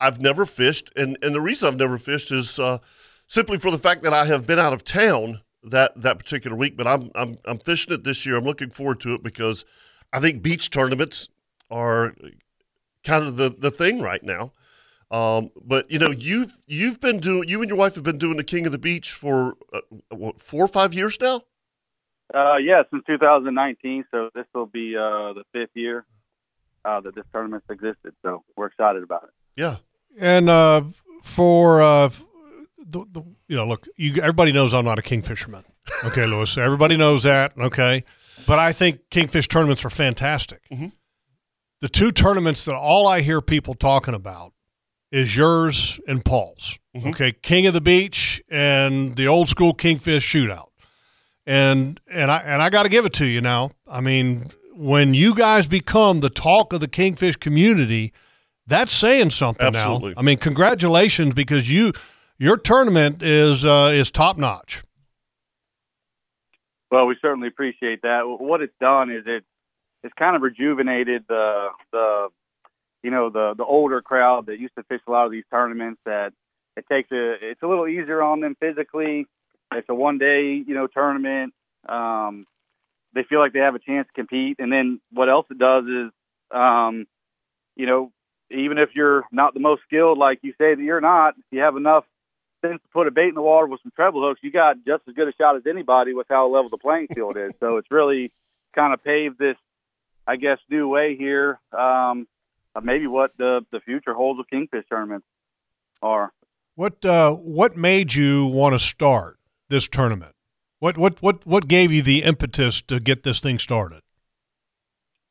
[SPEAKER 3] I've never fished, and, and the reason I've never fished is uh, simply for the fact that I have been out of town that, that particular week. But I'm, I'm I'm fishing it this year. I'm looking forward to it because I think beach tournaments are kind of the, the thing right now. Um, but you know you've you've been doing you and your wife have been doing the King of the Beach for uh, what, four or five years now.
[SPEAKER 11] Uh, yeah, since 2019, so this will be uh, the fifth year uh, that this tournament's existed. So we're excited about it.
[SPEAKER 3] Yeah.
[SPEAKER 5] And uh, for uh, the, the you know, look, you everybody knows I'm not a kingfisherman. Okay, Lewis, everybody knows that. Okay, but I think kingfish tournaments are fantastic. The two tournaments that all I hear people talking about is yours and Paul's. Okay, King of the Beach and the old school kingfish shootout. And and I and I got to give it to you now. I mean, when you guys become the talk of the kingfish community, that's saying something
[SPEAKER 3] Absolutely.
[SPEAKER 5] now. I mean, congratulations because you your tournament is uh, is top notch.
[SPEAKER 11] Well, we certainly appreciate that. What it's done is it it's kind of rejuvenated the the you know the the older crowd that used to fish a lot of these tournaments. That it takes a it's a little easier on them physically. It's a one day you know tournament. Um, they feel like they have a chance to compete, and then what else it does is um, you know even if you're not the most skilled, like you say that you're not, if you have enough sense to put a bait in the water with some treble hooks, you got just as good a shot as anybody with how level the playing field is. So it's really kind of paved this, I guess, new way here. Um, of maybe what the the future holds of kingfish tournaments are.
[SPEAKER 5] What uh, what made you want to start this tournament? What what what what gave you the impetus to get this thing started?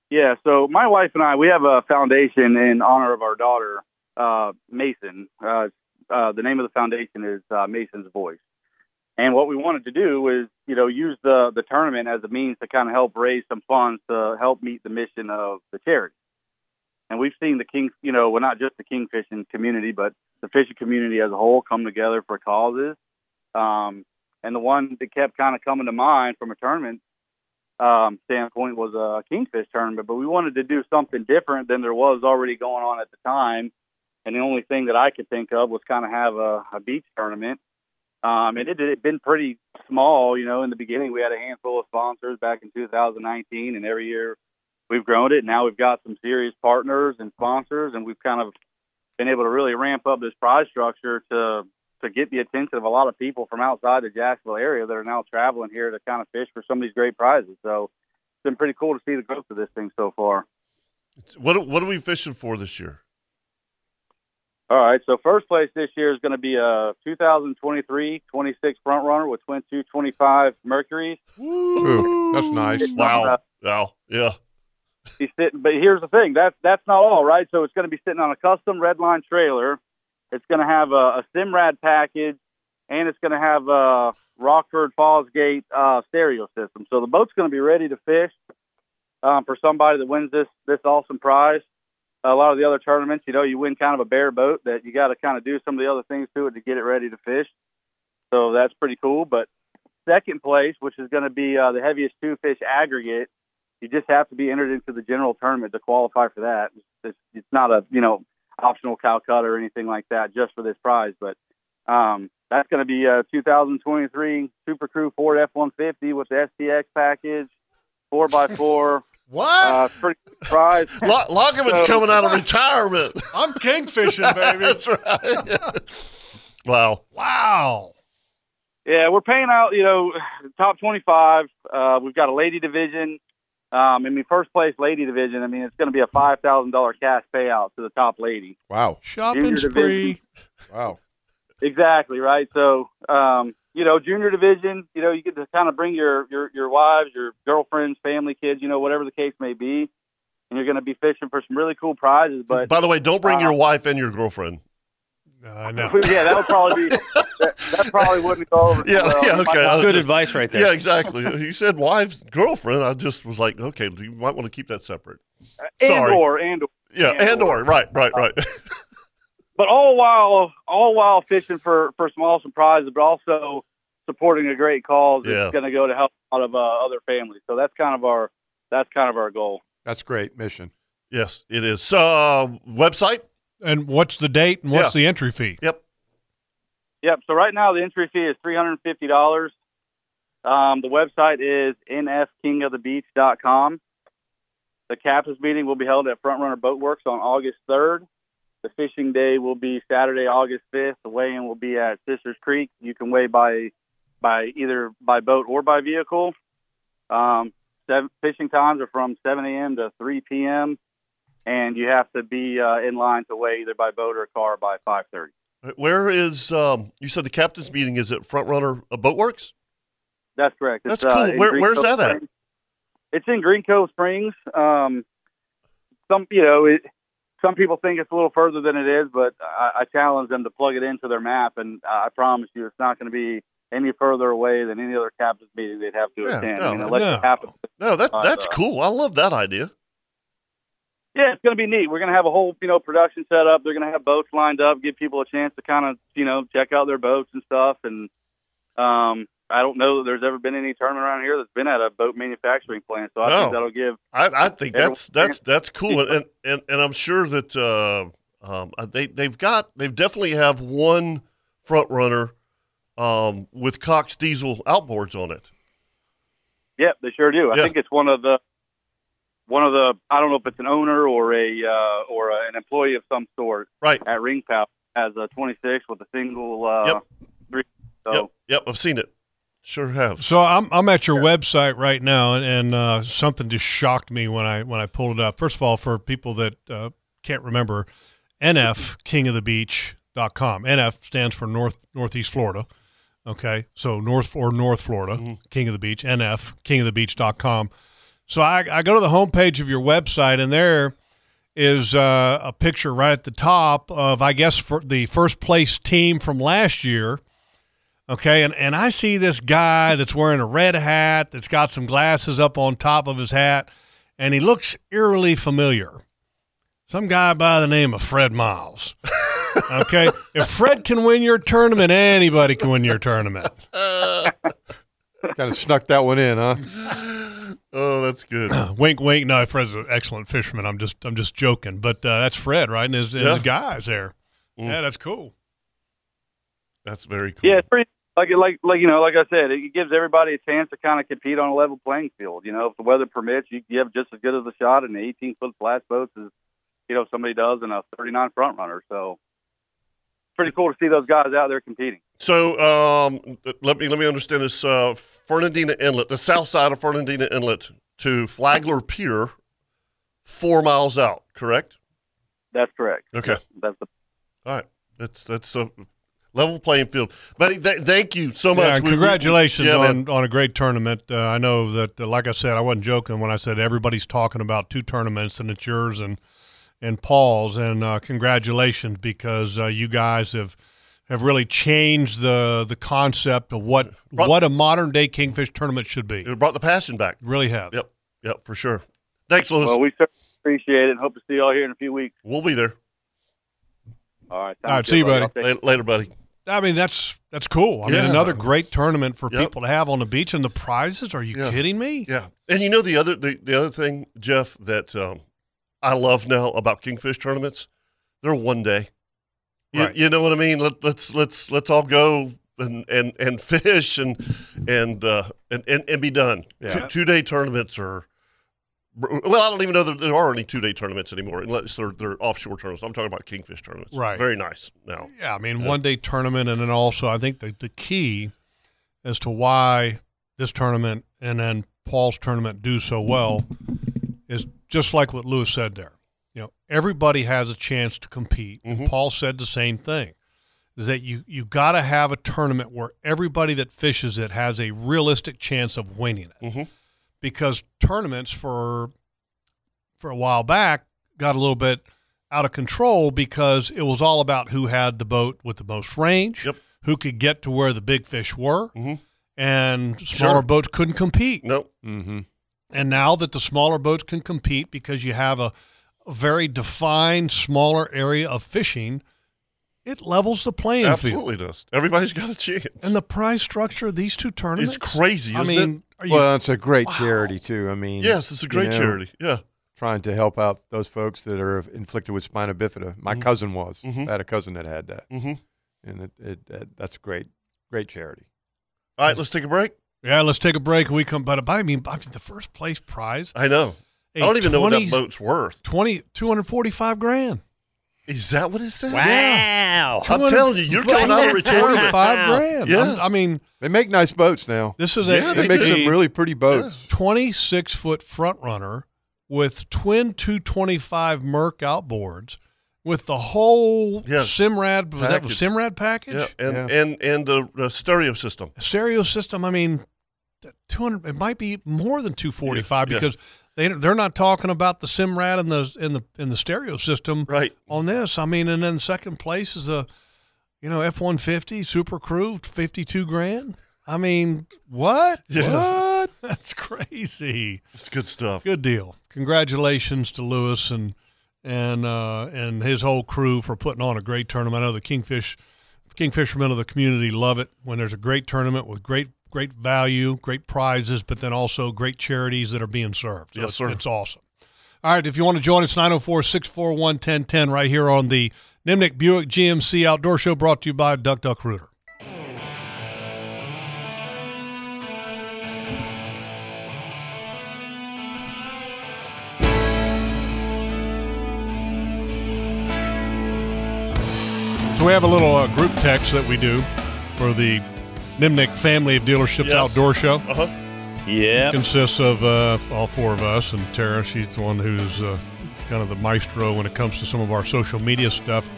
[SPEAKER 11] Yeah, so my wife and I, we have a foundation in honor of our daughter, uh, Mason. Uh, uh, the name of the foundation is uh, Mason's Voice. And what we wanted to do is, you know, use the, the tournament as a means to kind of help raise some funds to help meet the mission of the charity. And we've seen the king, you know, well, not just the kingfishing community, but the fishing community as a whole come together for causes. Um, and the one that kept kind of coming to mind from a tournament um, standpoint was a kingfish tournament, but we wanted to do something different than there was already going on at the time. And the only thing that I could think of was kind of have a, a beach tournament. Um, and it had been pretty small, you know, in the beginning. We had a handful of sponsors back in 2019, and every year we've grown it. Now we've got some serious partners and sponsors, and we've kind of been able to really ramp up this prize structure to to get the attention of a lot of people from outside the Jacksonville area that are now traveling here to kind of fish for some of these great prizes. So it's been pretty cool to see the growth of this thing so far.
[SPEAKER 3] What what are we fishing for this year?
[SPEAKER 11] All right, so first place this year is going to be a 2023-26 front runner with twin 225 Mercury.
[SPEAKER 4] Ooh, that's nice.
[SPEAKER 11] It's
[SPEAKER 3] Wow.
[SPEAKER 11] not-
[SPEAKER 3] Wow. Yeah.
[SPEAKER 11] He's sitting, but here's the thing: that's that's not all, right? So it's going to be sitting on a custom Redline trailer. It's going to have a, a Simrad package, and it's going to have a Rockford Fosgate uh, stereo system. So the boat's going to be ready to fish um, for somebody that wins this this awesome prize. A lot of the other tournaments, you know, you win kind of a bare boat that you got to kind of do some of the other things to it to get it ready to fish. So that's pretty cool. But second place, which is going to be uh, the heaviest two fish aggregate you just have to be entered into the general tournament to qualify for that. It's, it's, it's not a you know optional Calcutta or anything like that just for this prize, but um, that's going to be a 2023 Super Crew Ford F150 with the STX package, four x four.
[SPEAKER 3] What?
[SPEAKER 11] Uh, pretty good prize.
[SPEAKER 3] Loggeman's
[SPEAKER 11] So-
[SPEAKER 3] coming out of retirement.
[SPEAKER 5] I'm kingfishing, baby.
[SPEAKER 3] That's right. wow.
[SPEAKER 5] Wow.
[SPEAKER 11] Yeah, we're paying out, you know, top 25. Uh, we've got a lady division. Um, I mean, first place lady division. I mean, it's going to be a five thousand dollar cash payout to the top lady.
[SPEAKER 4] Wow.
[SPEAKER 11] Junior
[SPEAKER 5] Shopping
[SPEAKER 11] division.
[SPEAKER 5] spree.
[SPEAKER 4] Wow.
[SPEAKER 11] Exactly right. So, um, you know, junior division. You know, you get to kind of bring your your your wives, your girlfriends, family, kids. You know, whatever the case may be, and you're going to be fishing for some really cool prizes. But
[SPEAKER 3] By the way, don't bring
[SPEAKER 11] uh,
[SPEAKER 3] your wife and your girlfriend.
[SPEAKER 5] Uh, I know.
[SPEAKER 11] yeah, that would probably be that, that probably wouldn't go over. too
[SPEAKER 3] Yeah,
[SPEAKER 11] well.
[SPEAKER 3] yeah, okay. I was
[SPEAKER 10] good
[SPEAKER 3] just-
[SPEAKER 10] advice right there.
[SPEAKER 3] Yeah, exactly. you said wife, girlfriend. I just was like, okay, you might want to keep that separate.
[SPEAKER 11] And
[SPEAKER 3] Sorry.
[SPEAKER 11] or and or.
[SPEAKER 3] Yeah,
[SPEAKER 11] and
[SPEAKER 3] and or right, right, right.
[SPEAKER 11] but all while all while fishing for for some awesome prizes, but also supporting a great cause that's
[SPEAKER 3] Yeah.
[SPEAKER 11] going to go to help a lot of uh, other families. So that's kind of our that's kind of our goal.
[SPEAKER 4] That's great mission.
[SPEAKER 3] yes, it is. So, uh, website.
[SPEAKER 5] And what's the date and what's
[SPEAKER 3] Yeah.
[SPEAKER 5] the entry fee?
[SPEAKER 3] Yep.
[SPEAKER 11] Yep. So right now the entry fee is three hundred and fifty dollars. Um, the website is nfkingofthebeach.com. The captain's meeting will be held at Front Runner Boatworks on August third. The fishing day will be Saturday, August fifth. The weigh-in will be at Sisters Creek. You can weigh by by either by boat or by vehicle. Um, seven, fishing times are from 7 a.m. to 3 p.m. And you have to be uh, in line to weigh either by boat or car by 5:30.
[SPEAKER 3] Where is um? You said the captain's meeting is at Front Runner uh, Boatworks.
[SPEAKER 11] That's correct. It's,
[SPEAKER 3] That's
[SPEAKER 11] uh,
[SPEAKER 3] cool.
[SPEAKER 11] in
[SPEAKER 3] Where-
[SPEAKER 11] Green
[SPEAKER 3] where's
[SPEAKER 11] Cove
[SPEAKER 3] that at?
[SPEAKER 11] Springs. It's in Green Cove Springs. Um, some you know, it, some people think it's a little further than it is, but I, I challenge them to plug it into their map, and I I promise you, it's not going to be any further away than any other captain's meeting they'd have to
[SPEAKER 3] Yeah,
[SPEAKER 11] attend.
[SPEAKER 3] no,
[SPEAKER 11] I mean, unless
[SPEAKER 3] no.
[SPEAKER 11] it happens.
[SPEAKER 3] No, Oh, that
[SPEAKER 11] Uh,
[SPEAKER 3] that's
[SPEAKER 11] uh,
[SPEAKER 3] cool. I love that idea.
[SPEAKER 11] Yeah, it's going to be neat. We're going to have a whole you know production set up. They're going to have boats lined up, give people a chance to kind of you know check out their boats and stuff. And um, I don't know that there's ever been any tournament around here that's been at a boat manufacturing plant, so I
[SPEAKER 3] No.
[SPEAKER 11] think that'll give
[SPEAKER 3] I, I think that's
[SPEAKER 11] Everyone-
[SPEAKER 3] that's that's cool, and and and I'm sure that uh, um, they they've got they've definitely have one front runner um, with Cox diesel outboards on it.
[SPEAKER 11] Yep, they sure do. I
[SPEAKER 3] Yeah.
[SPEAKER 11] think it's one of the one of the I don't know if it's an owner or a uh, or a, an employee of some sort.
[SPEAKER 3] Right.
[SPEAKER 11] At Ring Pal has a 26 with a single. Uh,
[SPEAKER 3] Yep.
[SPEAKER 11] Three, so
[SPEAKER 3] Yep, yep, I've seen it. Sure have.
[SPEAKER 5] So I'm I'm at your website right now, and, and uh, something just shocked me when I when I pulled it up. First of all, for people that uh, can't remember, NF King of the Beach dot com. NF stands for North Northeast Florida. Okay, so North or North Florida, King of the Beach. NF King of the Beach dot com. So I, I go to the homepage of your website, and there is uh, a picture right at the top of I guess for the first place team from last year. Okay, and, and I see this guy that's wearing a red hat, that's got some glasses up on top of his hat, and he looks eerily familiar. Some guy by the name of Fred Miles. Okay, if Fred can win your tournament, anybody can win your tournament.
[SPEAKER 4] kind of snuck that one in, huh?
[SPEAKER 3] Oh, that's good.
[SPEAKER 5] wink, wink. No, Fred's an excellent fisherman. I'm just I'm just joking, but uh, that's Fred, right? And his, and his
[SPEAKER 3] Yeah.
[SPEAKER 5] guys there.
[SPEAKER 3] Mm.
[SPEAKER 5] Yeah, that's cool.
[SPEAKER 3] That's very cool.
[SPEAKER 11] yeah, it's pretty. like like like you know, like I said, it gives everybody a chance to kind of compete on a level playing field. You know, if the weather permits, you, you have just as good of a shot in the 18 foot flash boats as you know somebody does in a 39 front runner. So pretty cool to see those guys out there competing.
[SPEAKER 3] So um, let me let me understand this. Uh, Fernandina Inlet, the south side of Fernandina Inlet to Flagler Pier, four miles out. Correct.
[SPEAKER 11] That's correct.
[SPEAKER 3] Okay.
[SPEAKER 11] That's the
[SPEAKER 3] All right. That's that's a level playing field, buddy. Th- thank you so
[SPEAKER 5] Yeah,
[SPEAKER 3] much.
[SPEAKER 5] and
[SPEAKER 3] We- we-
[SPEAKER 5] congratulations
[SPEAKER 3] yeah, man.
[SPEAKER 5] on, on a great tournament. Uh, I know that, uh, like I said, I wasn't joking when I said everybody's talking about two tournaments, and it's yours and and Paul's. And uh, congratulations because uh, you guys have have really changed the the concept of what what a modern day kingfish tournament should be. It
[SPEAKER 3] brought the passion back.
[SPEAKER 5] Really have.
[SPEAKER 3] Yep. Yep. For sure. Thanks, Lewis.
[SPEAKER 11] Well, we certainly appreciate it. and Hope to see you all here in a few weeks.
[SPEAKER 3] We'll be there.
[SPEAKER 11] All right.
[SPEAKER 5] All right, see you, buddy.
[SPEAKER 3] Later, later, buddy.
[SPEAKER 5] I mean, that's that's cool. I
[SPEAKER 3] Yeah.
[SPEAKER 5] mean, another great tournament for
[SPEAKER 3] Yep.
[SPEAKER 5] people to have on the beach, and the prizes. Are you kidding me?
[SPEAKER 3] Yeah. And you know the other the, the other thing, Jeff, that um, I love now about kingfish tournaments, they're one day. You,
[SPEAKER 5] Right.
[SPEAKER 3] you know what I mean? Let, let's let's let's all go and and, and fish and and, uh, and and and be done.
[SPEAKER 5] Yeah.
[SPEAKER 3] Two, two day tournaments are. Well, I don't even know that there are any two day tournaments anymore, unless they're they're offshore tournaments. I'm talking about kingfish tournaments.
[SPEAKER 5] Right.
[SPEAKER 3] Very nice now.
[SPEAKER 5] Yeah, I mean, one day tournament, and then also I think the, the key as to why this tournament and then Paul's tournament do so well is just like what Lewis said there. You know, everybody has a chance to compete. Paul said the same thing. Is that you you got to have a tournament where everybody that fishes it has a realistic chance of winning it. Because tournaments for for a while back got a little bit out of control because it was all about who had the boat with the most range, who could get to where the big fish were, and smaller
[SPEAKER 3] Mm-hmm. Sure.
[SPEAKER 5] boats couldn't compete.
[SPEAKER 3] Nope.
[SPEAKER 4] Mm-hmm.
[SPEAKER 5] And now that the smaller boats can compete because you have a, a very defined smaller area of fishing, it levels the playing field.
[SPEAKER 3] Absolutely does. Everybody's got a chance.
[SPEAKER 5] And the prize structure of these two tournaments?
[SPEAKER 3] crazy,
[SPEAKER 5] I
[SPEAKER 3] isn't
[SPEAKER 5] mean,
[SPEAKER 3] it?
[SPEAKER 5] Are you,
[SPEAKER 4] well, it's a great charity too. I mean,
[SPEAKER 3] Yes, it's a
[SPEAKER 4] you
[SPEAKER 3] great charity, yeah.
[SPEAKER 4] trying to help out those folks that are inflicted with spina bifida. My
[SPEAKER 3] Mhm.
[SPEAKER 4] cousin was.
[SPEAKER 3] Mhm.
[SPEAKER 4] I had a cousin that had that,
[SPEAKER 3] Mhm.
[SPEAKER 4] and it, it, that that's great. Great charity.
[SPEAKER 3] All right, let's take a break.
[SPEAKER 5] Yeah, let's take a break. We come, but, but I mean, I mean, the first place prize.
[SPEAKER 3] I know. I
[SPEAKER 5] I
[SPEAKER 3] don't even know what that boat's worth.
[SPEAKER 5] 20, 245 grand.
[SPEAKER 3] Is that what it says?
[SPEAKER 5] Yeah.
[SPEAKER 3] Wow. I'm telling you, you're coming out of retirement.
[SPEAKER 5] 245 grand.
[SPEAKER 3] Yeah.
[SPEAKER 5] I'm- I mean,
[SPEAKER 4] they make nice boats now.
[SPEAKER 5] This is
[SPEAKER 4] Yeah,
[SPEAKER 5] a
[SPEAKER 4] they make some really pretty boats.
[SPEAKER 5] 26 foot front runner with twin 225 Merc outboards with the whole
[SPEAKER 3] Yeah.
[SPEAKER 5] Simrad was that the
[SPEAKER 3] Package.
[SPEAKER 5] Simrad package?
[SPEAKER 3] Yeah, and, and and the, the stereo system.
[SPEAKER 5] stereo system. I mean, two hundred. It might be more than two forty five
[SPEAKER 3] Yeah, yeah.
[SPEAKER 5] because they they're not talking about the Simrad and the in the in the stereo system
[SPEAKER 3] right
[SPEAKER 5] on this. I mean, and then second place is a you know F one fifty Super Crew fifty two grand. I mean, what?
[SPEAKER 3] Yeah.
[SPEAKER 5] What? That's crazy.
[SPEAKER 3] It's good stuff.
[SPEAKER 5] Good deal. Congratulations to Lewis and and uh, and his whole crew for putting on a great tournament. I know the Kingfish Kingfishermen of the community love it when there's a great tournament with great great value, great prizes, but then also great charities that are being served. So
[SPEAKER 3] Yes,
[SPEAKER 5] it's,
[SPEAKER 3] sir.
[SPEAKER 5] It's awesome. All right, if you want to join us, 904 641 1010 right here on the Nimnik Buick GMC Outdoor Show brought to you by Duck Duck Rooter. So we have a little uh, group text that we do for the Nimnik family of dealerships
[SPEAKER 3] Yes.
[SPEAKER 5] outdoor show.
[SPEAKER 3] Uh-huh.
[SPEAKER 5] Yeah. Consists of uh, all four of us and Tara. She's the one who's uh, kind of the maestro when it comes to some of our social media stuff.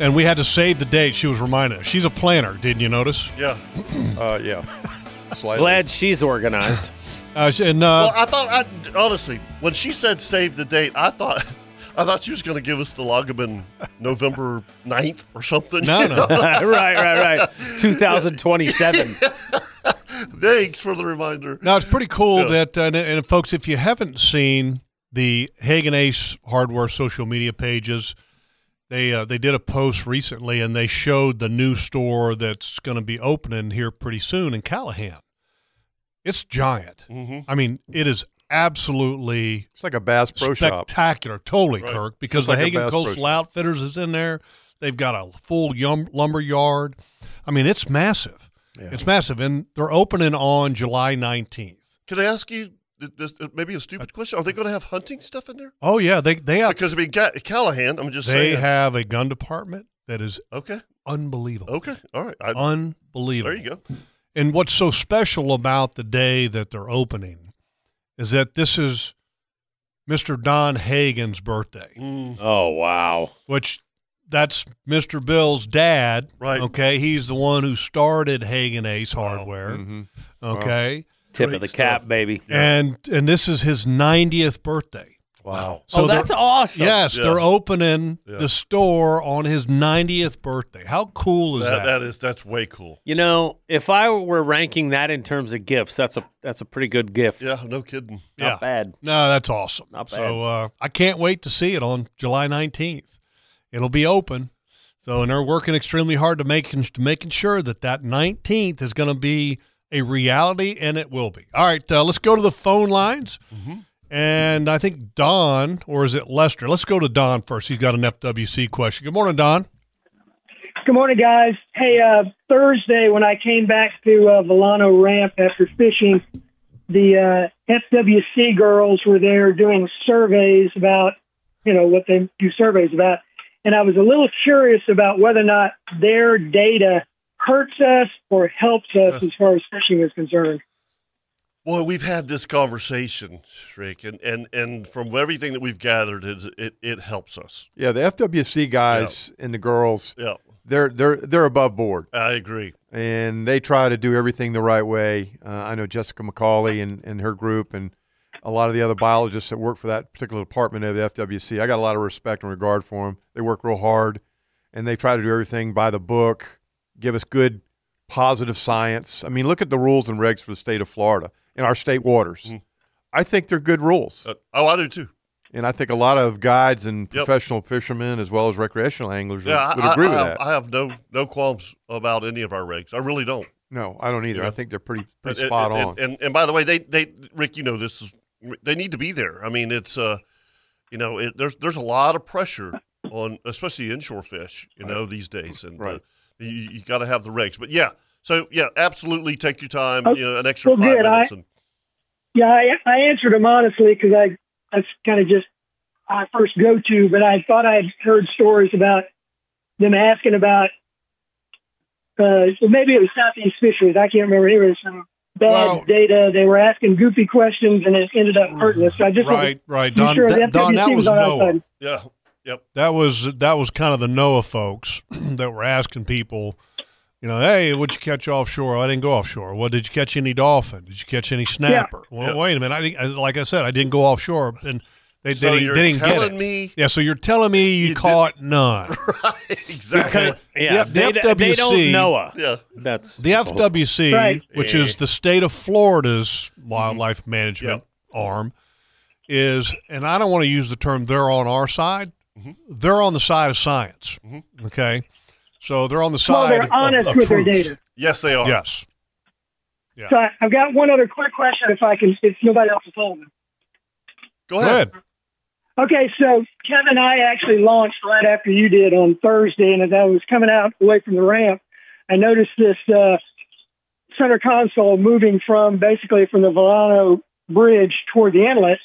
[SPEAKER 5] And we had to save the date. She was reminded. She's a planner. Didn't you notice?
[SPEAKER 3] Yeah.
[SPEAKER 4] uh, yeah.
[SPEAKER 10] Glad she's organized.
[SPEAKER 5] Uh, she- and
[SPEAKER 3] well,
[SPEAKER 5] uh,
[SPEAKER 3] I thought I honestly when she said save the date, I thought I thought she was going to give us the Loggerman November 9th or something.
[SPEAKER 10] No,
[SPEAKER 3] you
[SPEAKER 10] no. Right, right, right. 2027.
[SPEAKER 3] Thanks for the reminder.
[SPEAKER 5] Now it's pretty cool
[SPEAKER 3] Yeah.
[SPEAKER 5] that, uh, and, and folks, if you haven't seen the Hagen Ace Hardware social media pages, they uh, they did a post recently, and they showed the new store that's going to be opening here pretty soon in Callahan. It's giant. I mean, it is absolutely.
[SPEAKER 4] Mm-hmm. It's like a Bass Pro Shop.
[SPEAKER 5] Spectacular, totally,
[SPEAKER 4] Right.
[SPEAKER 5] Kirk.
[SPEAKER 4] It's
[SPEAKER 5] Because
[SPEAKER 4] like
[SPEAKER 5] the
[SPEAKER 4] a
[SPEAKER 5] Hagen
[SPEAKER 4] Bass Pro
[SPEAKER 5] Coastal Outfitters is in there. They've got a full yum, lumber yard. I mean, it's massive. It's massive, and they're opening on July nineteenth.
[SPEAKER 3] Can I ask you th- this, uh, maybe a stupid question? Are they going to have hunting stuff in there?
[SPEAKER 5] Oh yeah, they they have
[SPEAKER 3] because I mean Ga- Callahan. I'm just
[SPEAKER 5] they
[SPEAKER 3] saying.
[SPEAKER 5] have a gun department that is
[SPEAKER 3] okay,
[SPEAKER 5] unbelievable.
[SPEAKER 3] Okay, all right, I,
[SPEAKER 5] unbelievable.
[SPEAKER 3] There you go.
[SPEAKER 5] And what's so special about the day that they're opening is that this is Mr. Don Hagen's birthday.
[SPEAKER 3] Mm.
[SPEAKER 10] Oh wow!
[SPEAKER 5] Which that's Mr. Bill's dad.
[SPEAKER 3] Right.
[SPEAKER 5] Okay. He's the one who started Hagen Ace Hardware.
[SPEAKER 10] Mhm.
[SPEAKER 5] Okay.
[SPEAKER 10] Tip of the cap, baby.
[SPEAKER 5] And and this is his 90th birthday.
[SPEAKER 10] Wow. oh,
[SPEAKER 5] they're-
[SPEAKER 10] that's awesome.
[SPEAKER 5] Yes, they're opening
[SPEAKER 3] Yeah.
[SPEAKER 5] the store on his 90th birthday. How cool is that?
[SPEAKER 3] That- that is that's way cool.
[SPEAKER 10] You know, if I were ranking that in terms of gifts, that's a that's a pretty good gift. Oh,
[SPEAKER 3] Yeah, no kidding.
[SPEAKER 10] Not
[SPEAKER 5] Yeah.
[SPEAKER 10] bad.
[SPEAKER 5] No, that's awesome.
[SPEAKER 10] Not bad.
[SPEAKER 5] So uh, I can't wait to see it on July 19th. It'll be open. So and they're working extremely hard to making to making sure that that 19th is going to be a reality, and it will be. All right, uh, let's go to the phone lines.
[SPEAKER 3] Mm-hmm.
[SPEAKER 5] And I think Don, or is it Lester? Let's go to Don first. He's got an FWC question. Good morning, Don.
[SPEAKER 12] Good morning, guys. Hey, uh, Thursday when I came back to uh, Volano Ramp after fishing, the uh, FWC girls were there doing surveys about, you know, what they do surveys about. And I was a little curious about whether or not their data hurts us or helps us as far as fishing is concerned.
[SPEAKER 3] Boy, we've had this conversation, Rick, and and, and from everything that we've gathered, it it, it helps us.
[SPEAKER 4] Yeah, the FWC guys and the girls,
[SPEAKER 3] Yeah.
[SPEAKER 4] they're they're they're above board.
[SPEAKER 3] I agree.
[SPEAKER 4] And they try to do everything the right way. Uh, I know Jessica McCauley and, and her group and a lot of the other biologists that work for that particular department of the FWC. I got a lot of respect and regard for them. They work real hard and they try to do everything by the book, give us good positive science. I mean, look at the rules and regs for the state of Florida in our state waters. I think they're good rules.
[SPEAKER 3] Mm-hmm. oh, I do too.
[SPEAKER 4] And I think a lot of guides and professional fishermen, as well as recreational anglers, would-
[SPEAKER 3] Yeah,
[SPEAKER 4] would
[SPEAKER 3] I,
[SPEAKER 4] agree
[SPEAKER 3] I,
[SPEAKER 4] with
[SPEAKER 3] have,
[SPEAKER 4] that.
[SPEAKER 3] I have no no qualms about any of our regs. I really don't.
[SPEAKER 4] no, I don't either.
[SPEAKER 3] Yeah.
[SPEAKER 4] I think they're pretty, pretty
[SPEAKER 3] And-
[SPEAKER 4] spot
[SPEAKER 3] and,
[SPEAKER 4] on.
[SPEAKER 3] And, and and by the way, they they Rick, you know this is they need to be there. I mean, it's uh, you know, it, there's there's a lot of pressure on especially inshore fish, you know, these days, and right. you, you got to have the regs. But yeah, so yeah, absolutely, take your time. You know, an extra
[SPEAKER 12] Oh, Well,
[SPEAKER 3] five
[SPEAKER 12] good.
[SPEAKER 3] minutes.
[SPEAKER 12] I-
[SPEAKER 3] and,
[SPEAKER 12] Yeah, I, I answered them honestly because I that's kind of just my first go to. But I thought I had heard stories about them asking about. Uh, so maybe it was Southeast Fisheries. I can't remember. It was some bad data. They were asking goofy questions, and it ended up hurting us. So I just wanted
[SPEAKER 5] Right,
[SPEAKER 12] to
[SPEAKER 5] right.
[SPEAKER 12] be
[SPEAKER 5] Don,
[SPEAKER 12] sure
[SPEAKER 5] that,
[SPEAKER 12] the
[SPEAKER 5] Don, that
[SPEAKER 12] FWC
[SPEAKER 5] was
[SPEAKER 12] on our
[SPEAKER 5] Noah.
[SPEAKER 12] side.
[SPEAKER 3] Yeah. Yep.
[SPEAKER 5] That was that was kind of the NOAA folks that were asking people, you know, hey, what'd you catch offshore? "Oh, I didn't go offshore. Well, did you catch any dolphin? Did you catch any snapper? Well, wait a minute. I, didn't- I like I said, I didn't go offshore, and they,
[SPEAKER 3] So
[SPEAKER 5] they, didn't-
[SPEAKER 3] you're
[SPEAKER 5] they didn't get
[SPEAKER 3] telling
[SPEAKER 5] it.
[SPEAKER 3] me-
[SPEAKER 5] yeah. So you're telling me you, caught none.
[SPEAKER 3] Exactly.
[SPEAKER 5] Yeah, the they- they FWC don't know her.
[SPEAKER 3] Yeah.
[SPEAKER 10] That's
[SPEAKER 5] The FWC,
[SPEAKER 10] Right.
[SPEAKER 5] which
[SPEAKER 10] Yeah.
[SPEAKER 5] is the state of Florida's wildlife
[SPEAKER 3] Mm-hmm.
[SPEAKER 5] management arm, is, and I don't want to use the term they're on our side.
[SPEAKER 3] Mm-hmm.
[SPEAKER 5] They're on the side of science. Okay. So they're on the
[SPEAKER 12] Well,
[SPEAKER 5] side
[SPEAKER 12] they're
[SPEAKER 5] of, of,
[SPEAKER 12] honest
[SPEAKER 5] of
[SPEAKER 12] with their
[SPEAKER 5] truth.
[SPEAKER 12] data.
[SPEAKER 3] Yes, they are.
[SPEAKER 5] Yes. Yeah.
[SPEAKER 12] So I, I've got one other quick question, if I can, if nobody else is holding.
[SPEAKER 3] Go
[SPEAKER 5] ahead.
[SPEAKER 12] Okay, so Kevin, I actually launched right after you did on Thursday, and as I was coming out away from the ramp, I noticed this uh, center console moving from basically from the Volano Bridge toward the inlet,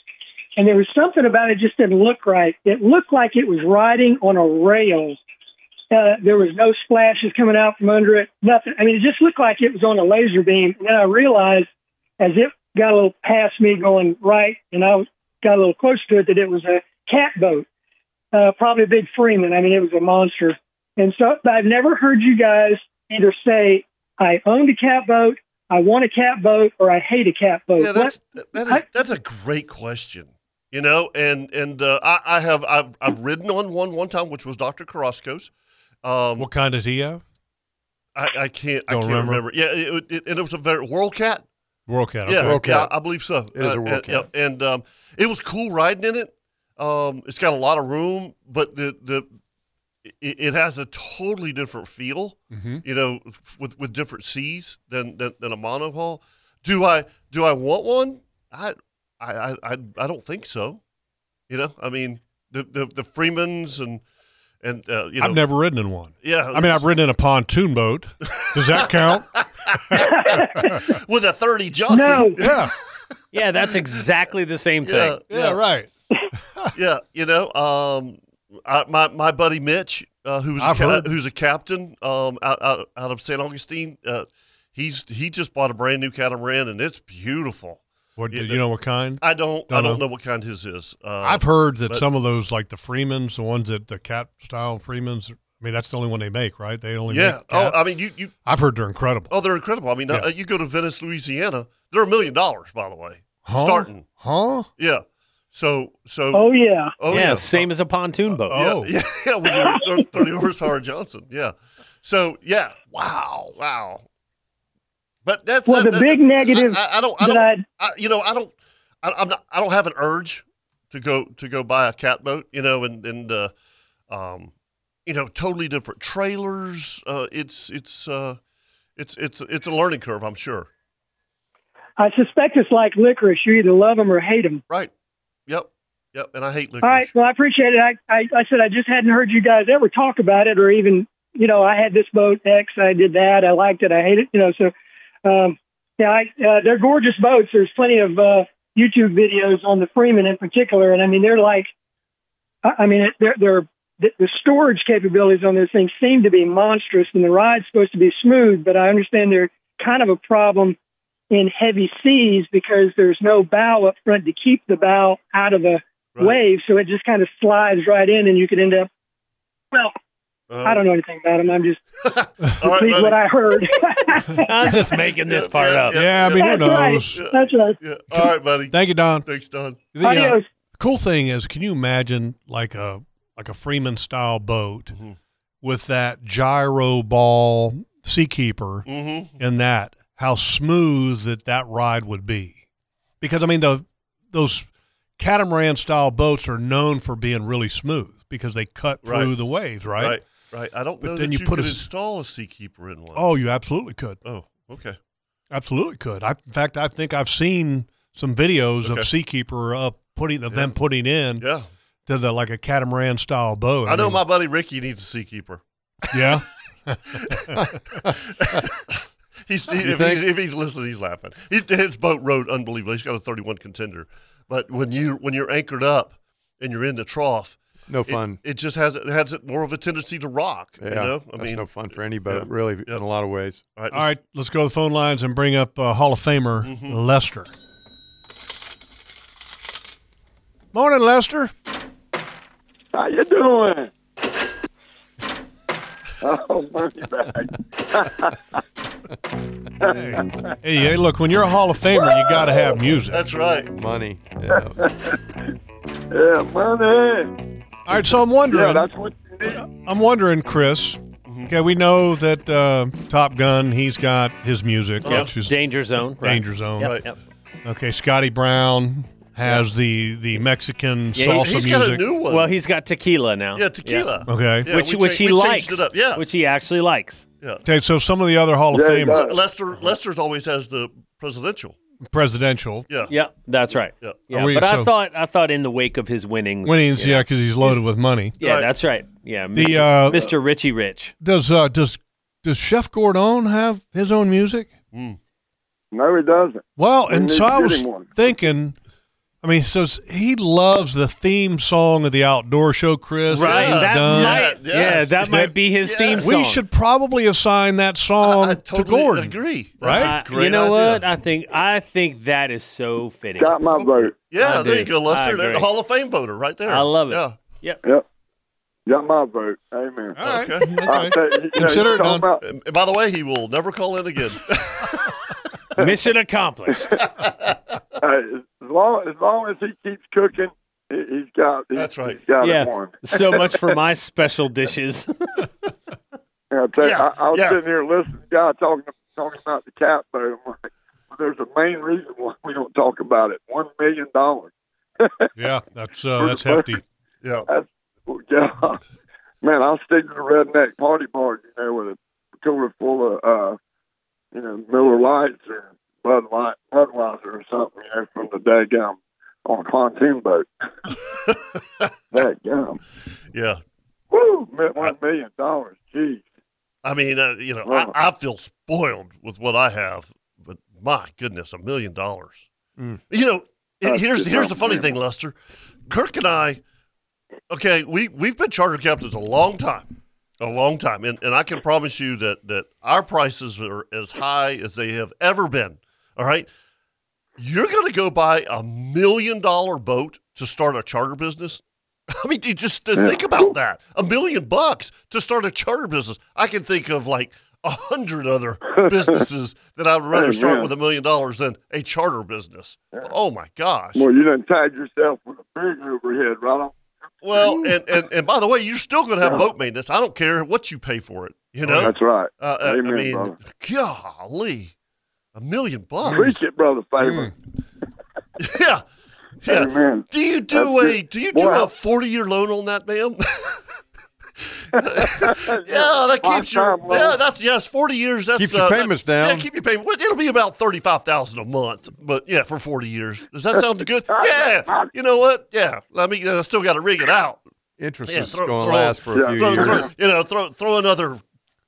[SPEAKER 12] and there was something about it just didn't look right. It looked like it was riding on a rail. Uh, there was no splashes coming out from under it, nothing. I mean, it just looked like it was on a laser beam. And then I realized as it got a little past me going right, and I got a little close to it, that it was a cat boat, uh, probably a big Freeman. I mean, it was a monster. And so, but I've never heard you guys either say, I owned a cat boat, I want a cat boat, or I hate a cat boat.
[SPEAKER 3] Yeah, that's
[SPEAKER 12] What-
[SPEAKER 3] that is, that's a great question. You know, and and uh, I, I have I've I've ridden on one one time, which was Doctor Carrasco's. Um,
[SPEAKER 5] what kind did he have?
[SPEAKER 3] I, I can't I
[SPEAKER 5] Don't
[SPEAKER 3] can't
[SPEAKER 5] remember?
[SPEAKER 3] remember. Yeah, it, it, and it was a very World Cat.
[SPEAKER 5] World Cat.
[SPEAKER 3] Yeah,
[SPEAKER 5] okay.
[SPEAKER 3] yeah, I believe so. Uh,
[SPEAKER 5] It is a World
[SPEAKER 3] and,
[SPEAKER 5] Cat.
[SPEAKER 3] yeah, and um, it was cool riding in it. Um, it's got a lot of room, but the the it, it has a totally different feel.
[SPEAKER 5] Mhm.
[SPEAKER 3] You know, with with different seas than than, than a monohull. Do I do I want one? I I I I- I don't think so. You know, I mean the the, the Freemans and And uh, you know,
[SPEAKER 5] I've never ridden in one.
[SPEAKER 3] Yeah,
[SPEAKER 5] I mean, I've ridden in a pontoon boat. Does that count?
[SPEAKER 3] with a thirty Johnson.
[SPEAKER 5] No. Yeah.
[SPEAKER 10] yeah, that's exactly the same thing.
[SPEAKER 3] Yeah,
[SPEAKER 5] right.
[SPEAKER 3] yeah, you know, um, I, my my buddy Mitch, uh, who's a
[SPEAKER 5] I've
[SPEAKER 3] ca-
[SPEAKER 5] heard.
[SPEAKER 3] who's a captain um, out, out out of San Augustine, uh, he's he just bought a brand new catamaran and it's beautiful.
[SPEAKER 5] What,
[SPEAKER 3] You
[SPEAKER 5] you know what kind?
[SPEAKER 3] I don't, I don't know. what kind his is. Uh,
[SPEAKER 5] I've heard that
[SPEAKER 3] but-
[SPEAKER 5] some of those, like the Freemans, the ones that the cat style Freemans. I mean, that's the only one they make, right? They only
[SPEAKER 3] Yeah.
[SPEAKER 5] Make
[SPEAKER 3] Oh,
[SPEAKER 5] cat.
[SPEAKER 3] I mean, you you
[SPEAKER 5] I've heard they're incredible.
[SPEAKER 3] Oh, they're incredible. I mean,
[SPEAKER 5] Yeah.
[SPEAKER 3] uh, you go to Venice, Louisiana, they're a million dollars, by the way.
[SPEAKER 5] Huh?
[SPEAKER 3] Starting,
[SPEAKER 5] huh?
[SPEAKER 3] Yeah. So, so.
[SPEAKER 10] Oh,
[SPEAKER 12] yeah.
[SPEAKER 3] Oh
[SPEAKER 10] yeah,
[SPEAKER 3] yeah.
[SPEAKER 10] same as a pontoon boat.
[SPEAKER 12] Oh.
[SPEAKER 3] Yeah,
[SPEAKER 5] Oh.
[SPEAKER 3] yeah, yeah, with your thir- thirty horsepower Johnson. Yeah. So yeah. Wow. Wow. But that's
[SPEAKER 12] Well,
[SPEAKER 3] that-
[SPEAKER 12] the
[SPEAKER 3] that-
[SPEAKER 12] big
[SPEAKER 3] I-
[SPEAKER 12] negative
[SPEAKER 3] I, I don't. I don't.
[SPEAKER 12] that
[SPEAKER 3] I- you know, I don't. I, I'm not. I don't have an urge to go to go buy a cat boat. You know, and and uh, um, you know, totally different trailers. Uh, it's it's uh, it's it's it's a learning curve, I'm sure.
[SPEAKER 12] I suspect it's like licorice. You either love them or hate them.
[SPEAKER 3] Right. Yep. Yep. And I hate
[SPEAKER 12] All
[SPEAKER 3] liquor.
[SPEAKER 12] right. Well, I appreciate it. I, I, I said I just hadn't heard you guys ever talk about it, or even you know I had this boat X, I did that, I liked it, I hate it, you know. So um, yeah, I, uh, they're gorgeous boats. There's plenty of uh, YouTube videos on the Freeman in particular, and I mean they're like, I, I mean it- they're they're the, the storage capabilities on those things seem to be monstrous, and the ride's supposed to be smooth, but I understand they're kind of a problem in heavy seas because there's no bow up front to keep the bow out of the wave, so it just kind of slides right in, and you could end up. Well,
[SPEAKER 3] Uh,
[SPEAKER 5] Oh.
[SPEAKER 12] I don't know anything about them. I'm just repeat what I heard.
[SPEAKER 10] I'm just making this part up.
[SPEAKER 5] Yeah, I mean, who knows?
[SPEAKER 12] Right. That's right.
[SPEAKER 3] All right, buddy.
[SPEAKER 5] Thank you, Don.
[SPEAKER 3] Thanks, Don.
[SPEAKER 5] The, uh,
[SPEAKER 12] Adios.
[SPEAKER 5] cool thing is, can you imagine like a like a Freeman style boat
[SPEAKER 3] Mm-hmm.
[SPEAKER 5] with that gyro ball sea keeper
[SPEAKER 3] Mm-hmm.
[SPEAKER 5] and that how smooth that that ride would be? Because I mean, the those catamaran style boats are known for being really smooth because they cut through the waves, right?
[SPEAKER 3] Right. Right. I don't
[SPEAKER 5] But
[SPEAKER 3] know
[SPEAKER 5] then
[SPEAKER 3] that
[SPEAKER 5] you
[SPEAKER 3] you,
[SPEAKER 5] put
[SPEAKER 3] could
[SPEAKER 5] a s-
[SPEAKER 3] install a sea keeper in one.
[SPEAKER 5] Oh, you absolutely could.
[SPEAKER 3] Oh, okay.
[SPEAKER 5] Absolutely could. I, in fact, I think I've seen some videos
[SPEAKER 3] Okay.
[SPEAKER 5] of Seakeeper up putting of them putting in
[SPEAKER 3] yeah.
[SPEAKER 5] to the like a catamaran style boat.
[SPEAKER 3] I know
[SPEAKER 5] Oh, mean,
[SPEAKER 3] my buddy Ricky needs a sea keeper.
[SPEAKER 5] Yeah.
[SPEAKER 3] he's,
[SPEAKER 5] You
[SPEAKER 3] if,
[SPEAKER 5] think?
[SPEAKER 3] he's, if he's listening, he's laughing. He, his boat rode unbelievable. He's got a 31 contender. But when you when you're anchored up and you're in the trough,
[SPEAKER 4] No
[SPEAKER 3] it-
[SPEAKER 4] fun.
[SPEAKER 3] It, just has it has it more of a tendency to rock.
[SPEAKER 4] Yeah,
[SPEAKER 3] you know, I
[SPEAKER 4] that's
[SPEAKER 3] mean,
[SPEAKER 4] no fun for any boat, really, in a lot of ways.
[SPEAKER 3] All right,
[SPEAKER 5] All right, let's go to the phone lines and bring up uh, Hall of Famer
[SPEAKER 3] Mm-hmm.
[SPEAKER 5] Lester. Morning, Lester.
[SPEAKER 13] How you doing? Oh, Bernie back.
[SPEAKER 5] Hey, hey, look, when you're a Hall of Famer, you got to have music.
[SPEAKER 3] That's right.
[SPEAKER 4] Money.
[SPEAKER 13] yeah, money.
[SPEAKER 5] All right, so I'm wondering.
[SPEAKER 13] Yeah, that's what you need.
[SPEAKER 5] I'm wondering, Chris.
[SPEAKER 10] Mm-hmm.
[SPEAKER 5] Okay, we know that uh, Top Gun, he's got his music,
[SPEAKER 10] Yep.
[SPEAKER 5] which is
[SPEAKER 10] Oh, Danger Zone, right.
[SPEAKER 5] Danger Zone.
[SPEAKER 10] Yep, yep.
[SPEAKER 5] Okay, Scotty Brown has the the Mexican
[SPEAKER 10] Yeah,
[SPEAKER 5] salsa music.
[SPEAKER 10] Well, he's got tequila now.
[SPEAKER 3] Yeah, tequila.
[SPEAKER 5] Yeah. Okay. Yeah,
[SPEAKER 10] which
[SPEAKER 5] we
[SPEAKER 10] which
[SPEAKER 5] cha-
[SPEAKER 10] he
[SPEAKER 5] we
[SPEAKER 10] likes.
[SPEAKER 5] changed it up,
[SPEAKER 3] yeah.
[SPEAKER 10] Which he actually likes.
[SPEAKER 3] Yeah.
[SPEAKER 5] okay, so some of the other Hall of Famers,
[SPEAKER 3] Lester Lester's always has the presidential.
[SPEAKER 5] presidential.
[SPEAKER 3] Yeah.
[SPEAKER 10] Yeah, that's right.
[SPEAKER 3] Yeah.
[SPEAKER 10] Yeah,
[SPEAKER 5] Are we-
[SPEAKER 10] but I
[SPEAKER 5] so-
[SPEAKER 10] thought I thought in the wake of his winnings,
[SPEAKER 5] Winnings, yeah, because he's loaded with money.
[SPEAKER 10] yeah, that's right. Yeah,
[SPEAKER 5] The,
[SPEAKER 10] Mr.
[SPEAKER 5] uh,
[SPEAKER 10] Mr. Richie Rich.
[SPEAKER 5] Does uh, does does Chef Gordon have his own music?
[SPEAKER 13] Hmm. No, he doesn't.
[SPEAKER 5] Well,
[SPEAKER 13] We
[SPEAKER 5] and
[SPEAKER 13] need
[SPEAKER 5] so
[SPEAKER 13] to
[SPEAKER 5] I
[SPEAKER 13] get
[SPEAKER 5] was
[SPEAKER 13] him one.
[SPEAKER 5] thinking. I mean, so s- he loves the theme song of the outdoor show, Chris.
[SPEAKER 10] Right,
[SPEAKER 5] Dun,
[SPEAKER 10] that
[SPEAKER 5] dun.
[SPEAKER 10] might- yeah, Yes. that might be his theme
[SPEAKER 5] We
[SPEAKER 10] song.
[SPEAKER 5] should probably assign that song to Gordon.
[SPEAKER 3] agree.
[SPEAKER 5] Right?
[SPEAKER 10] Uh, you know what? I think I think that is so fitting.
[SPEAKER 3] Got my
[SPEAKER 10] vote.
[SPEAKER 3] Yeah, there you go, Lester. There's a Hall of Fame voter right there.
[SPEAKER 10] I love it.
[SPEAKER 3] Yeah.
[SPEAKER 10] Yep.
[SPEAKER 13] Yep. Got my vote. Amen. All
[SPEAKER 3] right.
[SPEAKER 13] Uh, Consider it done.
[SPEAKER 3] And By the way, he will never call in again.
[SPEAKER 10] Mission accomplished.
[SPEAKER 13] as long as long as he keeps cooking, he, he's got. He, That's right. He's got
[SPEAKER 10] yeah,
[SPEAKER 13] it won.
[SPEAKER 10] so much for my special dishes.
[SPEAKER 13] Yeah, I, tell you,
[SPEAKER 10] Yeah,
[SPEAKER 13] I, I was
[SPEAKER 10] yeah.
[SPEAKER 13] sitting here listening to y'all talking talking about the cat boat. I'm like, well, there's a main reason why we don't talk about it. One million dollars.
[SPEAKER 5] Yeah, that's uh, that's hefty.
[SPEAKER 3] Yeah.
[SPEAKER 13] That's, well, yeah. Man, I'll stick to the redneck party bar, you know, with a cooler full of, uh, you know, Miller Lights or Bud Light, Budweiser or something, you know, from the day gum on a pontoon boat. that gum.
[SPEAKER 3] Yeah.
[SPEAKER 13] Woo, one million dollars. Jeez.
[SPEAKER 3] I mean, uh, you know,
[SPEAKER 13] Wow.
[SPEAKER 3] I, I feel spoiled with what I have, but my goodness, a million dollars. You know, and
[SPEAKER 13] Mm. That's
[SPEAKER 3] here's
[SPEAKER 13] just
[SPEAKER 3] here's the funny thing,
[SPEAKER 13] unbelievable.
[SPEAKER 3] Lester. Kirk and I, okay, we we've been charter captains a long time, a long time, and and I can promise you that that our prices are as high as they have ever been. All right, you're going to go buy a million dollar boat to start a charter business. I mean, you just to think about that. A million bucks to start a charter business. I can think of like a hundred other businesses that I would rather
[SPEAKER 13] Hey,
[SPEAKER 3] start
[SPEAKER 13] man.
[SPEAKER 3] with a million dollars than a charter business. Oh my gosh.
[SPEAKER 13] Well, you done tied yourself with a big overhead, right? On.
[SPEAKER 3] Well, and, and, and by the way, you're still going to have boat maintenance. I don't care what you pay for it. You know,
[SPEAKER 13] Oh, That's right.
[SPEAKER 3] Uh, uh,
[SPEAKER 13] Amen,
[SPEAKER 3] I mean,
[SPEAKER 13] brother.
[SPEAKER 3] golly, a million bucks.
[SPEAKER 13] Preach it, brother
[SPEAKER 3] Mm.
[SPEAKER 13] Faber.
[SPEAKER 3] Yeah. Yeah.
[SPEAKER 13] Amen.
[SPEAKER 3] Do you
[SPEAKER 13] That's
[SPEAKER 3] do a
[SPEAKER 13] good.
[SPEAKER 3] do you do
[SPEAKER 13] Boy,
[SPEAKER 3] a forty year loan on that, ma'am? yeah, that keeps your
[SPEAKER 13] Long-term loan.
[SPEAKER 3] yeah. That's yes, forty years. That's
[SPEAKER 4] Keeps your
[SPEAKER 3] uh, that-
[SPEAKER 4] payments down.
[SPEAKER 3] Yeah, keep your payment. well, It'll be about thirty five thousand a month, but yeah, for forty years. Does that sound good? Yeah. You know what? Yeah. I mean, I still got to rig it out.
[SPEAKER 4] Interest
[SPEAKER 3] Yeah,
[SPEAKER 4] is
[SPEAKER 3] throw-
[SPEAKER 4] going to
[SPEAKER 3] throw-
[SPEAKER 4] last for a few
[SPEAKER 3] throw-
[SPEAKER 4] years.
[SPEAKER 3] throw- you know, throw throw another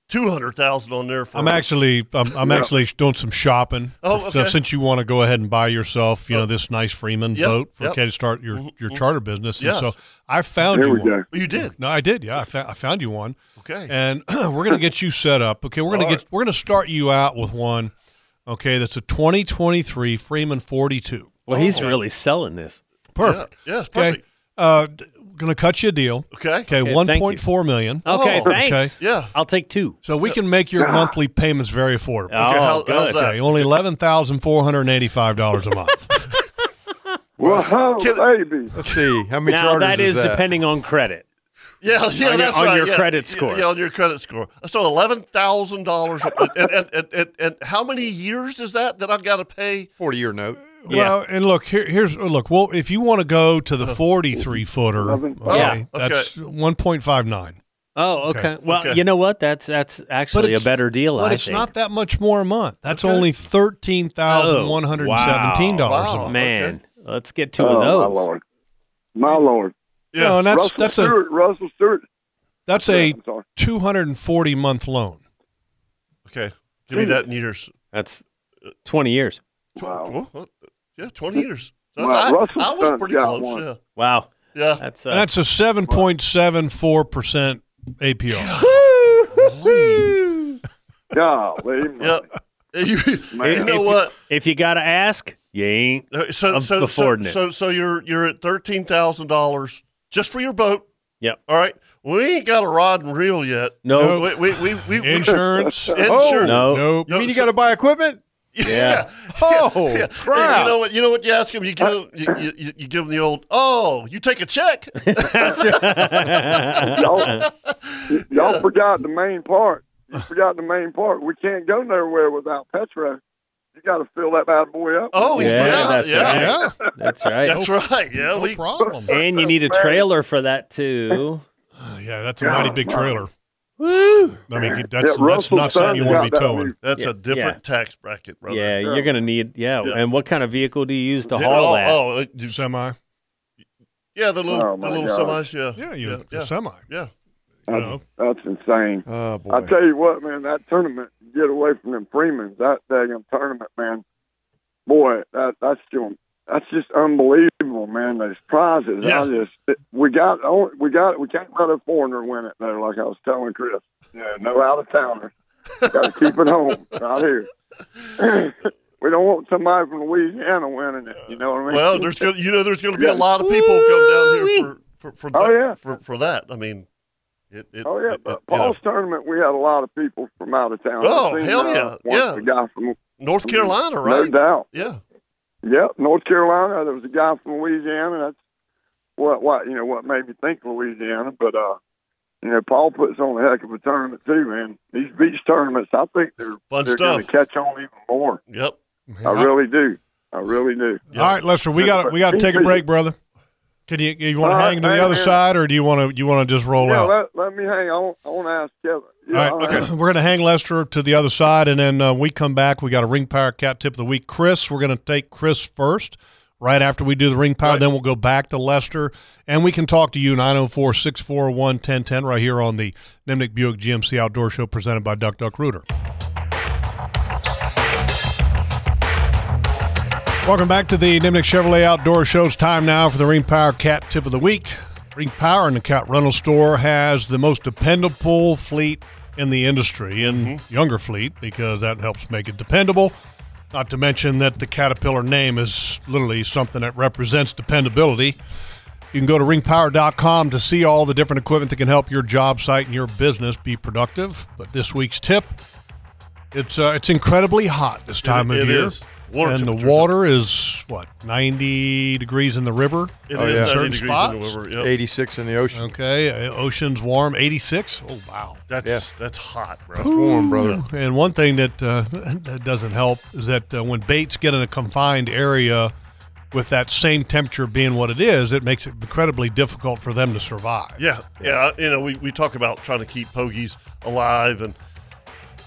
[SPEAKER 3] two hundred thousand on there for.
[SPEAKER 5] I'm actually I'm, I'm
[SPEAKER 3] Yeah.
[SPEAKER 5] actually doing some shopping.
[SPEAKER 3] Oh,
[SPEAKER 5] So
[SPEAKER 3] okay. Oh.
[SPEAKER 5] since you want to go ahead and buy yourself, you know, this nice Freeman
[SPEAKER 3] Yep,
[SPEAKER 5] boat for
[SPEAKER 3] yep. Mm-hmm,
[SPEAKER 5] okay to start your your charter business. And
[SPEAKER 3] Yes.
[SPEAKER 5] so I found
[SPEAKER 3] There
[SPEAKER 5] you
[SPEAKER 3] we
[SPEAKER 5] one.
[SPEAKER 3] go. You did?
[SPEAKER 5] No, I did. Yeah, I, fou- I found you one.
[SPEAKER 3] Okay.
[SPEAKER 5] And we're gonna get you set up. Okay, we're gonna
[SPEAKER 3] All
[SPEAKER 5] get we're gonna start you out with one. Okay, that's a 2023 Freeman 42.
[SPEAKER 10] Well, he's really selling this.
[SPEAKER 5] Perfect.
[SPEAKER 3] Oh. Yeah, yes,
[SPEAKER 5] Okay. Uh, d- gonna cut you a deal.
[SPEAKER 3] Okay. Oh.
[SPEAKER 5] Okay.
[SPEAKER 10] Okay,
[SPEAKER 5] One
[SPEAKER 10] thank you.
[SPEAKER 5] point four million.
[SPEAKER 10] Okay, thanks.
[SPEAKER 3] Yeah.
[SPEAKER 10] I'll take two.
[SPEAKER 5] So we can make your monthly payments very affordable.
[SPEAKER 10] Oh, Okay, how- good. how's that?
[SPEAKER 5] Okay, only eleven thousand four hundred eighty-five dollars a month.
[SPEAKER 13] Well, baby.
[SPEAKER 4] Let's see how many
[SPEAKER 10] Now
[SPEAKER 4] charters
[SPEAKER 10] that is
[SPEAKER 4] that?
[SPEAKER 10] depending on credit.
[SPEAKER 3] Yeah, yeah,
[SPEAKER 10] On your-
[SPEAKER 3] that's
[SPEAKER 10] on
[SPEAKER 3] right.
[SPEAKER 10] your
[SPEAKER 3] yeah,
[SPEAKER 10] credit
[SPEAKER 3] yeah,
[SPEAKER 10] score.
[SPEAKER 3] Yeah, on your credit score. So eleven thousand dollars, and, and, and, and, and how many years is that that I've got to pay?
[SPEAKER 4] Forty year note.
[SPEAKER 13] Uh,
[SPEAKER 5] Well, and look here. Here's look. Well, if you want to go to the forty-three footer, Oh, okay,
[SPEAKER 10] Yeah.
[SPEAKER 5] that's one point five nine.
[SPEAKER 10] Oh, okay.
[SPEAKER 5] Okay.
[SPEAKER 10] Well,
[SPEAKER 5] Okay.
[SPEAKER 10] you know what? That's that's actually a
[SPEAKER 5] it's-
[SPEAKER 10] better deal.
[SPEAKER 5] But
[SPEAKER 10] I
[SPEAKER 5] it's
[SPEAKER 10] think.
[SPEAKER 5] not that much more a month. That's only thirteen thousand one hundred seventeen dollars
[SPEAKER 10] Oh,
[SPEAKER 5] a
[SPEAKER 10] wow.
[SPEAKER 5] month.
[SPEAKER 10] Oh, Man, let's get two
[SPEAKER 5] Oh,
[SPEAKER 10] of
[SPEAKER 5] my
[SPEAKER 10] those.
[SPEAKER 5] Lord.
[SPEAKER 13] My lord.
[SPEAKER 5] Yeah. No, and that's
[SPEAKER 13] Russell
[SPEAKER 5] that's a
[SPEAKER 13] Stewart, Russell Stewart.
[SPEAKER 5] that's
[SPEAKER 13] Yeah,
[SPEAKER 5] a
[SPEAKER 13] I'm sorry.
[SPEAKER 5] two hundred and forty month loan.
[SPEAKER 3] Okay, give me that in years. Uh,
[SPEAKER 10] That's twenty years.
[SPEAKER 3] Wow. yeah, twenty years. That's,
[SPEAKER 13] Wow, Russell's
[SPEAKER 3] I, I was
[SPEAKER 13] done
[SPEAKER 3] pretty
[SPEAKER 13] got
[SPEAKER 3] close.
[SPEAKER 13] one.
[SPEAKER 3] Yeah.
[SPEAKER 10] Wow.
[SPEAKER 3] Yeah.
[SPEAKER 10] That's uh,
[SPEAKER 5] And that's a seven point seven four percent APR.
[SPEAKER 13] Golly.
[SPEAKER 3] Yep. You,
[SPEAKER 10] Man.
[SPEAKER 3] you know
[SPEAKER 10] If-
[SPEAKER 3] what?
[SPEAKER 10] If you gotta ask, you ain't
[SPEAKER 3] Uh, So
[SPEAKER 10] af-
[SPEAKER 3] so so,
[SPEAKER 10] affording it.
[SPEAKER 3] so so you're you're at thirteen thousand dollars just for your boat.
[SPEAKER 10] Yep.
[SPEAKER 3] All right. We ain't got a rod and reel yet.
[SPEAKER 10] No.
[SPEAKER 3] We we we, we, we
[SPEAKER 5] Insurance.
[SPEAKER 3] Insurance.
[SPEAKER 10] No.
[SPEAKER 5] Nope.
[SPEAKER 4] You mean you got to buy equipment?
[SPEAKER 10] Yeah.
[SPEAKER 4] Oh,
[SPEAKER 3] Yeah, You
[SPEAKER 4] crap.
[SPEAKER 3] know what? You know what? You ask him. You
[SPEAKER 10] Uh,
[SPEAKER 3] give him. You, you- you, you give him the old. Oh, you take a check.
[SPEAKER 13] y'all, y'all forgot the main part. You forgot the main part. We can't go nowhere without Petro. You got to fill that bad boy up.
[SPEAKER 3] Oh yeah, yeah,
[SPEAKER 10] that's
[SPEAKER 3] yeah.
[SPEAKER 10] right. That's right.
[SPEAKER 3] That's right. Yeah, we
[SPEAKER 5] problem.
[SPEAKER 10] And you need a trailer for that too.
[SPEAKER 5] Uh, Yeah, that's a mighty big trailer.
[SPEAKER 10] Woo!
[SPEAKER 5] I mean, that's, that's not something you want to be towing.
[SPEAKER 3] That's
[SPEAKER 10] Yeah,
[SPEAKER 3] a different tax bracket, brother.
[SPEAKER 10] Yeah, you're gonna need yeah.
[SPEAKER 3] Yeah.
[SPEAKER 10] And what kind of vehicle do you use to
[SPEAKER 3] Yeah,
[SPEAKER 10] haul
[SPEAKER 3] oh,
[SPEAKER 10] that?
[SPEAKER 3] oh, it- you-
[SPEAKER 5] Semi.
[SPEAKER 3] yeah, the little,
[SPEAKER 13] Oh,
[SPEAKER 3] the
[SPEAKER 13] my
[SPEAKER 3] little
[SPEAKER 13] God.
[SPEAKER 3] semis. Yeah,
[SPEAKER 5] Yeah, you-
[SPEAKER 3] yeah,
[SPEAKER 5] a semi.
[SPEAKER 3] Yeah,
[SPEAKER 13] That's, that's insane.
[SPEAKER 4] Oh boy.
[SPEAKER 13] I tell you what, man, that tournament, get away from them Freemans. That damn tournament, man. Boy, that that's just that's just unbelievable, man. Those prizes, I just we got oh, we got we can't let a foreigner win it though. Like I was telling Chris, yeah, no out of towners. got to keep it home right here. we don't want somebody from Louisiana winning it. You know what I mean?
[SPEAKER 3] Well, there's gonna, you know, there's gonna be a
[SPEAKER 13] Yeah.
[SPEAKER 3] lot of people come down here for for for that,
[SPEAKER 13] Oh, yeah.
[SPEAKER 3] for, for that. I mean, it. it
[SPEAKER 13] Oh yeah,
[SPEAKER 3] it-
[SPEAKER 13] but
[SPEAKER 3] it- you know.
[SPEAKER 13] Paul's tournament we had a lot of people from out of town.
[SPEAKER 3] Oh,
[SPEAKER 13] I seen,
[SPEAKER 3] hell
[SPEAKER 13] uh,
[SPEAKER 3] yeah,
[SPEAKER 13] one-
[SPEAKER 3] yeah.
[SPEAKER 13] A guy from
[SPEAKER 3] North
[SPEAKER 13] I mean,
[SPEAKER 3] Carolina,
[SPEAKER 13] No
[SPEAKER 3] right?
[SPEAKER 13] doubt.
[SPEAKER 3] Yeah.
[SPEAKER 13] Yep, North Carolina. There was a guy from Louisiana. That's what what you know what made me think Louisiana. But uh, you know, Paul puts on a heck of a tournament too, man. These beach tournaments, I think they're
[SPEAKER 3] Fun
[SPEAKER 13] they're going to
[SPEAKER 3] stuff.
[SPEAKER 13] catch on even more.
[SPEAKER 3] Yep.
[SPEAKER 13] I really do. I really do.
[SPEAKER 5] All right, Lester, we got to we got to take a break, brother. Can you you want to
[SPEAKER 13] All right,
[SPEAKER 5] hang to the
[SPEAKER 13] man,
[SPEAKER 5] other
[SPEAKER 13] man.
[SPEAKER 5] side, or do you want to you want to just roll
[SPEAKER 13] Yeah,
[SPEAKER 5] out?
[SPEAKER 13] let, let me hang on. I want to ask Kevin. Yeah,
[SPEAKER 5] All
[SPEAKER 13] I'll
[SPEAKER 5] right,
[SPEAKER 13] ask-
[SPEAKER 5] we're going to hang Lester to the other side, and then uh, we come back. We got a ring power cat tip of the week. Chris, we're going to take Chris first. right after we do the ring power. Then we'll go back to Lester and we can talk to you 904 641 1010 right here on the Nemnick Buick GMC Outdoor Show presented by Duck Duck Rooter. Welcome back to the Nimnik Chevrolet Outdoor Show. It's time now for the Ring Power Cat Tip of the Week. Ring Power in the Cat Rental Store has the most dependable fleet in the industry, and
[SPEAKER 3] Mm-hmm.
[SPEAKER 5] younger fleet, because that helps make it dependable. Not to mention that the Caterpillar name is literally something that represents dependability. You can go to ringpower.com to see all the different equipment that can help your job site and your business be productive. But this week's tip it's uh, it's incredibly hot this time of
[SPEAKER 3] it
[SPEAKER 5] year.
[SPEAKER 3] is. Water
[SPEAKER 5] and the
[SPEAKER 3] temperatures
[SPEAKER 5] water is what ninety degrees in the river.
[SPEAKER 3] It
[SPEAKER 5] It is
[SPEAKER 3] is 90
[SPEAKER 5] certain
[SPEAKER 3] degrees in the
[SPEAKER 5] spots.
[SPEAKER 3] river,
[SPEAKER 4] yep. Eighty six Oh, in the ocean.
[SPEAKER 5] Okay, uh, ocean's warm. Eighty six. Oh wow,
[SPEAKER 3] That's that's hot, bro.
[SPEAKER 5] Ooh. And one thing that uh, that doesn't help is that uh, when baits get in a confined area with that same temperature being what it is, it makes it incredibly difficult for them to survive.
[SPEAKER 3] Yeah, yeah. You know, we, we talk about trying to keep pogies alive and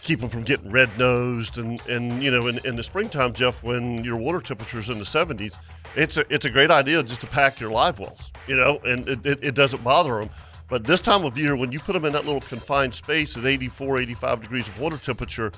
[SPEAKER 3] keep them from getting red nosed, and and you know, in, in the springtime, Jeff, when your water temperature's in the seventies, it's a it's a great idea just to pack your live wells. You know, and it, it, it doesn't bother them. But this time of year, when you put them in that little confined space at 84, 85 degrees of water temperature,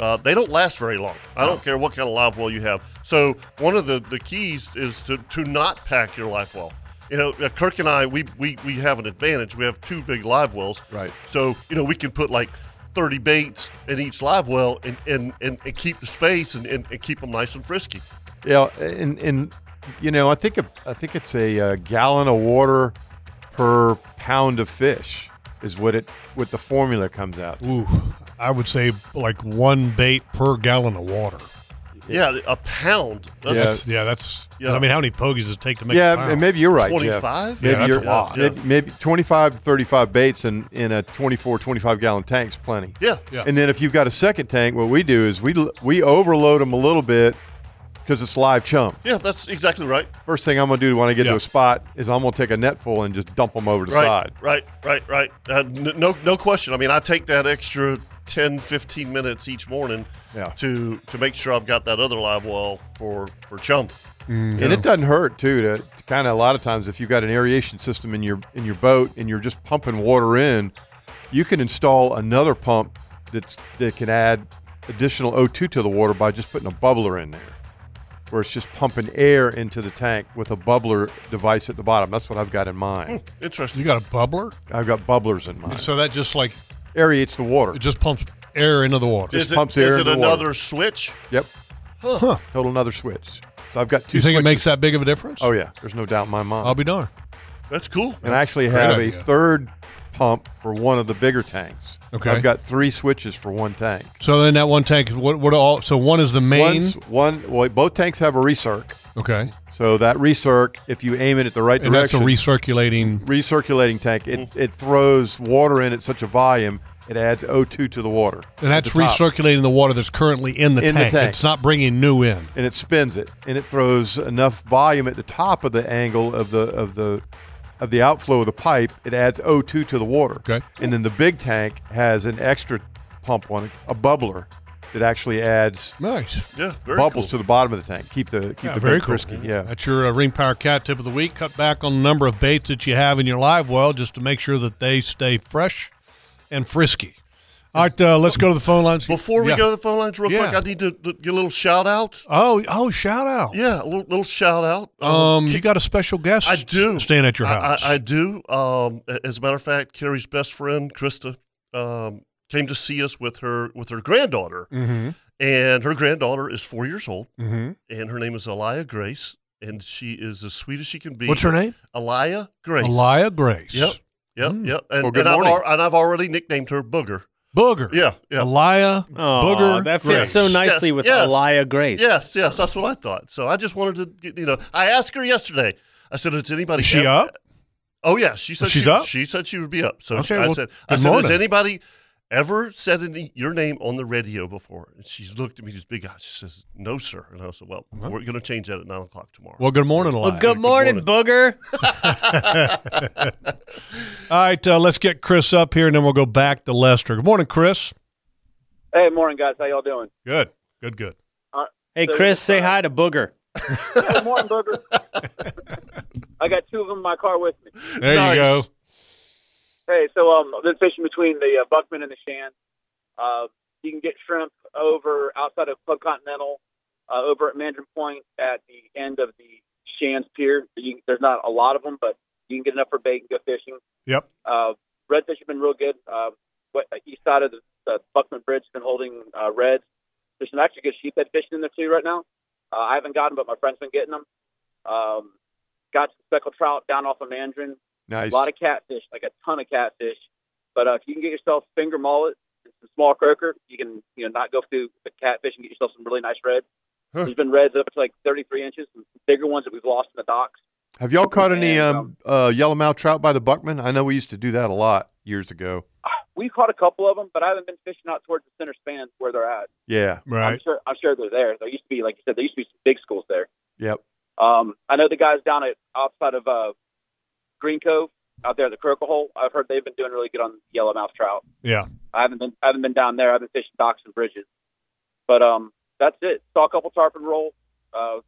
[SPEAKER 3] uh, they don't last very long. I don't care what kind of live well you have. So one of the, the keys is to, to not pack your live well. You know, uh, Kirk and I, we, we, we have an advantage. We have two big live wells. Right. So, you know, we can put like 30 baits in each live well and, and, and, and keep the space and, and, and keep them nice and frisky.
[SPEAKER 4] Yeah, and and you know, I think a, I think it's a, uh gallon of water per pound of fish is what it what the formula comes out. To.
[SPEAKER 5] Ooh, I would say like one bait per gallon of water.
[SPEAKER 3] Yeah, a pound.
[SPEAKER 5] That's, yeah, that's. I mean, how many pogies does it take to make?
[SPEAKER 4] yeah,
[SPEAKER 5] a pound?
[SPEAKER 4] and maybe you're right. Jeff. Maybe
[SPEAKER 5] Yeah, that's a
[SPEAKER 4] you're-
[SPEAKER 5] lot.
[SPEAKER 4] Maybe, maybe 25 to 35 baits in, in a 24, 25 gallon tank's plenty.
[SPEAKER 3] Yeah. Yeah.
[SPEAKER 4] And then if you've got a second tank, what we do is we we overload them a little bit because it's live chum.
[SPEAKER 3] Yeah, that's exactly right.
[SPEAKER 4] First thing I'm going to do when I get to a spot is I'm going to take a net full and just dump them over the
[SPEAKER 3] right,
[SPEAKER 4] side.
[SPEAKER 3] Right, right, right. Uh, n- no, no question. I mean, I take that extra 10, 15 minutes each morning
[SPEAKER 4] Yeah.
[SPEAKER 3] to to make sure I've got that other live well for for chum.
[SPEAKER 5] Mm.
[SPEAKER 4] And it doesn't hurt too to, to kind of a lot of times if you've got an aeration system in your in your boat and you're just pumping water in, you can install another pump that's that can add additional O2 to the water by just putting a bubbler in there. Where it's just pumping air into the tank with a bubbler device at the bottom. That's what I've got in mind.
[SPEAKER 3] Hmm, Interesting.
[SPEAKER 5] You got a bubbler?
[SPEAKER 4] I've got bubblers in mind.
[SPEAKER 5] So that just like
[SPEAKER 4] aerates the water.
[SPEAKER 5] It just pumps air into the water.
[SPEAKER 4] Just pumps air
[SPEAKER 3] is it
[SPEAKER 4] into the water.
[SPEAKER 3] another switch?
[SPEAKER 4] Yep.
[SPEAKER 3] Huh.
[SPEAKER 4] Total another switch. So I've got two.
[SPEAKER 5] You think it
[SPEAKER 4] switches.
[SPEAKER 5] makes that big of a difference?
[SPEAKER 4] Oh yeah, there's no doubt in my mind.
[SPEAKER 5] I'll be darned.
[SPEAKER 3] That's cool.
[SPEAKER 4] And I actually
[SPEAKER 5] Great
[SPEAKER 4] have a
[SPEAKER 5] idea.
[SPEAKER 4] third pump for one of the bigger tanks.
[SPEAKER 5] Okay.
[SPEAKER 4] I've got three switches for one tank.
[SPEAKER 5] So then that one tank, what, what all? So one is the main.
[SPEAKER 4] One's- one, well, both tanks have a recirc.
[SPEAKER 5] Okay.
[SPEAKER 4] So that recirc, if you aim it at the right
[SPEAKER 5] And that's a
[SPEAKER 4] direction,
[SPEAKER 5] recirculating. Mm.
[SPEAKER 4] recirculating tank, it, it throws water in at such a volume, it adds O2 to the water.
[SPEAKER 5] And
[SPEAKER 4] at
[SPEAKER 5] that's
[SPEAKER 4] the top.
[SPEAKER 5] recirculating the water that's currently in the,
[SPEAKER 4] In the
[SPEAKER 5] tank.
[SPEAKER 4] tank.
[SPEAKER 5] It's not bringing new in.
[SPEAKER 4] and it spins it and it throws enough volume at the top of the angle of the of the of the outflow of the pipe it adds o2 to the water okay and then the big tank has an extra pump on it a bubbler that actually adds
[SPEAKER 5] nice
[SPEAKER 3] yeah
[SPEAKER 4] bubbles to the bottom of the tank keep the keep
[SPEAKER 5] Yeah,
[SPEAKER 4] the
[SPEAKER 5] very
[SPEAKER 4] very
[SPEAKER 5] cool.
[SPEAKER 4] frisky yeah
[SPEAKER 5] That's your uh, Ring Power Cat tip of the week. Cut back on the number of baits that you have in your live well just to make sure that they stay fresh and frisky. All right, uh, let's go to the phone lines.
[SPEAKER 3] Before we go to the phone lines real
[SPEAKER 5] Yeah.
[SPEAKER 3] quick, I need to, to get a little shout out.
[SPEAKER 5] Oh, oh, shout out.
[SPEAKER 3] Yeah, a little, little shout out.
[SPEAKER 5] Um, you got a special guest
[SPEAKER 3] I do.
[SPEAKER 5] staying at your
[SPEAKER 3] I-
[SPEAKER 5] house.
[SPEAKER 3] I, I do. Um, a- as a matter of fact, Carrie's best friend, Krista, um, came to see us with her with her granddaughter,
[SPEAKER 5] Mhm.
[SPEAKER 3] and her granddaughter is four years old,
[SPEAKER 5] Mhm.
[SPEAKER 3] and her name is Elia Grace, and she is as sweet as she can be.
[SPEAKER 5] What's her name?
[SPEAKER 3] Elia Grace.
[SPEAKER 5] Elia Grace. Mm.
[SPEAKER 3] Yep. Yep. Yep. And,
[SPEAKER 5] Well, good
[SPEAKER 3] and I've,
[SPEAKER 5] morning.
[SPEAKER 3] al- and I've already nicknamed her Booger.
[SPEAKER 5] Booger.
[SPEAKER 3] Yeah. Yeah.
[SPEAKER 5] Elia
[SPEAKER 10] Aw,
[SPEAKER 3] Booger.
[SPEAKER 10] that fits so nicely with Elia Grace.
[SPEAKER 3] Yes, yes, that's what I thought. So I just wanted to, get- you know, I asked her yesterday. I said, "Is anybody
[SPEAKER 5] Is she
[SPEAKER 3] ever-
[SPEAKER 5] up?
[SPEAKER 3] Oh yeah, she said
[SPEAKER 5] She's
[SPEAKER 3] she,
[SPEAKER 5] up?
[SPEAKER 3] She said she would be up. So
[SPEAKER 5] Okay,
[SPEAKER 3] she- I
[SPEAKER 5] well,
[SPEAKER 3] said, I
[SPEAKER 5] good
[SPEAKER 3] said, has
[SPEAKER 5] morning.
[SPEAKER 3] anybody ever said any, your name on the radio before? And she looked at me, this big eyes. She says, "No, sir." And I said, "Well, we're going to change that at nine o'clock tomorrow."
[SPEAKER 5] Well, good morning, Elia.
[SPEAKER 10] Well, good morning, booger.
[SPEAKER 5] All right, uh, let's get Chris up here, and then we'll go back to Lester. Good morning, Chris.
[SPEAKER 14] Hey, morning, guys. How y'all doing?
[SPEAKER 5] Good, good, good.
[SPEAKER 14] Uh,
[SPEAKER 10] hey,
[SPEAKER 14] so-
[SPEAKER 10] Chris, say hi to booger.
[SPEAKER 14] Good morning, Booger. I got two of them in my car with me.
[SPEAKER 5] There you go.
[SPEAKER 14] Hey, so um, I've been fishing between the uh, Buckman and the Shan. Uh, you can get shrimp over outside of Club Continental, uh, over at Mandarin Point at the end of the Shan's Pier. You, there's not a lot of them, but you can get enough for bait and go fishing.
[SPEAKER 5] Yep.
[SPEAKER 14] Uh, redfish have been real good. Uh, what, uh, east side of the, the Buckman Bridge has been holding uh, reds. There's some actually good sheephead fishing in there too right now. Uh, I haven't gotten, but my friend's been getting them. Um, got some speckled trout down off of Mandarin.
[SPEAKER 4] Nice.
[SPEAKER 14] A lot of catfish, like a ton of catfish. But uh, if you can get yourself finger mullet and some small croaker, you can you know not go through the catfish and get yourself some really nice reds.
[SPEAKER 4] Huh.
[SPEAKER 14] There's been reds up to like 33 inches, some bigger ones that we've lost in the docks.
[SPEAKER 4] Have y'all caught any um, uh, yellowmouth trout by the Buckman? I know we used to do that a lot years ago.
[SPEAKER 14] We caught a couple of them, but I haven't been fishing out towards the center span where they're at.
[SPEAKER 4] Yeah.
[SPEAKER 14] I'm sure, I'm sure they're there. There used to be, like you said, there used to be some big schools there.
[SPEAKER 4] Yep.
[SPEAKER 14] Um, I know the guys down at outside of uh, Green Cove, out there at the Croaker Hole. I've heard they've been doing really good on yellowmouth trout.
[SPEAKER 5] Yeah.
[SPEAKER 14] I haven't been I haven't been down there. I've been fishing docks and bridges, but um, that's it. Saw a couple tarpon roll. Uh,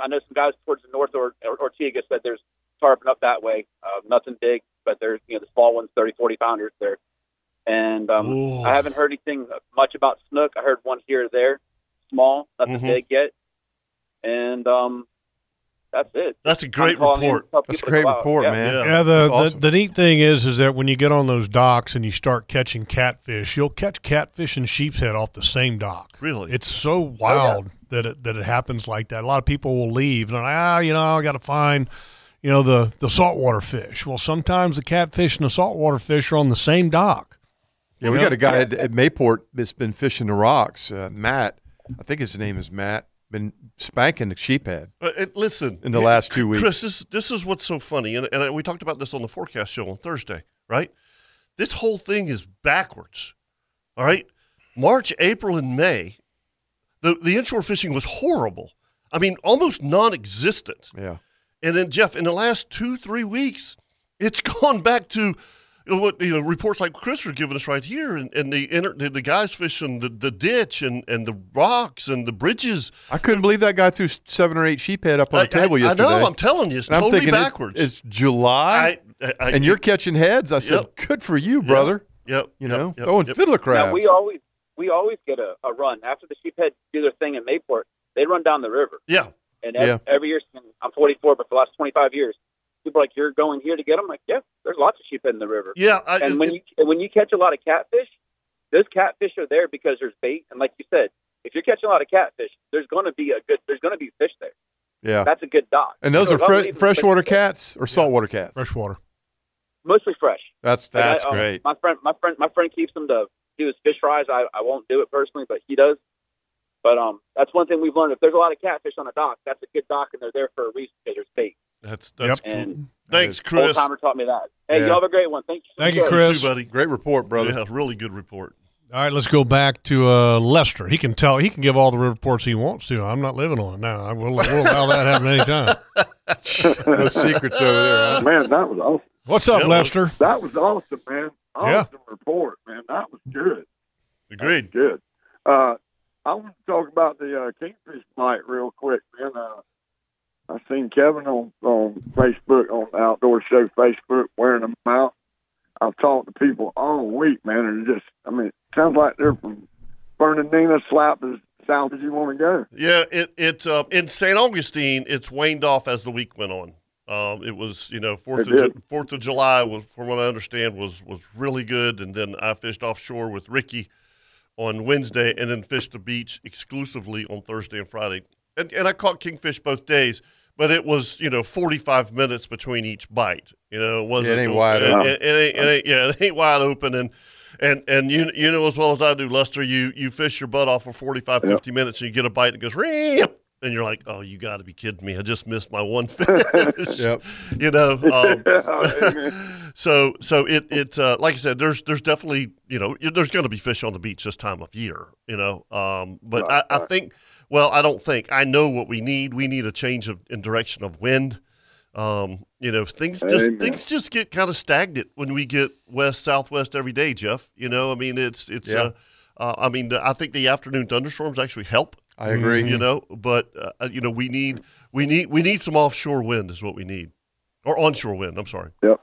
[SPEAKER 14] I know some guys towards the north or, or Ortega said there's tarpon up that way. Uh, nothing big, but there's you know the small ones, 30, 40 pounders there. And um,
[SPEAKER 15] Ooh.
[SPEAKER 14] I haven't heard anything much about snook. I heard one here or there, small, nothing
[SPEAKER 3] Mhm.
[SPEAKER 14] big yet. And um, that's it.
[SPEAKER 3] That's a great
[SPEAKER 14] I'm calling in to
[SPEAKER 3] report.
[SPEAKER 14] tell
[SPEAKER 3] That's a
[SPEAKER 14] people to
[SPEAKER 3] great
[SPEAKER 14] go out.
[SPEAKER 3] report,
[SPEAKER 14] Yeah.
[SPEAKER 3] man.
[SPEAKER 5] Yeah,
[SPEAKER 3] Yeah,
[SPEAKER 5] the,
[SPEAKER 3] that's awesome.
[SPEAKER 5] the the neat thing is is that when you get on those docks and you start catching catfish, you'll catch catfish and sheep's head off the same dock.
[SPEAKER 3] Really, Oh,
[SPEAKER 5] it's so wild that it, that it happens like that. A lot of people will leave and they're like, ah, you know, I got to find, you know, the the saltwater fish. Well, sometimes the catfish and the saltwater fish are on the same dock.
[SPEAKER 4] Yeah, we
[SPEAKER 5] Yeah.
[SPEAKER 4] got a guy at, at Mayport that's been fishing the rocks. Uh, Matt, I think his name is Matt, been spanking the sheephead.
[SPEAKER 3] Uh, it- listen,
[SPEAKER 4] In the
[SPEAKER 3] it-
[SPEAKER 4] last two weeks.
[SPEAKER 3] Chris, this, this is what's so funny, and, and we talked about this on the forecast show on Thursday, right? This whole thing is backwards. All right, March, April, and May, the the inshore fishing was horrible. I mean, almost non-existent.
[SPEAKER 4] Yeah.
[SPEAKER 3] And then Jeff, in the last two three weeks, it's gone back to you know, what you know reports like Chris are giving us right here, and, and the, inter, the the guys fishing the, the ditch and, and the rocks and the bridges.
[SPEAKER 4] I couldn't believe that guy threw seven or eight sheephead up on
[SPEAKER 3] I-
[SPEAKER 4] the table
[SPEAKER 3] I- I know,
[SPEAKER 4] yesterday.
[SPEAKER 3] I'm telling you, it's
[SPEAKER 4] And I'm
[SPEAKER 3] totally
[SPEAKER 4] thinking, it-
[SPEAKER 3] backwards.
[SPEAKER 4] It's July,
[SPEAKER 3] I- I-
[SPEAKER 4] and you're catching heads. I said,
[SPEAKER 3] Yep.
[SPEAKER 4] good for you, brother.
[SPEAKER 3] Yep.
[SPEAKER 4] You know, throwing fiddler crabs.
[SPEAKER 14] Now, we always we always get a, a run after the sheephead do their thing in Mayport. They run down the river,
[SPEAKER 3] Yeah.
[SPEAKER 14] and every,
[SPEAKER 3] Yeah.
[SPEAKER 14] every year since- I'm 44, but for the last 25 years, people are like you're going here to get them. Like, yeah, there's lots of sheephead in the river.
[SPEAKER 3] Yeah, I-
[SPEAKER 14] and when
[SPEAKER 3] it-
[SPEAKER 14] you and when you catch a lot of catfish, those catfish are there because there's bait, and like you said, if you're catching a lot of catfish, there's going to be a good there's going to be fish there.
[SPEAKER 4] yeah.
[SPEAKER 14] That's a good dock.
[SPEAKER 4] and those
[SPEAKER 14] So
[SPEAKER 4] are
[SPEAKER 14] if I'm
[SPEAKER 4] fre-
[SPEAKER 14] leaving-
[SPEAKER 4] freshwater cats or saltwater cats.
[SPEAKER 5] Freshwater.
[SPEAKER 14] mostly fresh.
[SPEAKER 4] That's
[SPEAKER 14] Like, I-
[SPEAKER 4] that's
[SPEAKER 14] um,
[SPEAKER 4] great.
[SPEAKER 14] My friend, my friend, my friend keeps them to do his fish fries. I, I won't do it personally, but he does. But um, that's one thing we've learned. If there's a lot of catfish on a dock, that's a good dock, and they're there for a reason because there's bait.
[SPEAKER 3] That's that's
[SPEAKER 14] Yep.
[SPEAKER 3] cool.
[SPEAKER 14] And
[SPEAKER 3] Thanks,
[SPEAKER 14] Old
[SPEAKER 3] Chris.
[SPEAKER 14] timer taught me that. Hey,
[SPEAKER 3] Yeah.
[SPEAKER 14] you have a great one. Thank you. so much.
[SPEAKER 3] You too, buddy.
[SPEAKER 4] Great report, brother.
[SPEAKER 3] Yeah, really good report.
[SPEAKER 5] All right, let's go back to uh, Lester. He can tell he can give all the river reports he wants to. I'm not living on it now. I will we'll allow that happen anytime.
[SPEAKER 4] no secrets over there. Huh?
[SPEAKER 13] Man, that was awesome.
[SPEAKER 5] What's up,
[SPEAKER 13] That was-
[SPEAKER 5] Lester?
[SPEAKER 13] That was awesome, man.
[SPEAKER 5] Yeah.
[SPEAKER 13] Awesome report, man. That was good.
[SPEAKER 3] Agreed.
[SPEAKER 13] Good. Uh, I want to talk about the uh, kingfish bite real quick, man. Uh, I seen Kevin on on Facebook on Outdoor Show Facebook wearing them out. I've talked to people all week, man, and it just I mean, it sounds like they're from Bernardino, slap as south as you want to go.
[SPEAKER 3] Yeah, it it uh, in St. Augustine, it's waned off as the week went on. Um, it was you know Fourth
[SPEAKER 13] It
[SPEAKER 3] of Ju-
[SPEAKER 13] did.
[SPEAKER 3] Fourth of July was, from what I understand, was was really good. And then I fished offshore with Ricky on Wednesday, and then fished the beach exclusively on Thursday and Friday. And, and I caught kingfish both days, but it was you know forty five minutes between each bite. You know, it wasn't
[SPEAKER 4] ain't wide
[SPEAKER 3] it-
[SPEAKER 4] open.
[SPEAKER 3] it- it ain't- it ain't- yeah, it ain't wide open and. And and you you know as well as I do, Lester, you you fish your butt off for 45, 50 minutes and you get a bite and it goes reep and you're like, Oh, you gotta be kidding me. I just missed my one fish.
[SPEAKER 4] Yep.
[SPEAKER 3] You know. Um,
[SPEAKER 13] Yeah,
[SPEAKER 3] so so it it uh, like I said, there's there's definitely, you know, there's gonna be fish on the beach this time of year, you know. Um but
[SPEAKER 13] Right,
[SPEAKER 3] I, I
[SPEAKER 13] right.
[SPEAKER 3] think well, I don't think. I know what we need. We need a change of in direction of wind. Um, you know, things just
[SPEAKER 13] Amen.
[SPEAKER 3] things just get kind of stagnant when we get west southwest every day, Jeff. You know, I mean, it's it's.
[SPEAKER 4] Yeah.
[SPEAKER 3] Uh, uh, I mean, the, I think the afternoon thunderstorms actually help.
[SPEAKER 4] I agree.
[SPEAKER 3] You know, but uh, you know, we need we need we need some offshore wind is what we need, or onshore wind. I'm sorry.
[SPEAKER 13] Yep.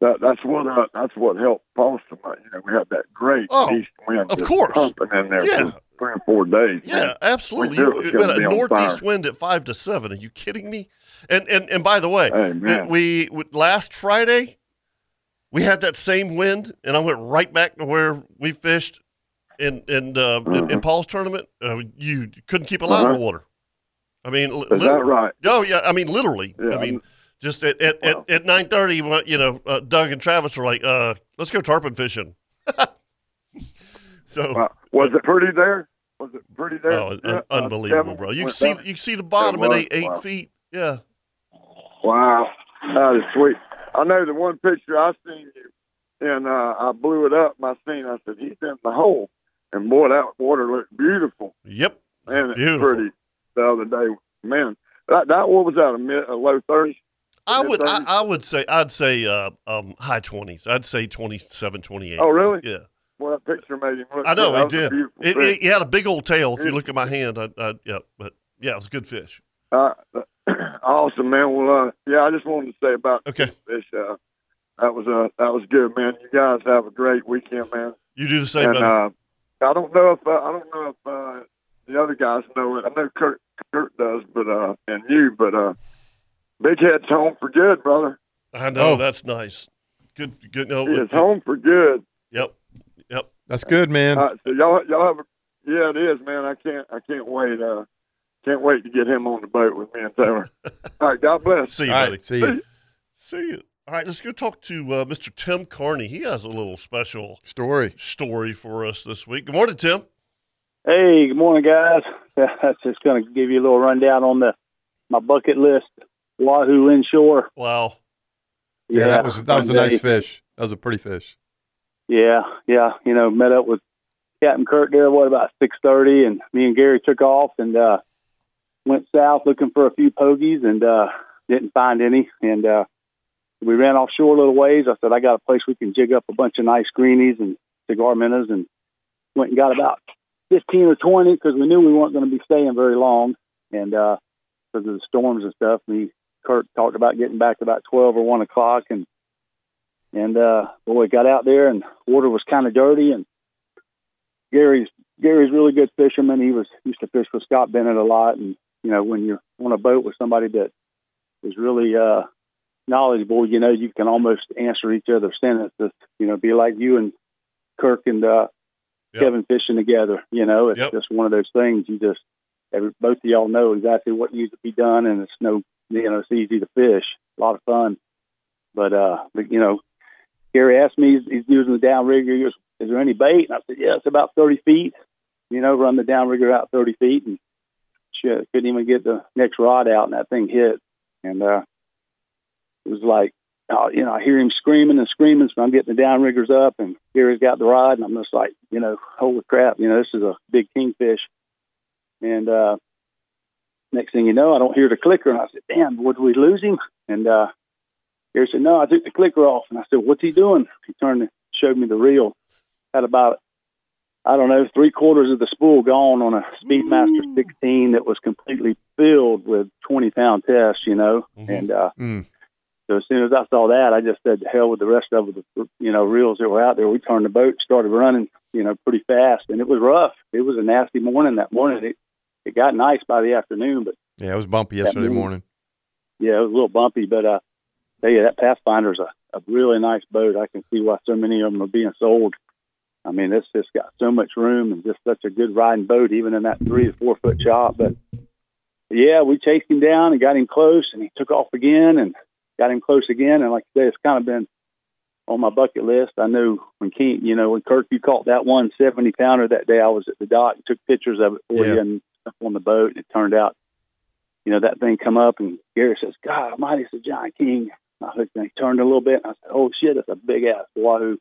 [SPEAKER 13] That, that's what uh, that's what helped Boston. Like, you know, we had that great
[SPEAKER 3] Oh,
[SPEAKER 13] east wind,
[SPEAKER 3] of
[SPEAKER 13] just
[SPEAKER 3] course.
[SPEAKER 13] pumping in there
[SPEAKER 3] Yeah.
[SPEAKER 13] for three or four days.
[SPEAKER 3] Yeah, absolutely.
[SPEAKER 13] We knew it
[SPEAKER 3] You,
[SPEAKER 13] was
[SPEAKER 3] you
[SPEAKER 13] gonna
[SPEAKER 3] got a
[SPEAKER 13] be on
[SPEAKER 3] northeast
[SPEAKER 13] fire.
[SPEAKER 3] wind at five to seven. Are you kidding me? And and and by the way,
[SPEAKER 13] Hey, man.
[SPEAKER 3] that we with- last Friday we had that same wind, and I went right back to where we fished in in uh, in, in Paul's tournament. Uh, you couldn't keep a line in the
[SPEAKER 13] Mm-hmm. Uh-huh.
[SPEAKER 3] water. I mean, li-
[SPEAKER 13] Is that
[SPEAKER 3] literally.
[SPEAKER 13] right?
[SPEAKER 3] Oh yeah, I mean literally.
[SPEAKER 13] Yeah,
[SPEAKER 3] I mean, just at at, at, at nine thirty, you know, uh, Doug and Travis were like, uh, "Let's go tarpon fishing." so
[SPEAKER 13] Was it pretty there? Was it pretty there?
[SPEAKER 3] Oh, un-
[SPEAKER 13] Yeah, uh,
[SPEAKER 3] unbelievable,
[SPEAKER 13] Kevin?
[SPEAKER 3] bro! You can
[SPEAKER 13] Went
[SPEAKER 3] see
[SPEAKER 13] down.
[SPEAKER 3] you can see the bottom
[SPEAKER 13] It
[SPEAKER 3] at
[SPEAKER 13] was,
[SPEAKER 3] eight, eight
[SPEAKER 13] wow.
[SPEAKER 3] feet. Yeah,
[SPEAKER 13] Wow, that is sweet. I know the one picture I seen you, and uh, I blew it up. My scene, I said he's in the hole, and boy, that water looked beautiful.
[SPEAKER 3] Yep,
[SPEAKER 13] man, it's
[SPEAKER 3] Beautiful.
[SPEAKER 13] pretty. The other day, man, that that what was that a, mid, a low thirties?
[SPEAKER 3] I would I, I would say I'd say uh, um, high twenties. I'd say 27, 28.
[SPEAKER 13] Oh, really?
[SPEAKER 3] Yeah,
[SPEAKER 13] Well, that picture made him look.
[SPEAKER 3] I know
[SPEAKER 13] good.
[SPEAKER 3] it
[SPEAKER 13] That was a
[SPEAKER 3] did.
[SPEAKER 13] beautiful
[SPEAKER 3] It,
[SPEAKER 13] fish.
[SPEAKER 3] it, it had a big old tail. If you look at my hand, I, I yeah, but yeah, it was a good fish.
[SPEAKER 13] Uh, awesome, man. Well, uh, yeah, I just wanted to say about
[SPEAKER 3] okay.
[SPEAKER 13] this. Uh, that was uh, that was good, man. You guys have a great weekend, man.
[SPEAKER 3] You do the same,
[SPEAKER 13] And,
[SPEAKER 3] buddy.
[SPEAKER 13] uh, I don't know if uh, I don't know if uh, the other guys know it. I know Kurt Kurt does, but uh, and you, but uh, Big Head's home for good, brother.
[SPEAKER 3] I know
[SPEAKER 13] oh.
[SPEAKER 3] that's nice. Good, good. No,
[SPEAKER 13] He is home for good.
[SPEAKER 3] Yep, yep.
[SPEAKER 4] That's good, man.
[SPEAKER 13] Uh, so y'all y'all have a, yeah, it is, man. I can't I can't wait. Uh, can't wait to get him on the boat with me and Taylor. All right, God bless.
[SPEAKER 3] See you, buddy. See you. All right, let's go talk to uh, Mr. Tim Carney. He has a little special
[SPEAKER 4] story
[SPEAKER 3] story for us this week. Good morning, Tim.
[SPEAKER 15] Hey, good morning, guys. That's just going to give you a little rundown on the my bucket list. Wahoo inshore.
[SPEAKER 3] Wow.
[SPEAKER 4] Yeah, that was that was a nice fish. That was a pretty fish.
[SPEAKER 15] Yeah, yeah. You know, met up with Captain Kurt there. What about six thirty? And me and Gary took off and uh, went south looking for a few pogies and uh, didn't find any. And uh, we ran offshore a little ways. I said I got a place we can jig up a bunch of nice greenies and cigar minnows, and went and got about fifteen or twenty because we knew we weren't going to be staying very long. And uh, because of the storms and stuff, me Kurt talked about getting back about twelve or one o'clock and and uh boy got out there and water was kind of dirty and gary's gary's a really good fisherman he was used to fish with scott bennett a lot and you know when you're on a boat with somebody that is really uh knowledgeable you know you can almost answer each other's sentences you know be like you and kirk and uh kevin fishing together you know it's just one of those things you just every, both of y'all know exactly what needs to be done and it's no you know it's easy to fish a lot of fun but uh but you know Gary asked me, he's, he's using the downrigger. He goes, Is there any bait? And I said, Yeah, it's about 30 feet. You know, run the downrigger out 30 feet and shit, couldn't even get the next rod out, and that thing hit. And uh, it was like, uh, you know, I hear him screaming and screaming, so I'm getting the downriggers up, and Gary's got the rod, and I'm just like, you know, holy crap, you know, this is a big kingfish. And uh, next thing you know, I don't hear the clicker, and I said, Damn, would we lose him? And uh, Gary said, No, I took the clicker off. And I said, What's he doing? He turned and showed me the reel. Had about, I don't know, three quarters of the spool gone on a Speedmaster 16 that was completely filled with 20 pound test, you know. And uh,
[SPEAKER 5] Mm.
[SPEAKER 15] so as soon as I saw that, I just said, to hell with the rest of the, you know, reels that were out there. We turned the boat, started running, you know, pretty fast. And it was rough. It was a nasty morning that morning. It, it got nice by the afternoon, but
[SPEAKER 4] Yeah, it was bumpy yesterday
[SPEAKER 15] means-
[SPEAKER 4] morning.
[SPEAKER 15] yeah, it was a little bumpy, but uh, tell you that Pathfinder's a, a really nice boat. I can see why so many of them are being sold. I mean, it's just got so much room and just such a good riding boat, even in that three to four foot chop. But yeah, we chased him down and got him close, and he took off again and got him close again. And like I say, it's kind of been on my bucket list. I knew when King, you know, when Kirk, you caught that one seventy pounder that day, I was at the dock and took pictures of it for you and up on the boat. And it turned out, you know, that thing come up and Gary says, God Almighty, it's a giant king. I looked and he turned a little bit and I said, Oh shit, that's a big ass wahoo.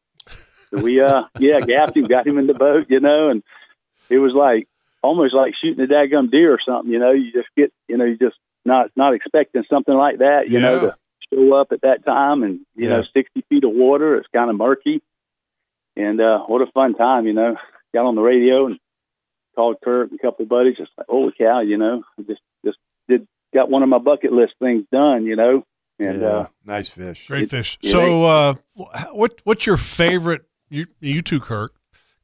[SPEAKER 15] So we, uh, yeah, gapped him, got him in the boat, you know, and it was like almost like shooting a daggum deer or something, you know, you just get, you know, you just not, not expecting something like that, you know,
[SPEAKER 16] Yeah.
[SPEAKER 15] to show up at that time and, you know, 60 feet of water, it's kind of murky. And, uh, what a fun time, you know, got on the radio and called Kurt and a couple of buddies. Just like, holy cow, you know, I just just did got one of my bucket list things done, you know. And uh,
[SPEAKER 4] nice fish.
[SPEAKER 5] Great fish.
[SPEAKER 15] it
[SPEAKER 5] so, uh, wh- what what's your favorite? You you two, Kirk,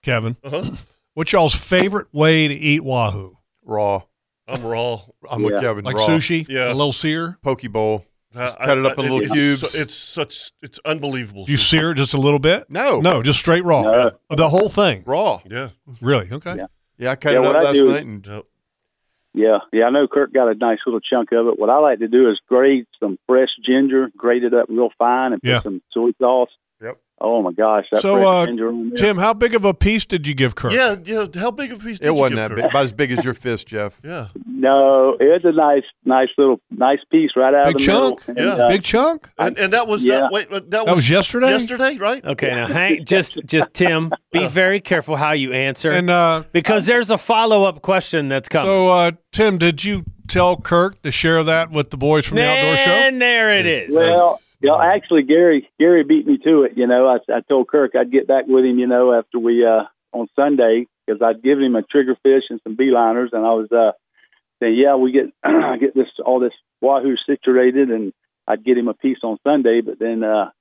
[SPEAKER 5] Kevin.
[SPEAKER 4] Uh-huh.
[SPEAKER 5] What's y'all's favorite way to eat wahoo?
[SPEAKER 4] Raw.
[SPEAKER 3] I'm raw.
[SPEAKER 4] I'm with Kevin.
[SPEAKER 5] Like
[SPEAKER 4] raw.
[SPEAKER 5] sushi.
[SPEAKER 3] Yeah.
[SPEAKER 5] A little sear.
[SPEAKER 4] Poke bowl.
[SPEAKER 3] Uh,
[SPEAKER 4] Just cut it up in
[SPEAKER 3] I-
[SPEAKER 4] little
[SPEAKER 3] it's
[SPEAKER 4] cubes.
[SPEAKER 3] su- it's such it's unbelievable.
[SPEAKER 5] You sear it just a little bit?
[SPEAKER 4] No.
[SPEAKER 5] No, just straight raw.
[SPEAKER 3] No.
[SPEAKER 5] The whole thing.
[SPEAKER 4] Raw.
[SPEAKER 3] Yeah. Uh,
[SPEAKER 5] Really? Okay.
[SPEAKER 15] Yeah.
[SPEAKER 4] Yeah, I
[SPEAKER 15] cut Yeah, it up what I last do is- night
[SPEAKER 4] and
[SPEAKER 15] yeah, yeah, I know Kirk got a nice little chunk of it. What I like to do is grate some fresh ginger, grate it up real fine, and put
[SPEAKER 5] Yeah.
[SPEAKER 15] some soy sauce.
[SPEAKER 4] Yep.
[SPEAKER 15] Oh my gosh, that
[SPEAKER 5] So,
[SPEAKER 15] fresh
[SPEAKER 5] uh,
[SPEAKER 15] ginger on there.
[SPEAKER 5] Tim, how big of a piece did you give Kirk?
[SPEAKER 3] Yeah, yeah. How big of a piece?
[SPEAKER 4] It wasn't that big. About as big as your fist, Jeff.
[SPEAKER 3] Yeah.
[SPEAKER 15] No, it's a nice, nice little, nice piece right out of the middle. And, uh,
[SPEAKER 5] chunk.
[SPEAKER 3] And, and that was
[SPEAKER 15] Yeah.
[SPEAKER 3] that. Wait, that,
[SPEAKER 10] That was yesterday?
[SPEAKER 3] Yesterday, right?
[SPEAKER 10] Okay, now Hank, just just Tim, be very careful how you answer,
[SPEAKER 5] And, uh,
[SPEAKER 10] because there's a follow up question that's coming.
[SPEAKER 5] So, uh, Tim, did you tell Kirk to share that with the boys from the outdoor show?
[SPEAKER 10] And there it is.
[SPEAKER 15] Well, you know, actually, Gary, Gary beat me to it. You know, I, I told Kirk I'd get back with him. You know, after we uh, on Sunday because I'd given him a triggerfish and some beeliners, and I was uh, saying, yeah, we get get this all this wahoo situated, and I'd get him a piece on Sunday. But then uh,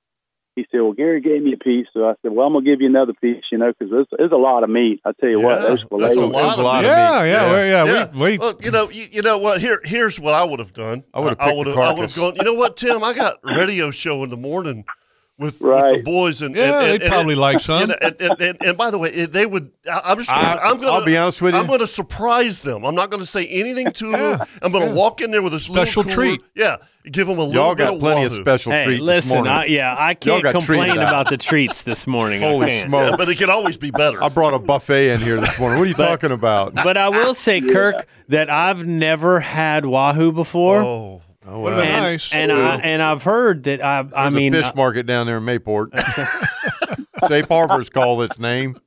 [SPEAKER 15] he said, well, Gary gave me a piece, so I said, well, I'm gonna give you another piece. You know, because there's, there's a lot of meat. I tell you what, those
[SPEAKER 3] That's a
[SPEAKER 15] fillets-
[SPEAKER 3] lot,
[SPEAKER 5] lot of Yeah, meat. yeah, well, yeah, we- we-
[SPEAKER 3] Well, you know, you, you know what? Here, here's what I would have done. I
[SPEAKER 4] would've
[SPEAKER 3] I
[SPEAKER 4] picked
[SPEAKER 3] would have.
[SPEAKER 4] the
[SPEAKER 3] I would have
[SPEAKER 4] carcass.
[SPEAKER 3] gone. You know what, Tim? I got a radio show in the morning with, with the
[SPEAKER 4] Right.
[SPEAKER 3] boys, and
[SPEAKER 4] Yeah,
[SPEAKER 3] and, and,
[SPEAKER 4] they'd probably
[SPEAKER 3] and,
[SPEAKER 4] like
[SPEAKER 3] and-
[SPEAKER 4] some.
[SPEAKER 3] And, and, and, and by the way, it- they would. I, I'm just. Gonna,
[SPEAKER 4] I-
[SPEAKER 3] am gonna.
[SPEAKER 4] I'll be honest with you.
[SPEAKER 3] I'm gonna surprise them. I'm not gonna say anything to them. I'm gonna walk in there with a
[SPEAKER 4] Special treat.
[SPEAKER 3] Yeah, give them a little.
[SPEAKER 4] Y'all
[SPEAKER 3] bit
[SPEAKER 4] got
[SPEAKER 3] of
[SPEAKER 4] plenty of
[SPEAKER 3] wahoo.
[SPEAKER 4] special
[SPEAKER 10] Hey,
[SPEAKER 4] treats. this
[SPEAKER 10] listen,
[SPEAKER 4] morning.
[SPEAKER 10] I, yeah, I
[SPEAKER 4] Y'all
[SPEAKER 10] can't
[SPEAKER 4] got
[SPEAKER 10] complain
[SPEAKER 4] treats out.
[SPEAKER 10] about the treats this morning. I
[SPEAKER 4] Holy
[SPEAKER 10] can't.
[SPEAKER 4] smoke!
[SPEAKER 3] but it can always be better.
[SPEAKER 4] I brought a buffet in here this morning. What are you talking about?
[SPEAKER 10] But I will say, Kirk, that I've never had wahoo before. Oh,
[SPEAKER 4] wow.
[SPEAKER 10] and,
[SPEAKER 4] Nice.
[SPEAKER 10] And I and I've heard that I I
[SPEAKER 4] There's
[SPEAKER 10] mean
[SPEAKER 4] a fish
[SPEAKER 10] uh,
[SPEAKER 4] market down there in Mayport. Safe Harbor's called its name.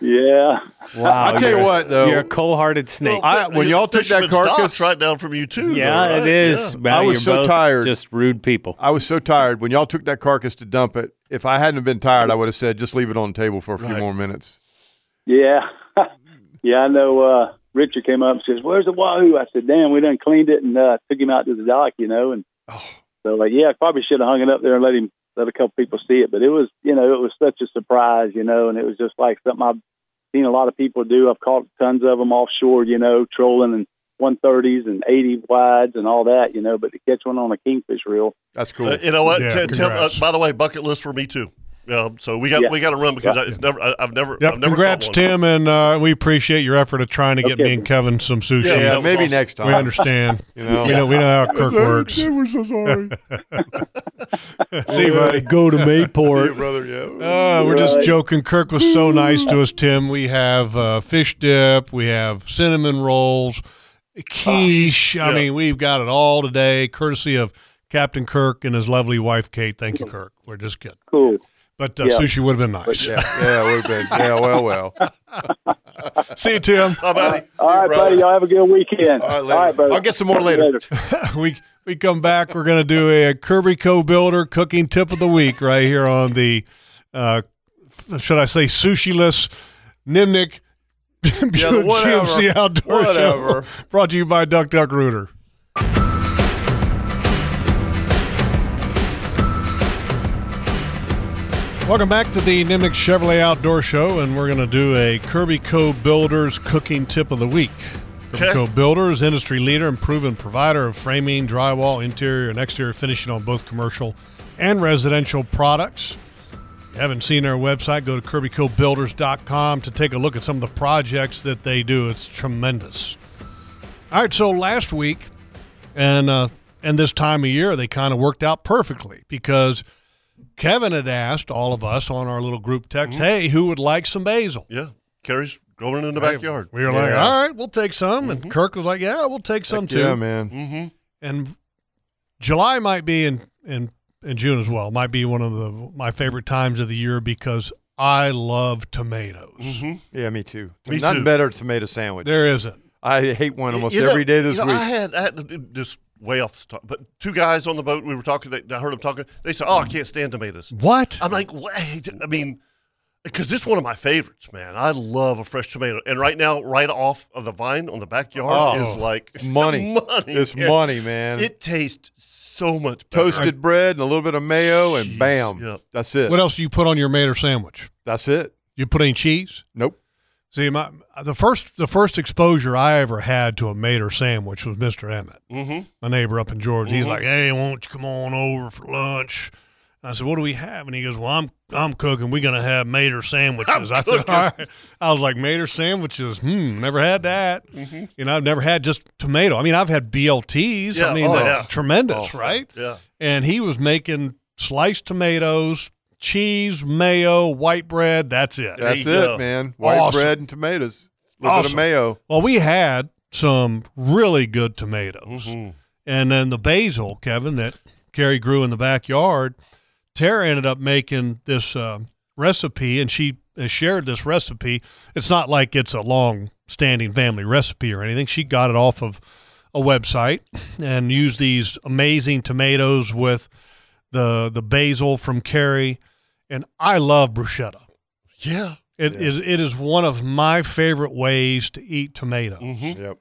[SPEAKER 15] Yeah.
[SPEAKER 10] wow,
[SPEAKER 4] I tell
[SPEAKER 10] you're
[SPEAKER 4] you
[SPEAKER 10] a-
[SPEAKER 4] what, though,
[SPEAKER 10] you're a cold-hearted snake.
[SPEAKER 4] I, when y'all took that
[SPEAKER 3] Fisherman's Dock's
[SPEAKER 4] carcass,
[SPEAKER 3] right down from you too.
[SPEAKER 10] Yeah,
[SPEAKER 3] though, right?
[SPEAKER 10] it is.
[SPEAKER 3] Yeah.
[SPEAKER 10] Well,
[SPEAKER 4] I was
[SPEAKER 10] you're
[SPEAKER 4] so
[SPEAKER 10] both
[SPEAKER 4] tired.
[SPEAKER 10] Just rude people.
[SPEAKER 4] I was so tired when y'all took that carcass to dump it. If I hadn't have been tired, I would have said, "Just leave it on the table for a few more minutes."
[SPEAKER 15] Yeah. yeah, I know uh Richard came up and says, Where's the Wahoo? I said, Damn, we done cleaned it and uh took him out to the dock, you know, and so like yeah, I probably should have hung it up there and let him let a couple people see it. But it was you know, it was such a surprise, you know, and it was just like something I've seen a lot of people do. I've caught tons of them offshore, you know, trolling and one thirties and eighty wides and all that, you know, but to catch one on a kingfish reel.
[SPEAKER 4] That's
[SPEAKER 3] Uh, you know what? Tim, Tim, uh, by the way, bucket list for me too. Um, so we got
[SPEAKER 15] Yeah.
[SPEAKER 3] we got to run because
[SPEAKER 15] Yeah.
[SPEAKER 3] I, it's never I, I've never
[SPEAKER 5] Yep.
[SPEAKER 3] I've never caught
[SPEAKER 5] Congrats,
[SPEAKER 3] one.
[SPEAKER 5] Tim, and uh, we appreciate your effort of trying to get
[SPEAKER 3] Okay.
[SPEAKER 5] me and Kevin some sushi.
[SPEAKER 3] Yeah, that was maybe awesome. next
[SPEAKER 5] We
[SPEAKER 3] time.
[SPEAKER 5] understand.
[SPEAKER 3] You know?
[SPEAKER 5] we know we know how Kirk works.
[SPEAKER 4] We're so sorry.
[SPEAKER 5] See you, buddy.
[SPEAKER 10] Go to Mayport.
[SPEAKER 4] brother. Yeah.
[SPEAKER 5] Uh, we're just
[SPEAKER 4] Right.
[SPEAKER 5] joking. Kirk was so nice to us, Tim. We have uh, fish dip, we have cinnamon rolls, quiche. I
[SPEAKER 3] Ah, Yeah.
[SPEAKER 5] mean, we've got it all today, courtesy of Captain Kirk and his lovely wife, Kate. Thank you, Kirk. We're just kidding.
[SPEAKER 15] Cool.
[SPEAKER 5] But uh,
[SPEAKER 4] Yeah.
[SPEAKER 5] sushi would have been nice.
[SPEAKER 4] Yeah, yeah, we've been. Yeah, well, well.
[SPEAKER 5] See you, Tim.
[SPEAKER 3] Bye, buddy.
[SPEAKER 15] All right, buddy, y'all have a good weekend. All right, buddy.
[SPEAKER 4] I'll get some more later.
[SPEAKER 5] we we come back. We're going to do a Kirby Co-Builder cooking tip of the week right here on the, uh, should I say, sushi-less Nimnik Buick
[SPEAKER 4] whatever.
[SPEAKER 5] GMC Outdoor
[SPEAKER 4] Whatever.
[SPEAKER 5] Show. Brought to you by Duck Duck Rooter. Welcome back to the Nimnik Chevrolet Outdoor Show, and we're going to do a Kirby Co. Builders Cooking Tip of the Week. Kirby Co. Builders, industry leader and proven provider of framing, drywall, interior, and exterior finishing on both commercial and residential products. If you haven't seen their website, go to KirbyCoBuilders.com to take a look at some of the projects that they do. It's tremendous. All right, so last week and uh, and this time of year, they kind of worked out perfectly because Kevin had asked all of us on our little group
[SPEAKER 4] Mm-hmm.
[SPEAKER 5] text, "Hey, who would like some basil?"
[SPEAKER 3] Yeah, Carrie's growing in the
[SPEAKER 5] Hey,
[SPEAKER 3] backyard.
[SPEAKER 5] We were like, "All right, we'll take some," and Kirk was like, "Yeah, we'll take some too."
[SPEAKER 4] Mm-hmm. yeah, man.
[SPEAKER 3] Mm-hmm.
[SPEAKER 5] And July might be in and and June as well. Might be one of the my favorite times of the year because I love tomatoes.
[SPEAKER 4] Yeah, me too.
[SPEAKER 5] Me
[SPEAKER 4] Nothing
[SPEAKER 5] too.
[SPEAKER 4] better than tomato sandwich.
[SPEAKER 5] There isn't.
[SPEAKER 4] I hate one almost
[SPEAKER 3] You know-
[SPEAKER 4] every day this
[SPEAKER 3] you know,
[SPEAKER 4] week.
[SPEAKER 3] I had, I had just way off the top, but two guys on the boat. We were talking. They, I heard them talking. They said, "Oh, I can't stand tomatoes."
[SPEAKER 5] What?
[SPEAKER 3] I'm like, what? I mean, Because it's one of my favorites, man. I love a fresh tomato. And right now, right off of the vine on the backyard
[SPEAKER 4] Oh,
[SPEAKER 3] is like
[SPEAKER 4] money. It's money, man.
[SPEAKER 3] It tastes so much better.
[SPEAKER 4] Toasted bread and a little bit of mayo, and bam, that's it.
[SPEAKER 5] What else do you put on your Mater sandwich?
[SPEAKER 4] That's it.
[SPEAKER 5] You put any cheese?
[SPEAKER 4] Nope.
[SPEAKER 5] See, my the first the first exposure I ever had to a Mater sandwich was Mister Emmett,
[SPEAKER 3] Mhm.
[SPEAKER 4] Mm-hmm.
[SPEAKER 5] my neighbor up in Georgia. He's
[SPEAKER 2] Mhm.
[SPEAKER 5] like, "Hey, why don't you come on over for lunch?" And I said, "What do we have?" And he goes, "Well, I'm I'm cooking. We're gonna have Mater sandwiches." I said,
[SPEAKER 2] cooking.
[SPEAKER 5] "All right." I was like, "Mater sandwiches? Hmm, never had that.
[SPEAKER 2] Mhm.
[SPEAKER 5] You know, I've never had just tomato. I mean, I've had BLTs. I
[SPEAKER 2] Yeah,
[SPEAKER 5] mean,
[SPEAKER 2] oh,
[SPEAKER 5] they're
[SPEAKER 2] yeah.
[SPEAKER 5] tremendous,
[SPEAKER 2] Oh,
[SPEAKER 5] right?
[SPEAKER 2] yeah.
[SPEAKER 5] and he was making sliced tomatoes, cheese, mayo, white bread. That's it.
[SPEAKER 4] That's it, man. White
[SPEAKER 5] Awesome.
[SPEAKER 4] bread and tomatoes. A little bit of
[SPEAKER 5] Awesome.
[SPEAKER 4] mayo.
[SPEAKER 5] Well, we had some really good tomatoes,
[SPEAKER 4] Mm-hmm.
[SPEAKER 5] and then the basil, Kevin, that Carrie grew in the backyard. Tara ended up making this uh, recipe, and she has shared this recipe. It's not like it's a long-standing family recipe or anything. She got it off of a website and used these amazing tomatoes with the the basil from Carrie, and I love bruschetta.
[SPEAKER 3] Yeah.
[SPEAKER 5] It is it is one of my favorite ways to eat tomatoes.
[SPEAKER 4] Yep.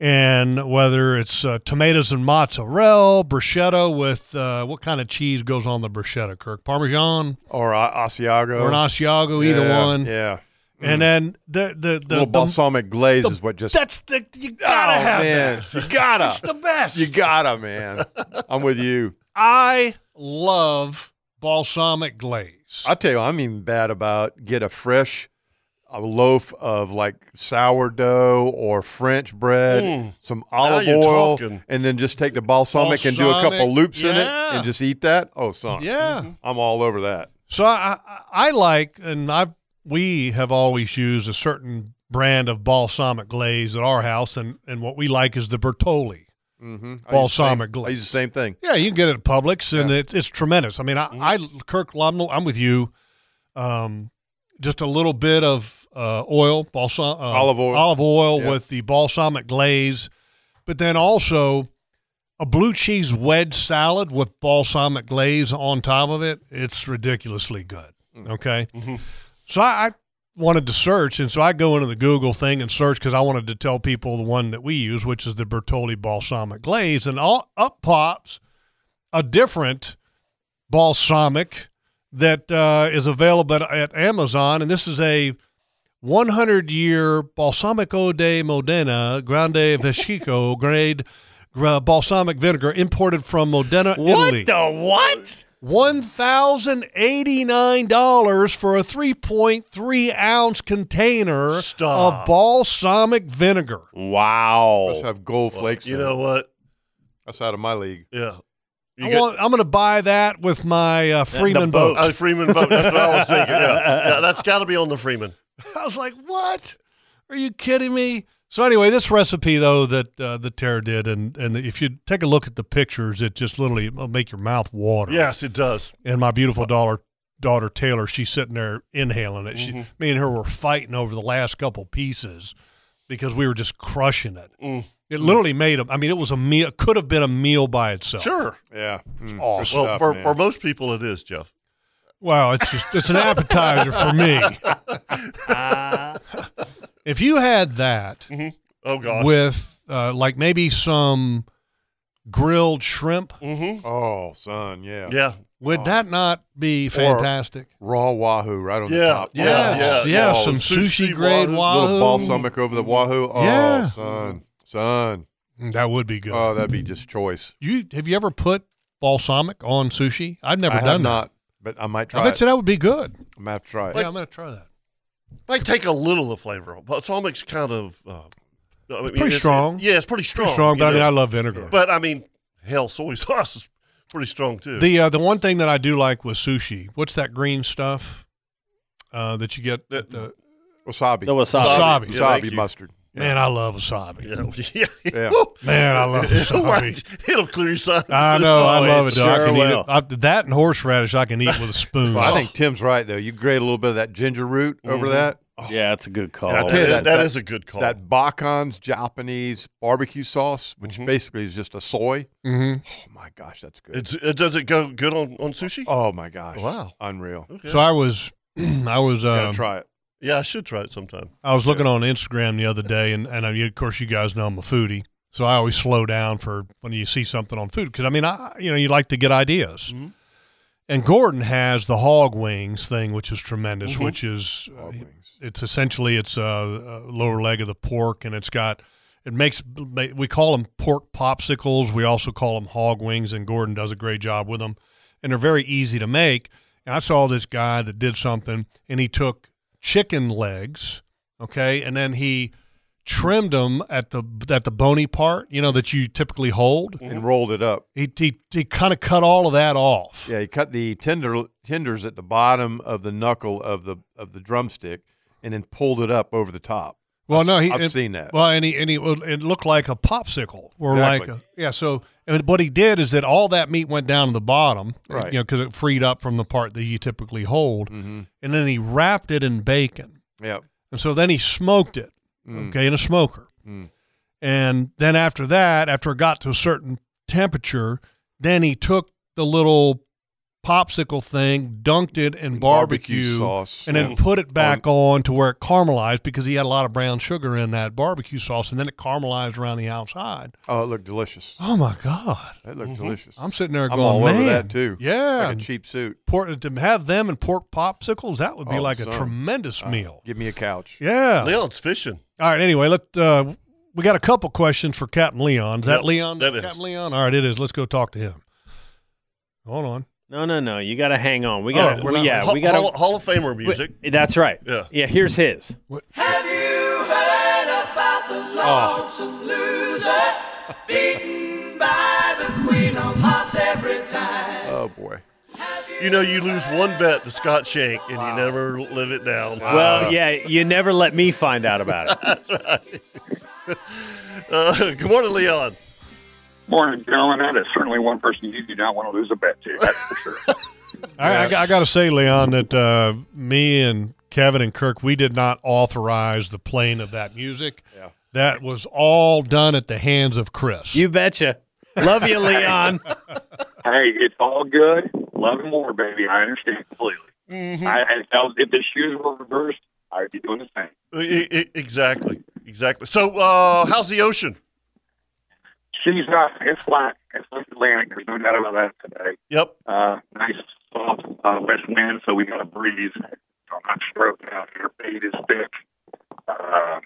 [SPEAKER 5] And whether it's uh, tomatoes and mozzarella, bruschetta with uh, what kind of cheese goes on the bruschetta, Kirk? Parmesan
[SPEAKER 4] or uh, Asiago
[SPEAKER 5] or an Asiago, either
[SPEAKER 4] Yeah,
[SPEAKER 5] one.
[SPEAKER 4] Yeah.
[SPEAKER 5] And
[SPEAKER 4] Mm.
[SPEAKER 5] then the the the
[SPEAKER 4] little
[SPEAKER 5] the-
[SPEAKER 4] balsamic glaze is what just
[SPEAKER 2] That's the you gotta
[SPEAKER 4] Oh,
[SPEAKER 2] have
[SPEAKER 4] man.
[SPEAKER 2] that.
[SPEAKER 4] You gotta.
[SPEAKER 2] It's the best.
[SPEAKER 4] You gotta, man. I'm with you.
[SPEAKER 5] I love balsamic glaze.
[SPEAKER 4] I tell you, I'm even bad about get a fresh a loaf of like sourdough or French bread,
[SPEAKER 3] Mm.
[SPEAKER 4] some
[SPEAKER 3] Now
[SPEAKER 4] olive
[SPEAKER 3] you're
[SPEAKER 4] oil,
[SPEAKER 3] talking.
[SPEAKER 4] and then just take the balsamic, and do a couple
[SPEAKER 5] Balsamic,
[SPEAKER 4] loops in it
[SPEAKER 5] yeah.
[SPEAKER 4] and just eat that. Oh, son.
[SPEAKER 5] Yeah.
[SPEAKER 4] I'm all over that.
[SPEAKER 5] So I I, I like and I we have always used a certain brand of balsamic glaze at our house, and and what we like is the Bertoli.
[SPEAKER 4] Mm-hmm.
[SPEAKER 5] Balsamic
[SPEAKER 4] I use the same thing.
[SPEAKER 5] Yeah, you can get it at Publix, and it's it's tremendous. I mean, I,
[SPEAKER 4] Mm-hmm.
[SPEAKER 5] I Kirk, I'm, I'm with you. Um, just a little bit of uh, oil, balsam, uh,
[SPEAKER 4] Olive oil.
[SPEAKER 5] olive oil
[SPEAKER 4] Yeah.
[SPEAKER 5] with the balsamic glaze, but then also a blue cheese wedge salad with balsamic glaze on top of it. It's ridiculously good. Okay,
[SPEAKER 3] Mm-hmm.
[SPEAKER 5] so I, I wanted to search, and so I go into the Google thing and search because I wanted to tell people the one that we use, which is the Bertoli balsamic glaze, and all up pops a different balsamic that uh, is available at, at Amazon, and this is a 100 year Balsamico de Modena Grande Vesico grade gra- balsamic vinegar imported from Modena,
[SPEAKER 2] What
[SPEAKER 5] Italy.
[SPEAKER 2] the what?
[SPEAKER 5] One thousand eighty nine dollars for a three point three ounce container of balsamic vinegar.
[SPEAKER 10] Wow.
[SPEAKER 4] Must have gold flakes.
[SPEAKER 5] you
[SPEAKER 4] in
[SPEAKER 5] know
[SPEAKER 4] it.
[SPEAKER 3] what?
[SPEAKER 4] That's out of my league.
[SPEAKER 3] Yeah.
[SPEAKER 5] I am going to buy that with my uh, Freeman boat.
[SPEAKER 3] Uh, Freeman boat. That's what I was thinking. Yeah, yeah that's got to be on the Freeman.
[SPEAKER 5] I was like, "What? Are you kidding me?" So anyway, this recipe though that uh, the Tara did, and and if you take a look at the pictures, it just literally will make your mouth water.
[SPEAKER 3] Yes, it does.
[SPEAKER 5] And my beautiful daughter daughter Taylor, she's sitting there inhaling it. She,
[SPEAKER 3] Mhm.
[SPEAKER 5] me and her were fighting over the last couple pieces because we were just crushing it.
[SPEAKER 3] Mm.
[SPEAKER 5] It literally made 'em- I mean, it was a meal. Could have been a meal by itself.
[SPEAKER 3] Sure.
[SPEAKER 4] Yeah.
[SPEAKER 5] awesome.
[SPEAKER 3] well,
[SPEAKER 5] Hmm. stuff,
[SPEAKER 3] for,
[SPEAKER 5] man.
[SPEAKER 3] for most people, it is, Jeff.
[SPEAKER 5] Wow, it's just it's an appetizer for me. if you had that,
[SPEAKER 4] Mm-hmm.
[SPEAKER 3] oh gosh,
[SPEAKER 5] with uh, like maybe some grilled shrimp,
[SPEAKER 4] Oh, son. Yeah.
[SPEAKER 5] Yeah. would that not be
[SPEAKER 4] Oh. Or
[SPEAKER 5] fantastic?
[SPEAKER 4] raw wahoo right on the
[SPEAKER 5] Yeah,
[SPEAKER 4] top. Oh,
[SPEAKER 5] yeah, yeah, yeah, some sushi grade wahoo.
[SPEAKER 4] Little balsamic over the wahoo. Oh,
[SPEAKER 5] Yeah. Mm,
[SPEAKER 4] son. Son.
[SPEAKER 5] That would be good.
[SPEAKER 4] Oh, that'd be just choice.
[SPEAKER 5] You have you ever put balsamic on sushi? I've never
[SPEAKER 4] I have
[SPEAKER 5] done
[SPEAKER 4] not, that. but I might try
[SPEAKER 5] I bet
[SPEAKER 4] it.
[SPEAKER 5] you that would be good.
[SPEAKER 4] I'm gonna have to try it.
[SPEAKER 5] Yeah, I'm gonna try that.
[SPEAKER 3] Like take a little of flavor, but balsamic's kind of uh, I mean,
[SPEAKER 5] pretty strong.
[SPEAKER 3] Yeah, it's pretty strong.
[SPEAKER 5] strong, but I
[SPEAKER 3] you
[SPEAKER 5] mean,
[SPEAKER 3] know.
[SPEAKER 5] I love vinegar.
[SPEAKER 3] But I mean, hell, soy sauce is pretty strong too.
[SPEAKER 5] The uh, the one thing that I do like with sushi, what's that green stuff uh, that you get? at The,
[SPEAKER 4] wasabi.
[SPEAKER 5] The
[SPEAKER 4] wasabi.
[SPEAKER 5] Wasabi,
[SPEAKER 4] Wasabi, Yeah, thank you. mustard.
[SPEAKER 5] Man, I love wasabi.
[SPEAKER 3] Yeah.
[SPEAKER 5] Man, I love wasabi.
[SPEAKER 3] Right. It'll clear your sinuses.
[SPEAKER 5] I know. I
[SPEAKER 3] Oh,
[SPEAKER 5] love it. Though. I
[SPEAKER 4] sure
[SPEAKER 5] can
[SPEAKER 4] will.
[SPEAKER 5] eat it. I, that and horseradish, I can eat with a spoon.
[SPEAKER 4] Well, I think Tim's right though. You grate a little bit of that ginger root over
[SPEAKER 5] Mhm.
[SPEAKER 4] that.
[SPEAKER 10] Yeah, that's a good call.
[SPEAKER 4] And I tell you
[SPEAKER 10] That- that is
[SPEAKER 3] a good call.
[SPEAKER 4] That Bacon's Japanese barbecue sauce, which
[SPEAKER 5] Mm-hmm.
[SPEAKER 4] basically is just a soy.
[SPEAKER 5] Mhm.
[SPEAKER 4] Oh my gosh, that's good.
[SPEAKER 3] It's, it does it go good on, on sushi?
[SPEAKER 4] Oh my gosh!
[SPEAKER 3] Wow,
[SPEAKER 4] unreal.
[SPEAKER 5] So I was I was uh,
[SPEAKER 4] try it.
[SPEAKER 3] Yeah, I should try it sometime.
[SPEAKER 5] I was looking on Instagram the other day, and, and I, of course, you guys know I'm a foodie. So I always slow down for when you see something on food because I mean, I you know you like to get ideas. And Gordon has the hog wings thing, which is tremendous.
[SPEAKER 4] Mhm.
[SPEAKER 5] Which is uh, it's essentially it's a uh, uh, lower leg of the pork, and it's got it makes we call them pork popsicles. We also call them hog wings, and Gordon does a great job with them, and they're very easy to make. And I saw this guy that did something, and he took chicken legs, okay, and then he trimmed them at the at the bony part, you know, that you typically hold,
[SPEAKER 4] and rolled it up.
[SPEAKER 5] He he, he kind of cut all of that off.
[SPEAKER 4] Yeah, you cut the tender tenders at the bottom of the knuckle of the of the drumstick, and then pulled it up over the top.
[SPEAKER 5] Well,
[SPEAKER 4] I've-
[SPEAKER 5] no, he
[SPEAKER 4] I've
[SPEAKER 5] and-
[SPEAKER 4] seen that.
[SPEAKER 5] Well, and he and he well, it looked like a popsicle or
[SPEAKER 4] Exactly.
[SPEAKER 5] like a, yeah. So and what he did is that all that meat went down to the bottom,
[SPEAKER 4] Right. Mm-hmm.
[SPEAKER 5] You know, because it freed up from the part that you typically hold, and then he wrapped it in bacon.
[SPEAKER 4] Yep.
[SPEAKER 5] And so then he smoked it,
[SPEAKER 4] Mm.
[SPEAKER 5] okay, in a smoker.
[SPEAKER 4] Mm.
[SPEAKER 5] And then after that, after it got to a certain temperature, then he took the little popsicle thing, dunked it in
[SPEAKER 4] barbecue
[SPEAKER 5] barbecue,
[SPEAKER 4] sauce,
[SPEAKER 5] and then
[SPEAKER 4] yeah.
[SPEAKER 5] put it back on to where it caramelized because he had a lot of brown sugar in that barbecue sauce, and then it caramelized around the outside.
[SPEAKER 4] Oh, it looked delicious.
[SPEAKER 5] Oh my God, Mm-hmm.
[SPEAKER 4] That looked delicious.
[SPEAKER 5] I'm sitting there
[SPEAKER 4] I'm
[SPEAKER 5] going,
[SPEAKER 4] all
[SPEAKER 5] man,
[SPEAKER 4] over that too.
[SPEAKER 5] Yeah,
[SPEAKER 4] Like a cheap suit.
[SPEAKER 5] Pork, to have them and pork popsicles, that would be
[SPEAKER 4] Oh,
[SPEAKER 5] like
[SPEAKER 4] son.
[SPEAKER 5] a tremendous
[SPEAKER 4] Uh,
[SPEAKER 5] meal.
[SPEAKER 4] Give me a couch.
[SPEAKER 5] Yeah,
[SPEAKER 3] Leon's fishing.
[SPEAKER 5] All right. Anyway, let uh, we got a couple questions for Captain Leon. Is that
[SPEAKER 10] Yep,
[SPEAKER 5] Leon?
[SPEAKER 10] that is.
[SPEAKER 5] Captain Leon. All right, it is. Let's go talk to him. Hold on.
[SPEAKER 10] No, no, no. You got to hang on. We
[SPEAKER 5] All
[SPEAKER 10] got
[SPEAKER 5] right,
[SPEAKER 10] to.
[SPEAKER 5] we're not-
[SPEAKER 10] yeah,
[SPEAKER 5] Hall-
[SPEAKER 10] we got
[SPEAKER 5] Hall-
[SPEAKER 3] Hall of Famer music.
[SPEAKER 10] that's right.
[SPEAKER 3] Yeah.
[SPEAKER 10] Yeah. Here's his.
[SPEAKER 3] Oh.
[SPEAKER 1] Lonesome loser, beaten by the queen of hearts every time.
[SPEAKER 4] Oh boy.
[SPEAKER 3] You know, you lose one bet to Scott Shank, and you never live it down.
[SPEAKER 10] Well, yeah. You never let me find out about it.
[SPEAKER 3] That's right. Uh, good morning, Leon.
[SPEAKER 16] Morning, gentlemen. That is certainly one person you do not want to lose a bet to. That's for sure.
[SPEAKER 5] All right, I, got to say, Leon, that uh, me and Kevin and Kirk, we did not authorize the playing of that music. Yeah. That was all done at the hands of Chris.
[SPEAKER 10] You betcha. Love you, Leon.
[SPEAKER 16] hey, it's all good. Love and more, baby. I understand completely.
[SPEAKER 3] Mm-hmm.
[SPEAKER 16] I, I, if, that was, if the shoes were reversed, I would be doing the same.
[SPEAKER 3] E- e- exactly, exactly. So, uh, how's the ocean?
[SPEAKER 16] She's not. It's flat. It's like Atlantic. There's no doubt about that today.
[SPEAKER 3] Yep.
[SPEAKER 16] Uh, nice soft uh, west wind, so we got a breeze. I'm not stroking out here. Bait is thick. Uh,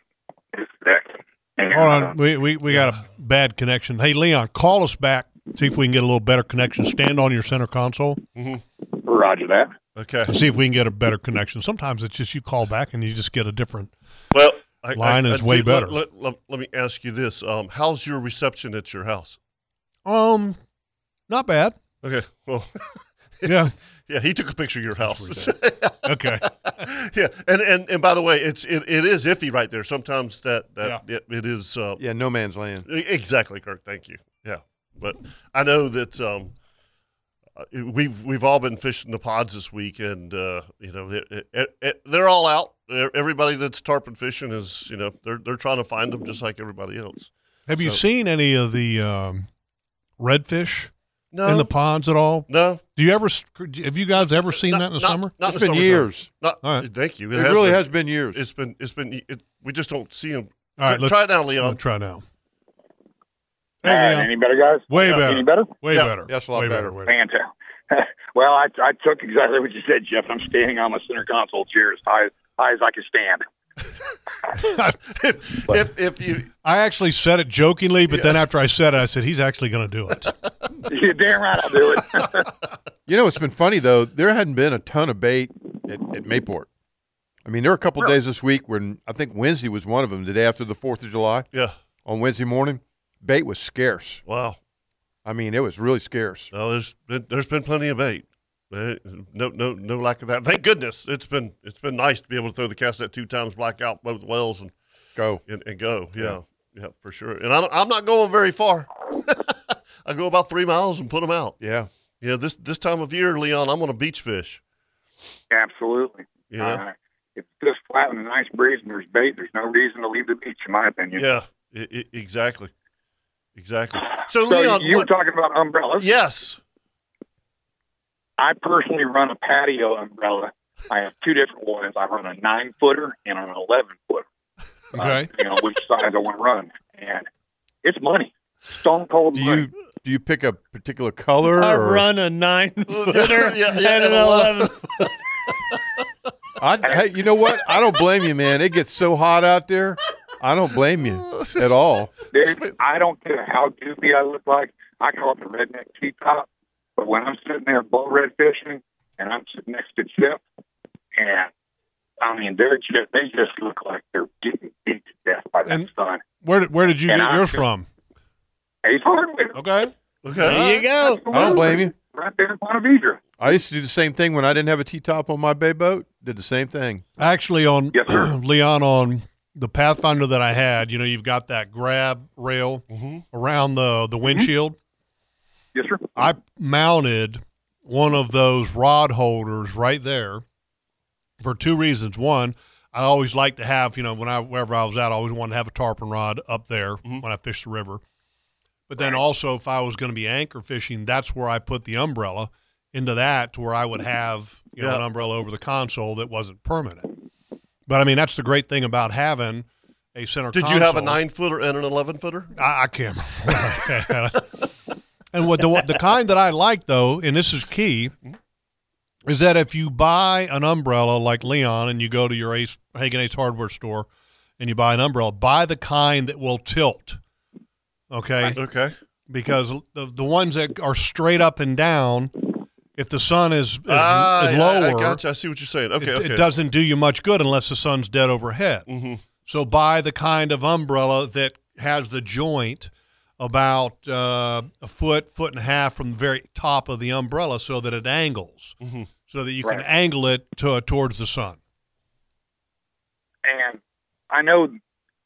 [SPEAKER 16] it's thick. And,
[SPEAKER 5] Hold
[SPEAKER 16] uh,
[SPEAKER 5] on, we we, we got a bad connection. Hey, Leon, call us back. See if we can get a little better connection. Stand on your center console.
[SPEAKER 16] Roger that.
[SPEAKER 3] Mm-hmm. Okay.
[SPEAKER 5] See if we can get a better connection. Sometimes it's just you call back and you just get a different.
[SPEAKER 3] Well,
[SPEAKER 5] line is way
[SPEAKER 3] do-
[SPEAKER 5] better.
[SPEAKER 3] Let, let, let me ask you this: um, How's your reception at your house?
[SPEAKER 5] Um, not bad.
[SPEAKER 3] Okay. Well.
[SPEAKER 5] Yeah.
[SPEAKER 3] Yeah, he took a picture of your house.
[SPEAKER 5] okay.
[SPEAKER 3] yeah, and, and and by the way, it's it, it is iffy right there. Sometimes that that it, it is. Uh,
[SPEAKER 4] yeah, no man's land.
[SPEAKER 3] Exactly, Kirk. Thank you. Yeah, but I know that um, uh, we've we've all been fishing the pods this week, and uh, you know they're, it- it- they're all out. They're- Everybody that's tarpon fishing is you know they're they're trying to find them just like everybody else.
[SPEAKER 5] Have you seen any of the um, redfish
[SPEAKER 3] No.
[SPEAKER 5] in the ponds at all?
[SPEAKER 3] No.
[SPEAKER 5] Do you ever? Have you guys ever seen that in the
[SPEAKER 3] not,
[SPEAKER 5] summer?
[SPEAKER 3] Not in the summertime. Not, Thank you.
[SPEAKER 5] It really has
[SPEAKER 4] been years.
[SPEAKER 3] It's been it's been it, we just don't see them.
[SPEAKER 5] All right,
[SPEAKER 3] Try-
[SPEAKER 5] let's-
[SPEAKER 3] try it now, Leon.
[SPEAKER 5] let's Try now.
[SPEAKER 16] All right, any better, guys?
[SPEAKER 5] Way better.
[SPEAKER 16] Any better?
[SPEAKER 5] Way Yeah, better.
[SPEAKER 4] that's
[SPEAKER 5] a lot Way better. better, way
[SPEAKER 16] Fantastic. well, I, I took exactly what you said, Jeff. I'm standing on my center console chair as high, high as I can stand.
[SPEAKER 3] if if you
[SPEAKER 5] I actually said it jokingly, but then after I said it, I said he's actually going to do it.
[SPEAKER 16] You're damn right I'll do it.
[SPEAKER 4] You know, it's been funny though. There hadn't been a ton of bait at, at Mayport. I mean, there were a couple of days this week when I think Wednesday was one of them. The day after the Fourth of July.
[SPEAKER 3] Yeah.
[SPEAKER 4] On Wednesday morning, bait was scarce.
[SPEAKER 3] Wow.
[SPEAKER 4] I mean, it was really scarce.
[SPEAKER 3] No, there's been- there's been plenty of bait. Uh, No, no, no lack of that. Thank goodness it's been it's been nice to be able to throw the cast net two times, black out both wells, and
[SPEAKER 4] go
[SPEAKER 3] and, and go. Yeah, yeah, for sure. And I'm I'm not going very far. I go about three miles and put them out.
[SPEAKER 4] Yeah,
[SPEAKER 3] yeah. This this time of year, Leon, I'm on a beach fish.
[SPEAKER 16] Absolutely.
[SPEAKER 3] Yeah.
[SPEAKER 16] Uh, if it's just flat and a nice breeze and there's bait, there's no reason to leave the beach, in my opinion.
[SPEAKER 3] Yeah, i i exactly, exactly. So,
[SPEAKER 16] So
[SPEAKER 3] Leon,
[SPEAKER 16] you were
[SPEAKER 3] what-
[SPEAKER 16] talking about umbrellas.
[SPEAKER 3] Yes.
[SPEAKER 16] I personally run a patio umbrella I have two different ones. I run a nine footer and an eleven footer.
[SPEAKER 4] Okay.
[SPEAKER 16] You know which size I want to run, and it's money. Stone cold
[SPEAKER 4] Do
[SPEAKER 16] money.
[SPEAKER 4] you do you pick a particular color?
[SPEAKER 16] I
[SPEAKER 4] or?
[SPEAKER 16] run
[SPEAKER 10] a nine
[SPEAKER 16] footer Yeah, yeah,
[SPEAKER 10] and an
[SPEAKER 16] eleven.
[SPEAKER 4] I, hey, you know what? I don't blame you, man. It gets so hot out there. I don't blame you at all.
[SPEAKER 16] Dude, I don't care how goofy I look like. I call it the redneck tea top. But when I'm sitting there bull red fishing and I'm sitting next to Chip, and I mean, they're just, they just look like they're getting beat to death by that sun.
[SPEAKER 5] Where did where did you
[SPEAKER 16] And
[SPEAKER 5] get
[SPEAKER 16] I
[SPEAKER 5] yours
[SPEAKER 16] just-
[SPEAKER 5] from?
[SPEAKER 16] Ace Hardware.
[SPEAKER 5] Okay.
[SPEAKER 3] Okay.
[SPEAKER 10] There you go.
[SPEAKER 4] I don't blame you.
[SPEAKER 16] Right there in front of Idra.
[SPEAKER 4] I used to do the same thing when I didn't have a T top on my bay boat. Did the same thing.
[SPEAKER 5] Actually, on Leon, on the Pathfinder that I had, you know, you've got that grab rail around the the windshield.
[SPEAKER 16] Mm-hmm. Yes, sir.
[SPEAKER 5] I mounted one of those rod holders right there for two reasons. One, I always like to have, you know, when I wherever I was at, I always wanted to have a tarpon rod up there when I fished the river. But then also, if I was going to be anchor fishing, that's where I put the umbrella into that to where I would have you know, an
[SPEAKER 3] Yeah.
[SPEAKER 5] umbrella over the console that wasn't permanent. But I mean, that's the great thing about having a center.
[SPEAKER 3] Did you have a
[SPEAKER 5] console.
[SPEAKER 3] nine footer and an eleven footer?
[SPEAKER 5] I, I can't remember. and what the what- the kind that I like though, and this is key, is that if you buy an umbrella like Leon and you go to your Ace Hagen Ace hardware store and you buy an umbrella, buy the kind that will tilt. Okay.
[SPEAKER 3] Okay.
[SPEAKER 5] Because the the ones that are straight up and down, if the sun is, is,
[SPEAKER 3] Ah,
[SPEAKER 5] is
[SPEAKER 3] yeah,
[SPEAKER 5] lower,
[SPEAKER 3] I gotcha. I see what you're saying. Okay,
[SPEAKER 5] it,
[SPEAKER 3] okay. Mm-hmm.
[SPEAKER 5] it doesn't do you much good unless the sun's dead overhead. So buy the kind of umbrella that has the joint about uh, a foot, foot and a half from the very top of the umbrella, so that it angles,
[SPEAKER 3] Mm-hmm.
[SPEAKER 5] so that you can
[SPEAKER 16] Right.
[SPEAKER 5] angle it to, towards the sun.
[SPEAKER 16] And I know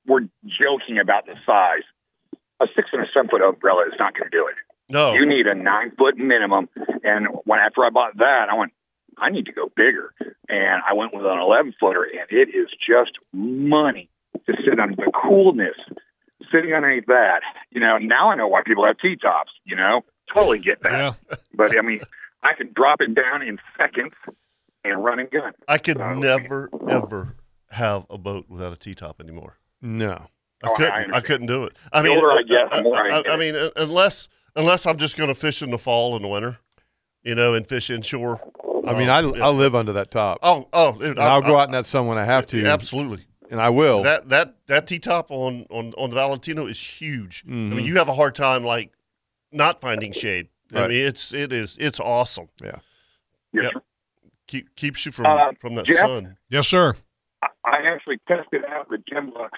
[SPEAKER 16] we're joking about the size. A six and a seven foot umbrella is not going to do it.
[SPEAKER 3] No.
[SPEAKER 16] You need a nine foot minimum. And when after I bought that, I went, I need to go bigger. And I went with an 11 footer, and it is just money to sit under the coolness, sitting underneath that. You know, now I know why people have T tops, you know, totally get that. But I mean, I can drop it down in seconds and run and gun.
[SPEAKER 3] I could never ever have a boat without a T top anymore.
[SPEAKER 4] No.
[SPEAKER 3] I
[SPEAKER 16] Oh, I
[SPEAKER 3] couldn't. I,
[SPEAKER 16] understand.
[SPEAKER 3] couldn't do it. I
[SPEAKER 16] The
[SPEAKER 3] mean,
[SPEAKER 16] older I get, the more I
[SPEAKER 3] I,
[SPEAKER 16] get
[SPEAKER 3] I
[SPEAKER 16] it.
[SPEAKER 3] mean, uh, unless unless I'm just going to fish in the fall and the winter, you know, and fish inshore.
[SPEAKER 4] I mean, I, I live under that top.
[SPEAKER 3] Oh, oh, dude,
[SPEAKER 4] and
[SPEAKER 3] I-
[SPEAKER 4] I'll go
[SPEAKER 3] I-
[SPEAKER 4] out in that sun when I have to.
[SPEAKER 3] Absolutely.
[SPEAKER 4] and I will.
[SPEAKER 3] That that that T top on on on Valentino is huge. I
[SPEAKER 4] Mhm.
[SPEAKER 3] mean, you have a hard time like not finding shade. I
[SPEAKER 4] Right.
[SPEAKER 3] mean, it's it is it's awesome.
[SPEAKER 4] Yeah.
[SPEAKER 3] Yep. Keep, keeps you from
[SPEAKER 16] Uh,
[SPEAKER 3] from that
[SPEAKER 16] Jeff?
[SPEAKER 3] sun.
[SPEAKER 5] Yes, sir.
[SPEAKER 16] I actually tested out the Gemlux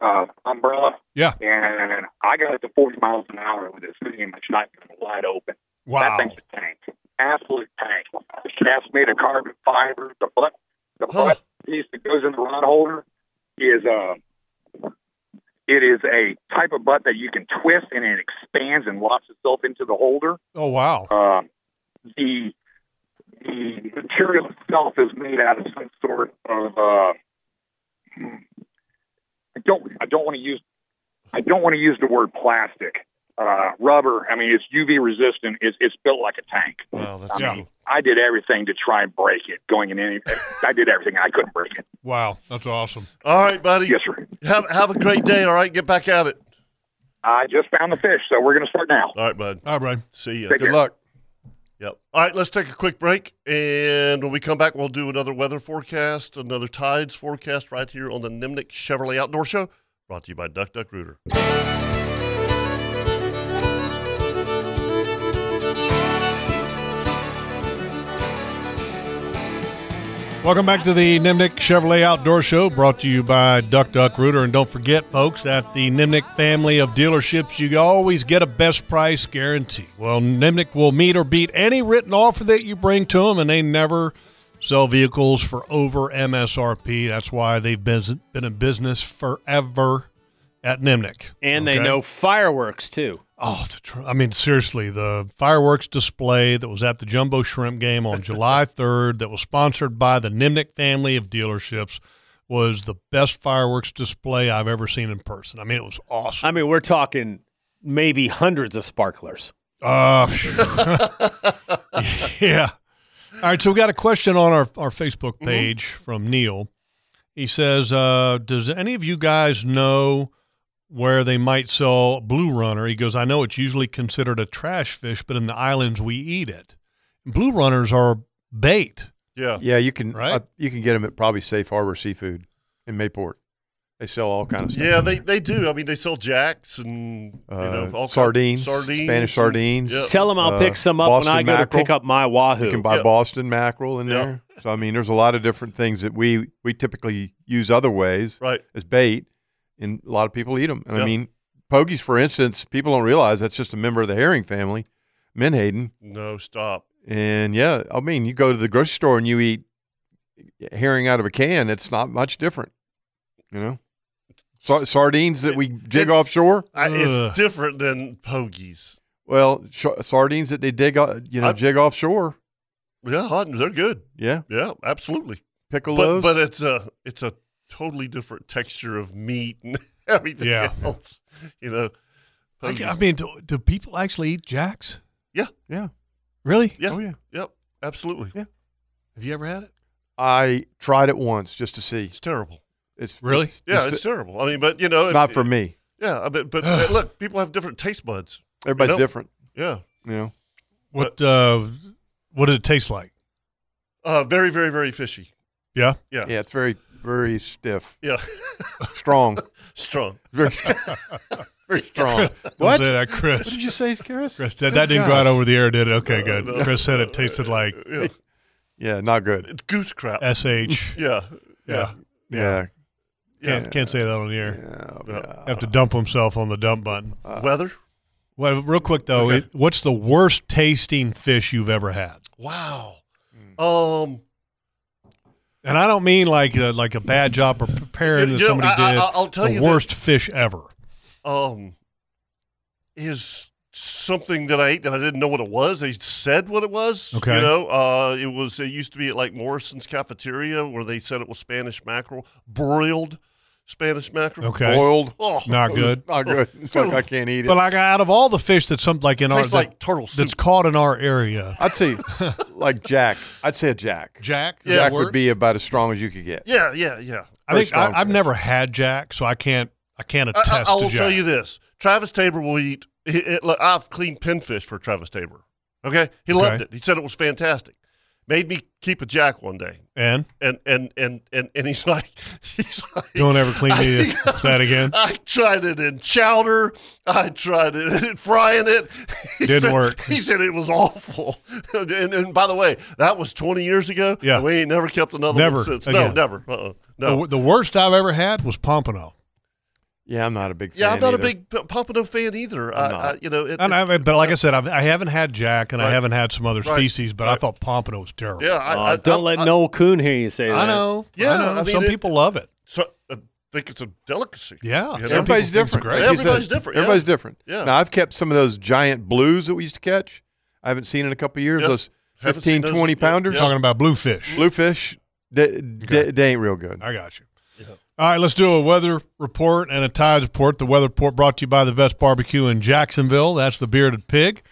[SPEAKER 16] uh, umbrella.
[SPEAKER 5] Yeah.
[SPEAKER 16] And I got it to 40 miles an hour with it sitting in my shotgun wide open.
[SPEAKER 5] Wow.
[SPEAKER 16] That thing's a tank. Absolute tank. The shaft's made of carbon fiber. The butt, the butt piece that goes in the rod holder is uh, it is a type of butt that you can twist and it expands and locks itself into the holder.
[SPEAKER 5] Oh wow.
[SPEAKER 3] Uh,
[SPEAKER 16] Um, the the material itself is made out of some sort of. Uh, I don't. I don't want to use. I don't want to use the word plastic. Uh, rubber. I mean, it's UV resistant. It's it's built like a tank.
[SPEAKER 3] Wow,
[SPEAKER 16] that's I, mean, I did everything to try and break it. Going in any, I did everything. I couldn't break it.
[SPEAKER 5] Wow, that's awesome.
[SPEAKER 3] All right, buddy.
[SPEAKER 16] Yes, sir.
[SPEAKER 3] Have have a great day. All right, get back at it.
[SPEAKER 16] I just found the fish, so we're gonna start now.
[SPEAKER 3] All right, bud.
[SPEAKER 5] All right, Brian.
[SPEAKER 3] See ya.
[SPEAKER 16] Take Good care.
[SPEAKER 4] luck.
[SPEAKER 3] Yep. All right, let's take a quick break, and when we come back, we'll do another weather forecast, another tides forecast, right here on the Nimnik Chevrolet Outdoor Show, brought to you by Duck Duck Rooter.
[SPEAKER 5] Welcome back to the Nimnik Chevrolet Outdoor Show, brought to you by Duck Duck Rooter. And don't forget, folks, at the Nimnik family of dealerships, you always get a best price guarantee. Well, Nimnik will meet or beat any written offer that you bring to them, and they never sell vehicles for over MSRP. That's why they've been, been in business forever at Nimnik.
[SPEAKER 10] And they
[SPEAKER 5] Okay?
[SPEAKER 10] know fireworks too.
[SPEAKER 5] Oh, the tr- I mean, seriously, the fireworks display that was at the Jumbo Shrimp Game on July 3rd, that was sponsored by the Nimnik family of dealerships, was the best fireworks display I've ever seen in person. I mean, it was awesome.
[SPEAKER 10] I mean, we're talking maybe hundreds of sparklers.
[SPEAKER 5] Uh, Ah, Oh, yeah. All right, so we got a question on our, our
[SPEAKER 4] Mm-hmm.
[SPEAKER 5] Facebook page from Neil. He says, uh, "Does any of you guys know where they might sell blue runner?" He goes, "I know it's usually considered a trash fish, but in the islands we eat it. Blue runners are bait.
[SPEAKER 4] Yeah, yeah. You can right? you can get them at probably Safe Harbor Seafood in Mayport. They sell all kind of stuff.
[SPEAKER 3] Yeah, they, they do. I mean, they sell jacks and you know
[SPEAKER 4] Uh,
[SPEAKER 3] all
[SPEAKER 4] sardines,
[SPEAKER 3] kind, sardines, Uh,
[SPEAKER 4] Spanish sardines. Uh,
[SPEAKER 3] Yeah.
[SPEAKER 10] Tell 'em I'll pick some up when I go to pick up my wahoo.
[SPEAKER 4] You can buy
[SPEAKER 10] Yep.
[SPEAKER 4] Boston mackerel in there. So I mean, there's a lot of different things that we we typically use other ways,
[SPEAKER 3] right.
[SPEAKER 4] as bait, and a lot of people eat them. And I
[SPEAKER 3] Yep.
[SPEAKER 4] mean, pogies, for instance, people don't realize that's just a member of the herring family, menhaden.
[SPEAKER 3] No, stop.
[SPEAKER 4] And yeah, I mean, you go to the grocery store and you eat herring out of a can. It's not much different, you know. Sa- sardines that we jig offshore.
[SPEAKER 3] I,
[SPEAKER 4] Ugh.
[SPEAKER 3] it's different than pogies.
[SPEAKER 4] Well, sh- sardines that they dig, o- you know, jig offshore.
[SPEAKER 3] Yeah, hot- they're good.
[SPEAKER 4] Yeah,
[SPEAKER 3] yeah, absolutely.
[SPEAKER 4] Pickle
[SPEAKER 3] But,
[SPEAKER 4] those.
[SPEAKER 3] but it's a it's a totally different texture of meat and everything
[SPEAKER 5] Yeah.
[SPEAKER 3] else. You know,
[SPEAKER 5] I,
[SPEAKER 3] pogies.
[SPEAKER 5] I mean, do, do people actually eat jacks?
[SPEAKER 3] Yeah,
[SPEAKER 4] yeah, Oh,
[SPEAKER 5] really?
[SPEAKER 3] Yeah.
[SPEAKER 4] yeah.
[SPEAKER 3] Yep. Absolutely.
[SPEAKER 4] Yeah.
[SPEAKER 5] Have you ever had it?
[SPEAKER 4] I tried it once just to see. It's
[SPEAKER 3] terrible.
[SPEAKER 4] It's
[SPEAKER 5] Really?
[SPEAKER 3] Yeah, it's terrible. I mean, but you know,
[SPEAKER 4] Not
[SPEAKER 3] it-
[SPEAKER 4] for me.
[SPEAKER 3] Yeah, but but uh, look, people have different taste buds. you
[SPEAKER 4] Everybody's
[SPEAKER 3] know?
[SPEAKER 4] different.
[SPEAKER 3] Yeah.
[SPEAKER 4] You know.
[SPEAKER 5] What uh, what did it taste like?
[SPEAKER 3] Uh, very, very, very fishy.
[SPEAKER 5] Yeah.
[SPEAKER 3] Yeah.
[SPEAKER 4] Yeah, it's very very stiff.
[SPEAKER 3] Yeah.
[SPEAKER 4] Strong.
[SPEAKER 3] Strong.
[SPEAKER 4] Very strong. Very strong. What?
[SPEAKER 5] Don't say that, Chris.
[SPEAKER 4] What did you say, Chris?
[SPEAKER 5] Chris, that, that didn't go out over the air, did it? Okay, good.
[SPEAKER 4] no.
[SPEAKER 5] Chris said it tasted like
[SPEAKER 4] Yeah, not good.
[SPEAKER 3] Goose crap.
[SPEAKER 5] SH. Yeah.
[SPEAKER 3] Yeah. Yeah.
[SPEAKER 4] Yeah.
[SPEAKER 5] Can't,
[SPEAKER 3] Yeah.
[SPEAKER 5] can't say that on the air.
[SPEAKER 4] Yeah, Uh,
[SPEAKER 5] Have to dump himself on the dump button.
[SPEAKER 3] Weather.
[SPEAKER 5] Well, real quick though,
[SPEAKER 3] Okay.
[SPEAKER 5] it- what's the worst tasting fish you've ever had?
[SPEAKER 3] Wow. Um.
[SPEAKER 5] And I don't mean like a, like a bad job or preparing
[SPEAKER 3] You-
[SPEAKER 5] that
[SPEAKER 3] you know,
[SPEAKER 5] somebody
[SPEAKER 3] I- I-
[SPEAKER 5] did.
[SPEAKER 3] I'll tell
[SPEAKER 5] the
[SPEAKER 3] you that-
[SPEAKER 5] worst fish ever.
[SPEAKER 3] um, is something that I ate that I didn't know what it was. They said what it was.
[SPEAKER 5] Okay.
[SPEAKER 3] You know, uh, it was, it used to be at like Morrison's Cafeteria where they said it was Spanish mackerel, broiled Spanish mackerel.
[SPEAKER 5] Okay.
[SPEAKER 4] Boiled.
[SPEAKER 3] Oh.
[SPEAKER 5] Not good.
[SPEAKER 4] Not good. It's like I can't eat it.
[SPEAKER 5] But like out of all the fish that's something like in our
[SPEAKER 4] Tastes like
[SPEAKER 5] that-
[SPEAKER 4] turtle
[SPEAKER 5] that's caught in our area.
[SPEAKER 4] I'd say like Jack. I'd say a Jack.
[SPEAKER 5] Jack? Is
[SPEAKER 4] Jack
[SPEAKER 5] that
[SPEAKER 4] would
[SPEAKER 5] worse?
[SPEAKER 4] be about as strong as you could get.
[SPEAKER 3] Yeah, yeah, yeah.
[SPEAKER 5] I
[SPEAKER 4] Very
[SPEAKER 5] think I,
[SPEAKER 4] strong
[SPEAKER 5] I've never had Jack, so I can't I can't attest
[SPEAKER 3] I, I, I will
[SPEAKER 5] to Jack.
[SPEAKER 3] tell you this: Travis Tabor will eat. He, it, look, I've cleaned pinfish for Travis Tabor. Okay, he
[SPEAKER 5] Okay.
[SPEAKER 3] loved it. He said it was fantastic. Made me keep a jack one day,
[SPEAKER 5] And
[SPEAKER 3] and and and and, and he's like, he's like,
[SPEAKER 5] Don't ever clean me
[SPEAKER 3] of
[SPEAKER 5] that again.
[SPEAKER 3] I tried it in chowder. I tried it in frying it. He
[SPEAKER 5] Didn't
[SPEAKER 3] said-
[SPEAKER 5] work.
[SPEAKER 3] He said it was awful. and, and by the way, that was twenty years ago.
[SPEAKER 5] Yeah.
[SPEAKER 3] and we ain't never kept another
[SPEAKER 5] Never
[SPEAKER 3] one since.
[SPEAKER 5] again. Oh,
[SPEAKER 3] No, never. Uh-uh.
[SPEAKER 5] The,
[SPEAKER 3] No.
[SPEAKER 5] wor- the worst I've ever had was pompano.
[SPEAKER 4] Yeah, I'm not a big
[SPEAKER 3] yeah, I'm
[SPEAKER 4] fan
[SPEAKER 3] not
[SPEAKER 4] either.
[SPEAKER 3] a big P- Pompano fan either. I, I, you know, it,
[SPEAKER 5] And
[SPEAKER 3] it's-
[SPEAKER 5] I, but like I said, I've, I haven't had Jack, and I
[SPEAKER 3] Right.
[SPEAKER 5] haven't had some other
[SPEAKER 3] Right.
[SPEAKER 5] species. But I thought pompano was terrible.
[SPEAKER 3] Yeah, I- I-
[SPEAKER 10] don't let Noel Coon hear you say that.
[SPEAKER 5] I know.
[SPEAKER 3] Yeah,
[SPEAKER 5] I know.
[SPEAKER 3] I mean,
[SPEAKER 5] some
[SPEAKER 3] it-
[SPEAKER 5] people love it.
[SPEAKER 3] So I think it's a delicacy.
[SPEAKER 5] Yeah,
[SPEAKER 3] You know?
[SPEAKER 4] Everybody's different. Like you said,
[SPEAKER 3] Everybody's different. yeah.
[SPEAKER 4] Everybody's different.
[SPEAKER 3] Yeah.
[SPEAKER 4] Now I've kept some of those giant blues that we used to catch. I haven't seen in a couple of years.
[SPEAKER 3] Yep.
[SPEAKER 4] Those
[SPEAKER 3] Haven't seen
[SPEAKER 4] 15,
[SPEAKER 3] those-
[SPEAKER 4] 20 pounders.
[SPEAKER 5] Talking about bluefish.
[SPEAKER 4] Bluefish. They, they, they ain't real good.
[SPEAKER 5] I got you. All right, let's do a weather report and a tides report. The weather report brought to you by the best barbecue in Jacksonville. That's the Bearded Pig.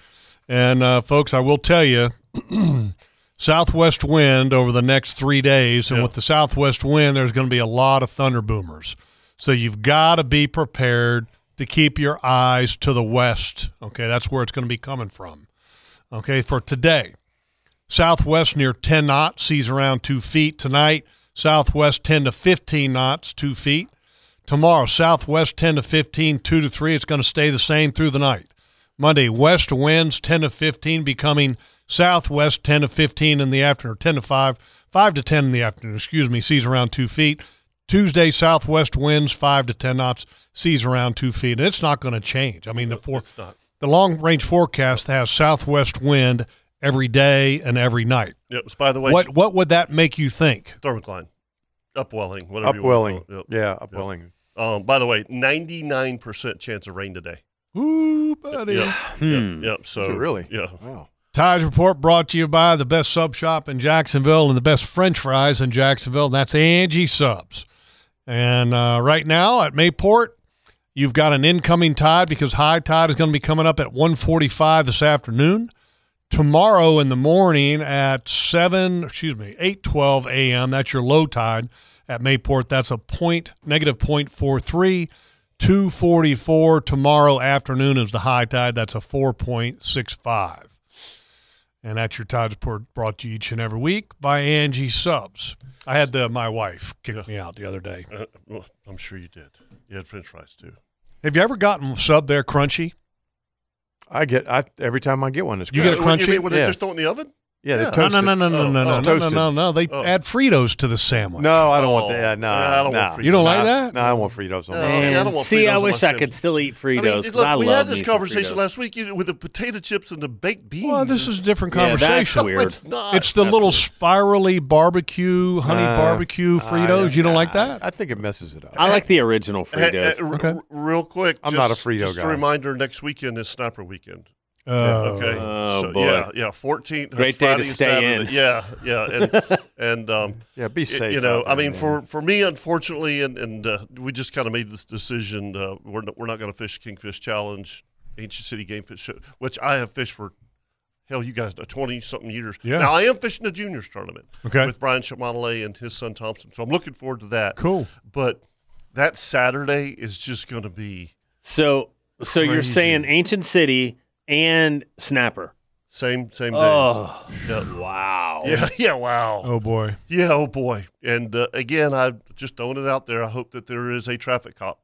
[SPEAKER 5] And uh, folks, I will tell you, southwest wind over the next three days, and with the southwest wind, there's going to be a lot of thunder boomers. So you've got to be prepared to keep your eyes to the west. Okay, that's where it's going to be coming from. Okay, for today. Southwest near 10 knots, seas around 2 feet. Tonight, southwest 10 to 15 knots, 2 feet. Tomorrow, southwest 10 to 15, 2 to 3. It's going to stay the same through the night. Monday, west winds 10 to 15, becoming southwest 10 to 15 in the afternoon, 10 to 5, 5 to 10 in the afternoon, excuse me, seas around 2 feet. Tuesday, southwest winds 5 to 10 knots, seas around 2 feet. And it's not going to change. I mean, the four, the long range forecast has southwest wind every day and every night.
[SPEAKER 3] Yep. so By the way,
[SPEAKER 5] What what would that make you think?
[SPEAKER 3] thermocline, upwelling, whatever.
[SPEAKER 4] Upwelling.
[SPEAKER 3] You want to call it.
[SPEAKER 4] Yeah, upwelling.
[SPEAKER 3] Yep. Um, by the way, ninety nine percent chance of rain today.
[SPEAKER 5] Ooh, buddy.
[SPEAKER 3] Yep.
[SPEAKER 5] Hmm.
[SPEAKER 3] Yep. yep. So
[SPEAKER 4] Is it really?
[SPEAKER 3] yeah.
[SPEAKER 4] Wow.
[SPEAKER 5] Tides Report brought to you by the best sub shop in Jacksonville and the best French fries in Jacksonville. And that's Angie Subs. And uh, right now at Mayport, you've got an incoming tide because high tide is going to be coming up at 1:45 this afternoon. tomorrow in the morning at 7, excuse me, 8:12 a.m. That's your low tide at Mayport. That's a point negative 0.43. 244 tomorrow afternoon is the high tide. That's a 4.65. And that's your tides report brought to you each and every week by Angie Subs. I had the, my wife kick me out the other day.
[SPEAKER 3] Uh, well, I'm sure you did. You had French fries too.
[SPEAKER 5] Have you ever gotten sub there crunchy?
[SPEAKER 4] I get I every time I get one. It's
[SPEAKER 5] You get a
[SPEAKER 4] great.
[SPEAKER 5] crunchy.
[SPEAKER 3] You mean when they just throw it in the oven?
[SPEAKER 4] Yeah, they
[SPEAKER 5] no,
[SPEAKER 4] toast
[SPEAKER 5] no, no, no,
[SPEAKER 4] it.
[SPEAKER 5] no,
[SPEAKER 4] Oh,
[SPEAKER 5] no, no,
[SPEAKER 4] oh,
[SPEAKER 5] no, no,
[SPEAKER 4] toasted.
[SPEAKER 5] no, no. They add Fritos to the sandwich.
[SPEAKER 4] No, I don't want that. No,
[SPEAKER 5] I don't want
[SPEAKER 4] no.
[SPEAKER 5] Fritos. You don't like
[SPEAKER 4] No,
[SPEAKER 5] that?
[SPEAKER 4] No, I don't want Fritos. On
[SPEAKER 3] No,
[SPEAKER 4] mine.
[SPEAKER 3] I don't want Fritos on my sandwich. I mean, look, we had this
[SPEAKER 10] me some
[SPEAKER 3] conversation
[SPEAKER 10] Fritos.
[SPEAKER 3] last week you know, with the potato chips and the baked beans.
[SPEAKER 5] Well, this is a different
[SPEAKER 3] Yeah, that's
[SPEAKER 5] conversation.
[SPEAKER 3] weird. No, it's not.
[SPEAKER 5] It's the
[SPEAKER 3] That's
[SPEAKER 5] little spirally barbecue, honey
[SPEAKER 3] Uh,
[SPEAKER 5] barbecue Fritos. you don't like that?
[SPEAKER 4] I think it messes it up.
[SPEAKER 10] I like the original
[SPEAKER 3] Hey,
[SPEAKER 10] Fritos.
[SPEAKER 3] uh, r- r- real quick,
[SPEAKER 10] I'm
[SPEAKER 3] just-
[SPEAKER 10] not a Frito
[SPEAKER 3] just
[SPEAKER 10] guy.
[SPEAKER 3] a reminder: next weekend is Sniper Weekend.
[SPEAKER 5] Oh.
[SPEAKER 3] okay.
[SPEAKER 10] Oh,
[SPEAKER 3] So,
[SPEAKER 10] boy.
[SPEAKER 3] Yeah, yeah. Fourteenth.
[SPEAKER 10] Great day to stay in.
[SPEAKER 3] Yeah, yeah. And, and um,
[SPEAKER 4] Yeah, be
[SPEAKER 3] y-
[SPEAKER 4] safe
[SPEAKER 3] You know,
[SPEAKER 4] out
[SPEAKER 3] I
[SPEAKER 4] there,
[SPEAKER 3] mean,
[SPEAKER 4] man.
[SPEAKER 3] for for me, unfortunately, and and uh, we just kind of made this decision. Uh, we're not, we're not going to fish Kingfish Challenge, Ancient City Game Fish, Show, which I have fished for. Hell, you guys, twenty something years.
[SPEAKER 5] Yeah.
[SPEAKER 3] Now I am fishing the juniors tournament.
[SPEAKER 5] Okay.
[SPEAKER 3] With Brian Chamonix and his son Thompson, so I'm looking forward to that.
[SPEAKER 5] Cool.
[SPEAKER 3] But that Saturday is just going to be
[SPEAKER 10] so, so you're
[SPEAKER 3] Crazy.
[SPEAKER 10] saying Ancient City and Snapper.
[SPEAKER 3] Same same days.
[SPEAKER 10] Oh,
[SPEAKER 3] Wow. Yeah, yeah, wow.
[SPEAKER 5] Oh boy.
[SPEAKER 3] Yeah, oh boy. And uh, again, I just throwing it out there. I hope that there is a traffic cop.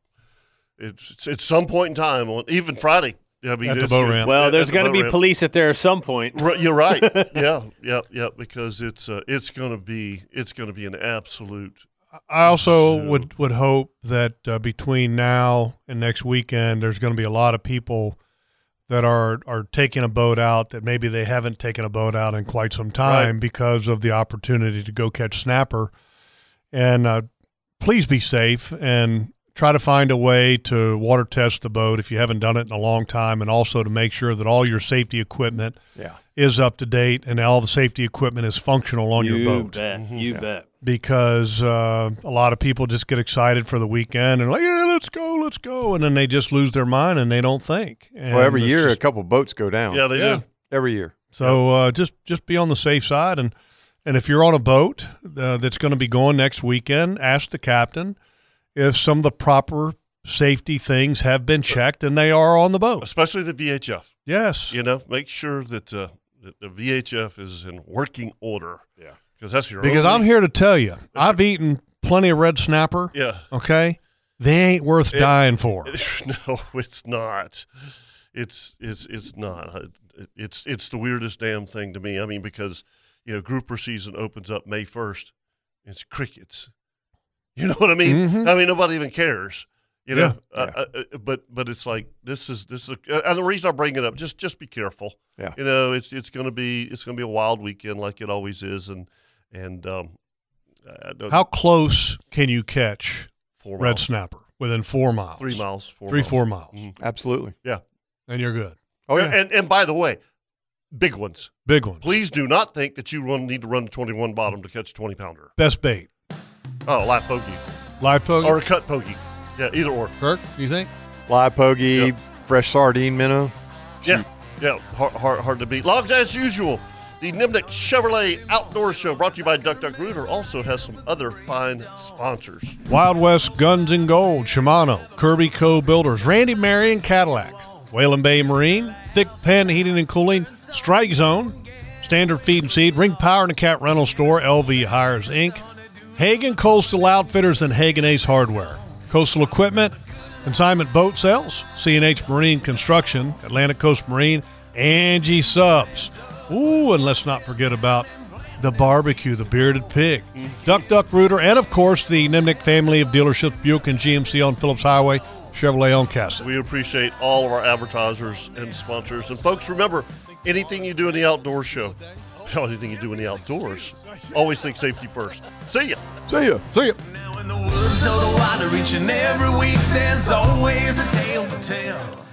[SPEAKER 3] It's, it's at some point in time, on even Friday. I mean, it's-
[SPEAKER 10] eh, Well,
[SPEAKER 3] at
[SPEAKER 10] there's
[SPEAKER 3] the
[SPEAKER 10] going to
[SPEAKER 3] boat
[SPEAKER 10] be
[SPEAKER 3] ramp.
[SPEAKER 10] police at there at some point.
[SPEAKER 3] Right, you're right. yeah, yeah, yeah. Because it's uh, it's gonna be it's gonna be an absolute.
[SPEAKER 5] I also would would hope that uh, between now and next weekend, there's going to be a lot of people that are are taking a boat out that maybe they haven't taken a boat out in quite some time
[SPEAKER 3] Right.
[SPEAKER 5] because of the opportunity to go catch snapper. And uh, please be safe and try to find a way to water test the boat if you haven't done it in a long time, and also to make sure that all your safety equipment
[SPEAKER 4] Yeah.
[SPEAKER 5] is up to date and all the safety equipment is functional on
[SPEAKER 10] you
[SPEAKER 5] your boat
[SPEAKER 10] Bet. You bet.
[SPEAKER 5] because uh, a lot of people just get excited for the weekend and like, yeah, let's go, let's go, and then they just lose their mind and they don't think. And
[SPEAKER 4] Well, every
[SPEAKER 5] it's
[SPEAKER 4] year
[SPEAKER 5] just-
[SPEAKER 4] a couple boats go down.
[SPEAKER 5] Yeah, they do. Yeah.
[SPEAKER 4] Every year.
[SPEAKER 5] so uh, just just be on the safe side, and and if you're on a boat uh, that's going to be going next weekend, ask the captain if some of the proper safety things have been checked and they are on the boat.
[SPEAKER 3] Especially the VHF.
[SPEAKER 5] Yes.
[SPEAKER 3] You know, make sure that, uh, that the VHF is in working order. Yeah. Because that's your
[SPEAKER 5] Because
[SPEAKER 3] only-
[SPEAKER 5] I'm here to tell you, I've eaten plenty of red snapper.
[SPEAKER 3] Yeah.
[SPEAKER 5] Okay. They ain't worth
[SPEAKER 3] It-
[SPEAKER 5] dying for.
[SPEAKER 3] no, it's not. It's it's it's not. It's it's the weirdest damn thing to me. I mean, because you know, grouper season opens up May first. It's crickets. You know what I mean?
[SPEAKER 5] Mhm.
[SPEAKER 3] I mean, nobody even cares. You know,
[SPEAKER 5] Yeah.
[SPEAKER 3] Uh, uh, uh, but but it's like this is this is uh, and the reason I bring it up just just be careful.
[SPEAKER 4] Yeah.
[SPEAKER 3] you know it's it's gonna be it's gonna be a wild weekend like it always is, and and um, I don't-
[SPEAKER 5] How close can you catch
[SPEAKER 3] Four
[SPEAKER 5] red
[SPEAKER 3] miles.
[SPEAKER 5] snapper within four miles?
[SPEAKER 3] Three miles, four
[SPEAKER 5] three
[SPEAKER 3] miles. Mm-hmm.
[SPEAKER 5] four miles.
[SPEAKER 4] Absolutely.
[SPEAKER 3] Yeah.
[SPEAKER 5] And you're good.
[SPEAKER 3] Oh yeah. And and by the way, big ones.
[SPEAKER 5] Big ones.
[SPEAKER 3] Please do not think that you run, need to run the 21 bottom to catch a 20 pounder.
[SPEAKER 5] Best bait.
[SPEAKER 3] Oh, live pokey.
[SPEAKER 5] Live pokey?
[SPEAKER 3] Or a cut pokey. Yeah, either or.
[SPEAKER 5] Kirk, you think?
[SPEAKER 4] Live pokey, fresh sardine minnow.
[SPEAKER 3] Yeah, yeah, hard, hard, hard to beat. Logs as usual. The Nimnik Chevrolet Outdoor Show, brought to you by Duck Duck Rooter, also has some other fine sponsors.
[SPEAKER 5] Wild West Guns and Gold, Shimano, Kirby Co. Builders, Randy Marion Cadillac, Whalen Bay Marine, Thick Pen Heating and Cooling, Strike Zone, Standard Feed and Seed, Ring Power and the Cat Rental Store, LV Hires Inc., Hagen Coastal Outfitters and Hagen Ace Hardware, Coastal Equipment, Consignment Boat Sales, CNH Marine Construction, Atlantic Coast Marine, Angie Subs. Ooh, and let's not forget about the barbecue, the bearded pig, Duck Duck Rooter, and of course the Nimnik family of dealerships Buick and GMC on Phillips Highway, Chevrolet on Castle.
[SPEAKER 3] We appreciate all of our advertisers and sponsors. And folks, remember anything you do in the outdoor show, anything you do in the outdoors, always think safety first. See ya.
[SPEAKER 4] See ya. See ya.
[SPEAKER 1] woods of the water each and every week. There's always a tale to tell.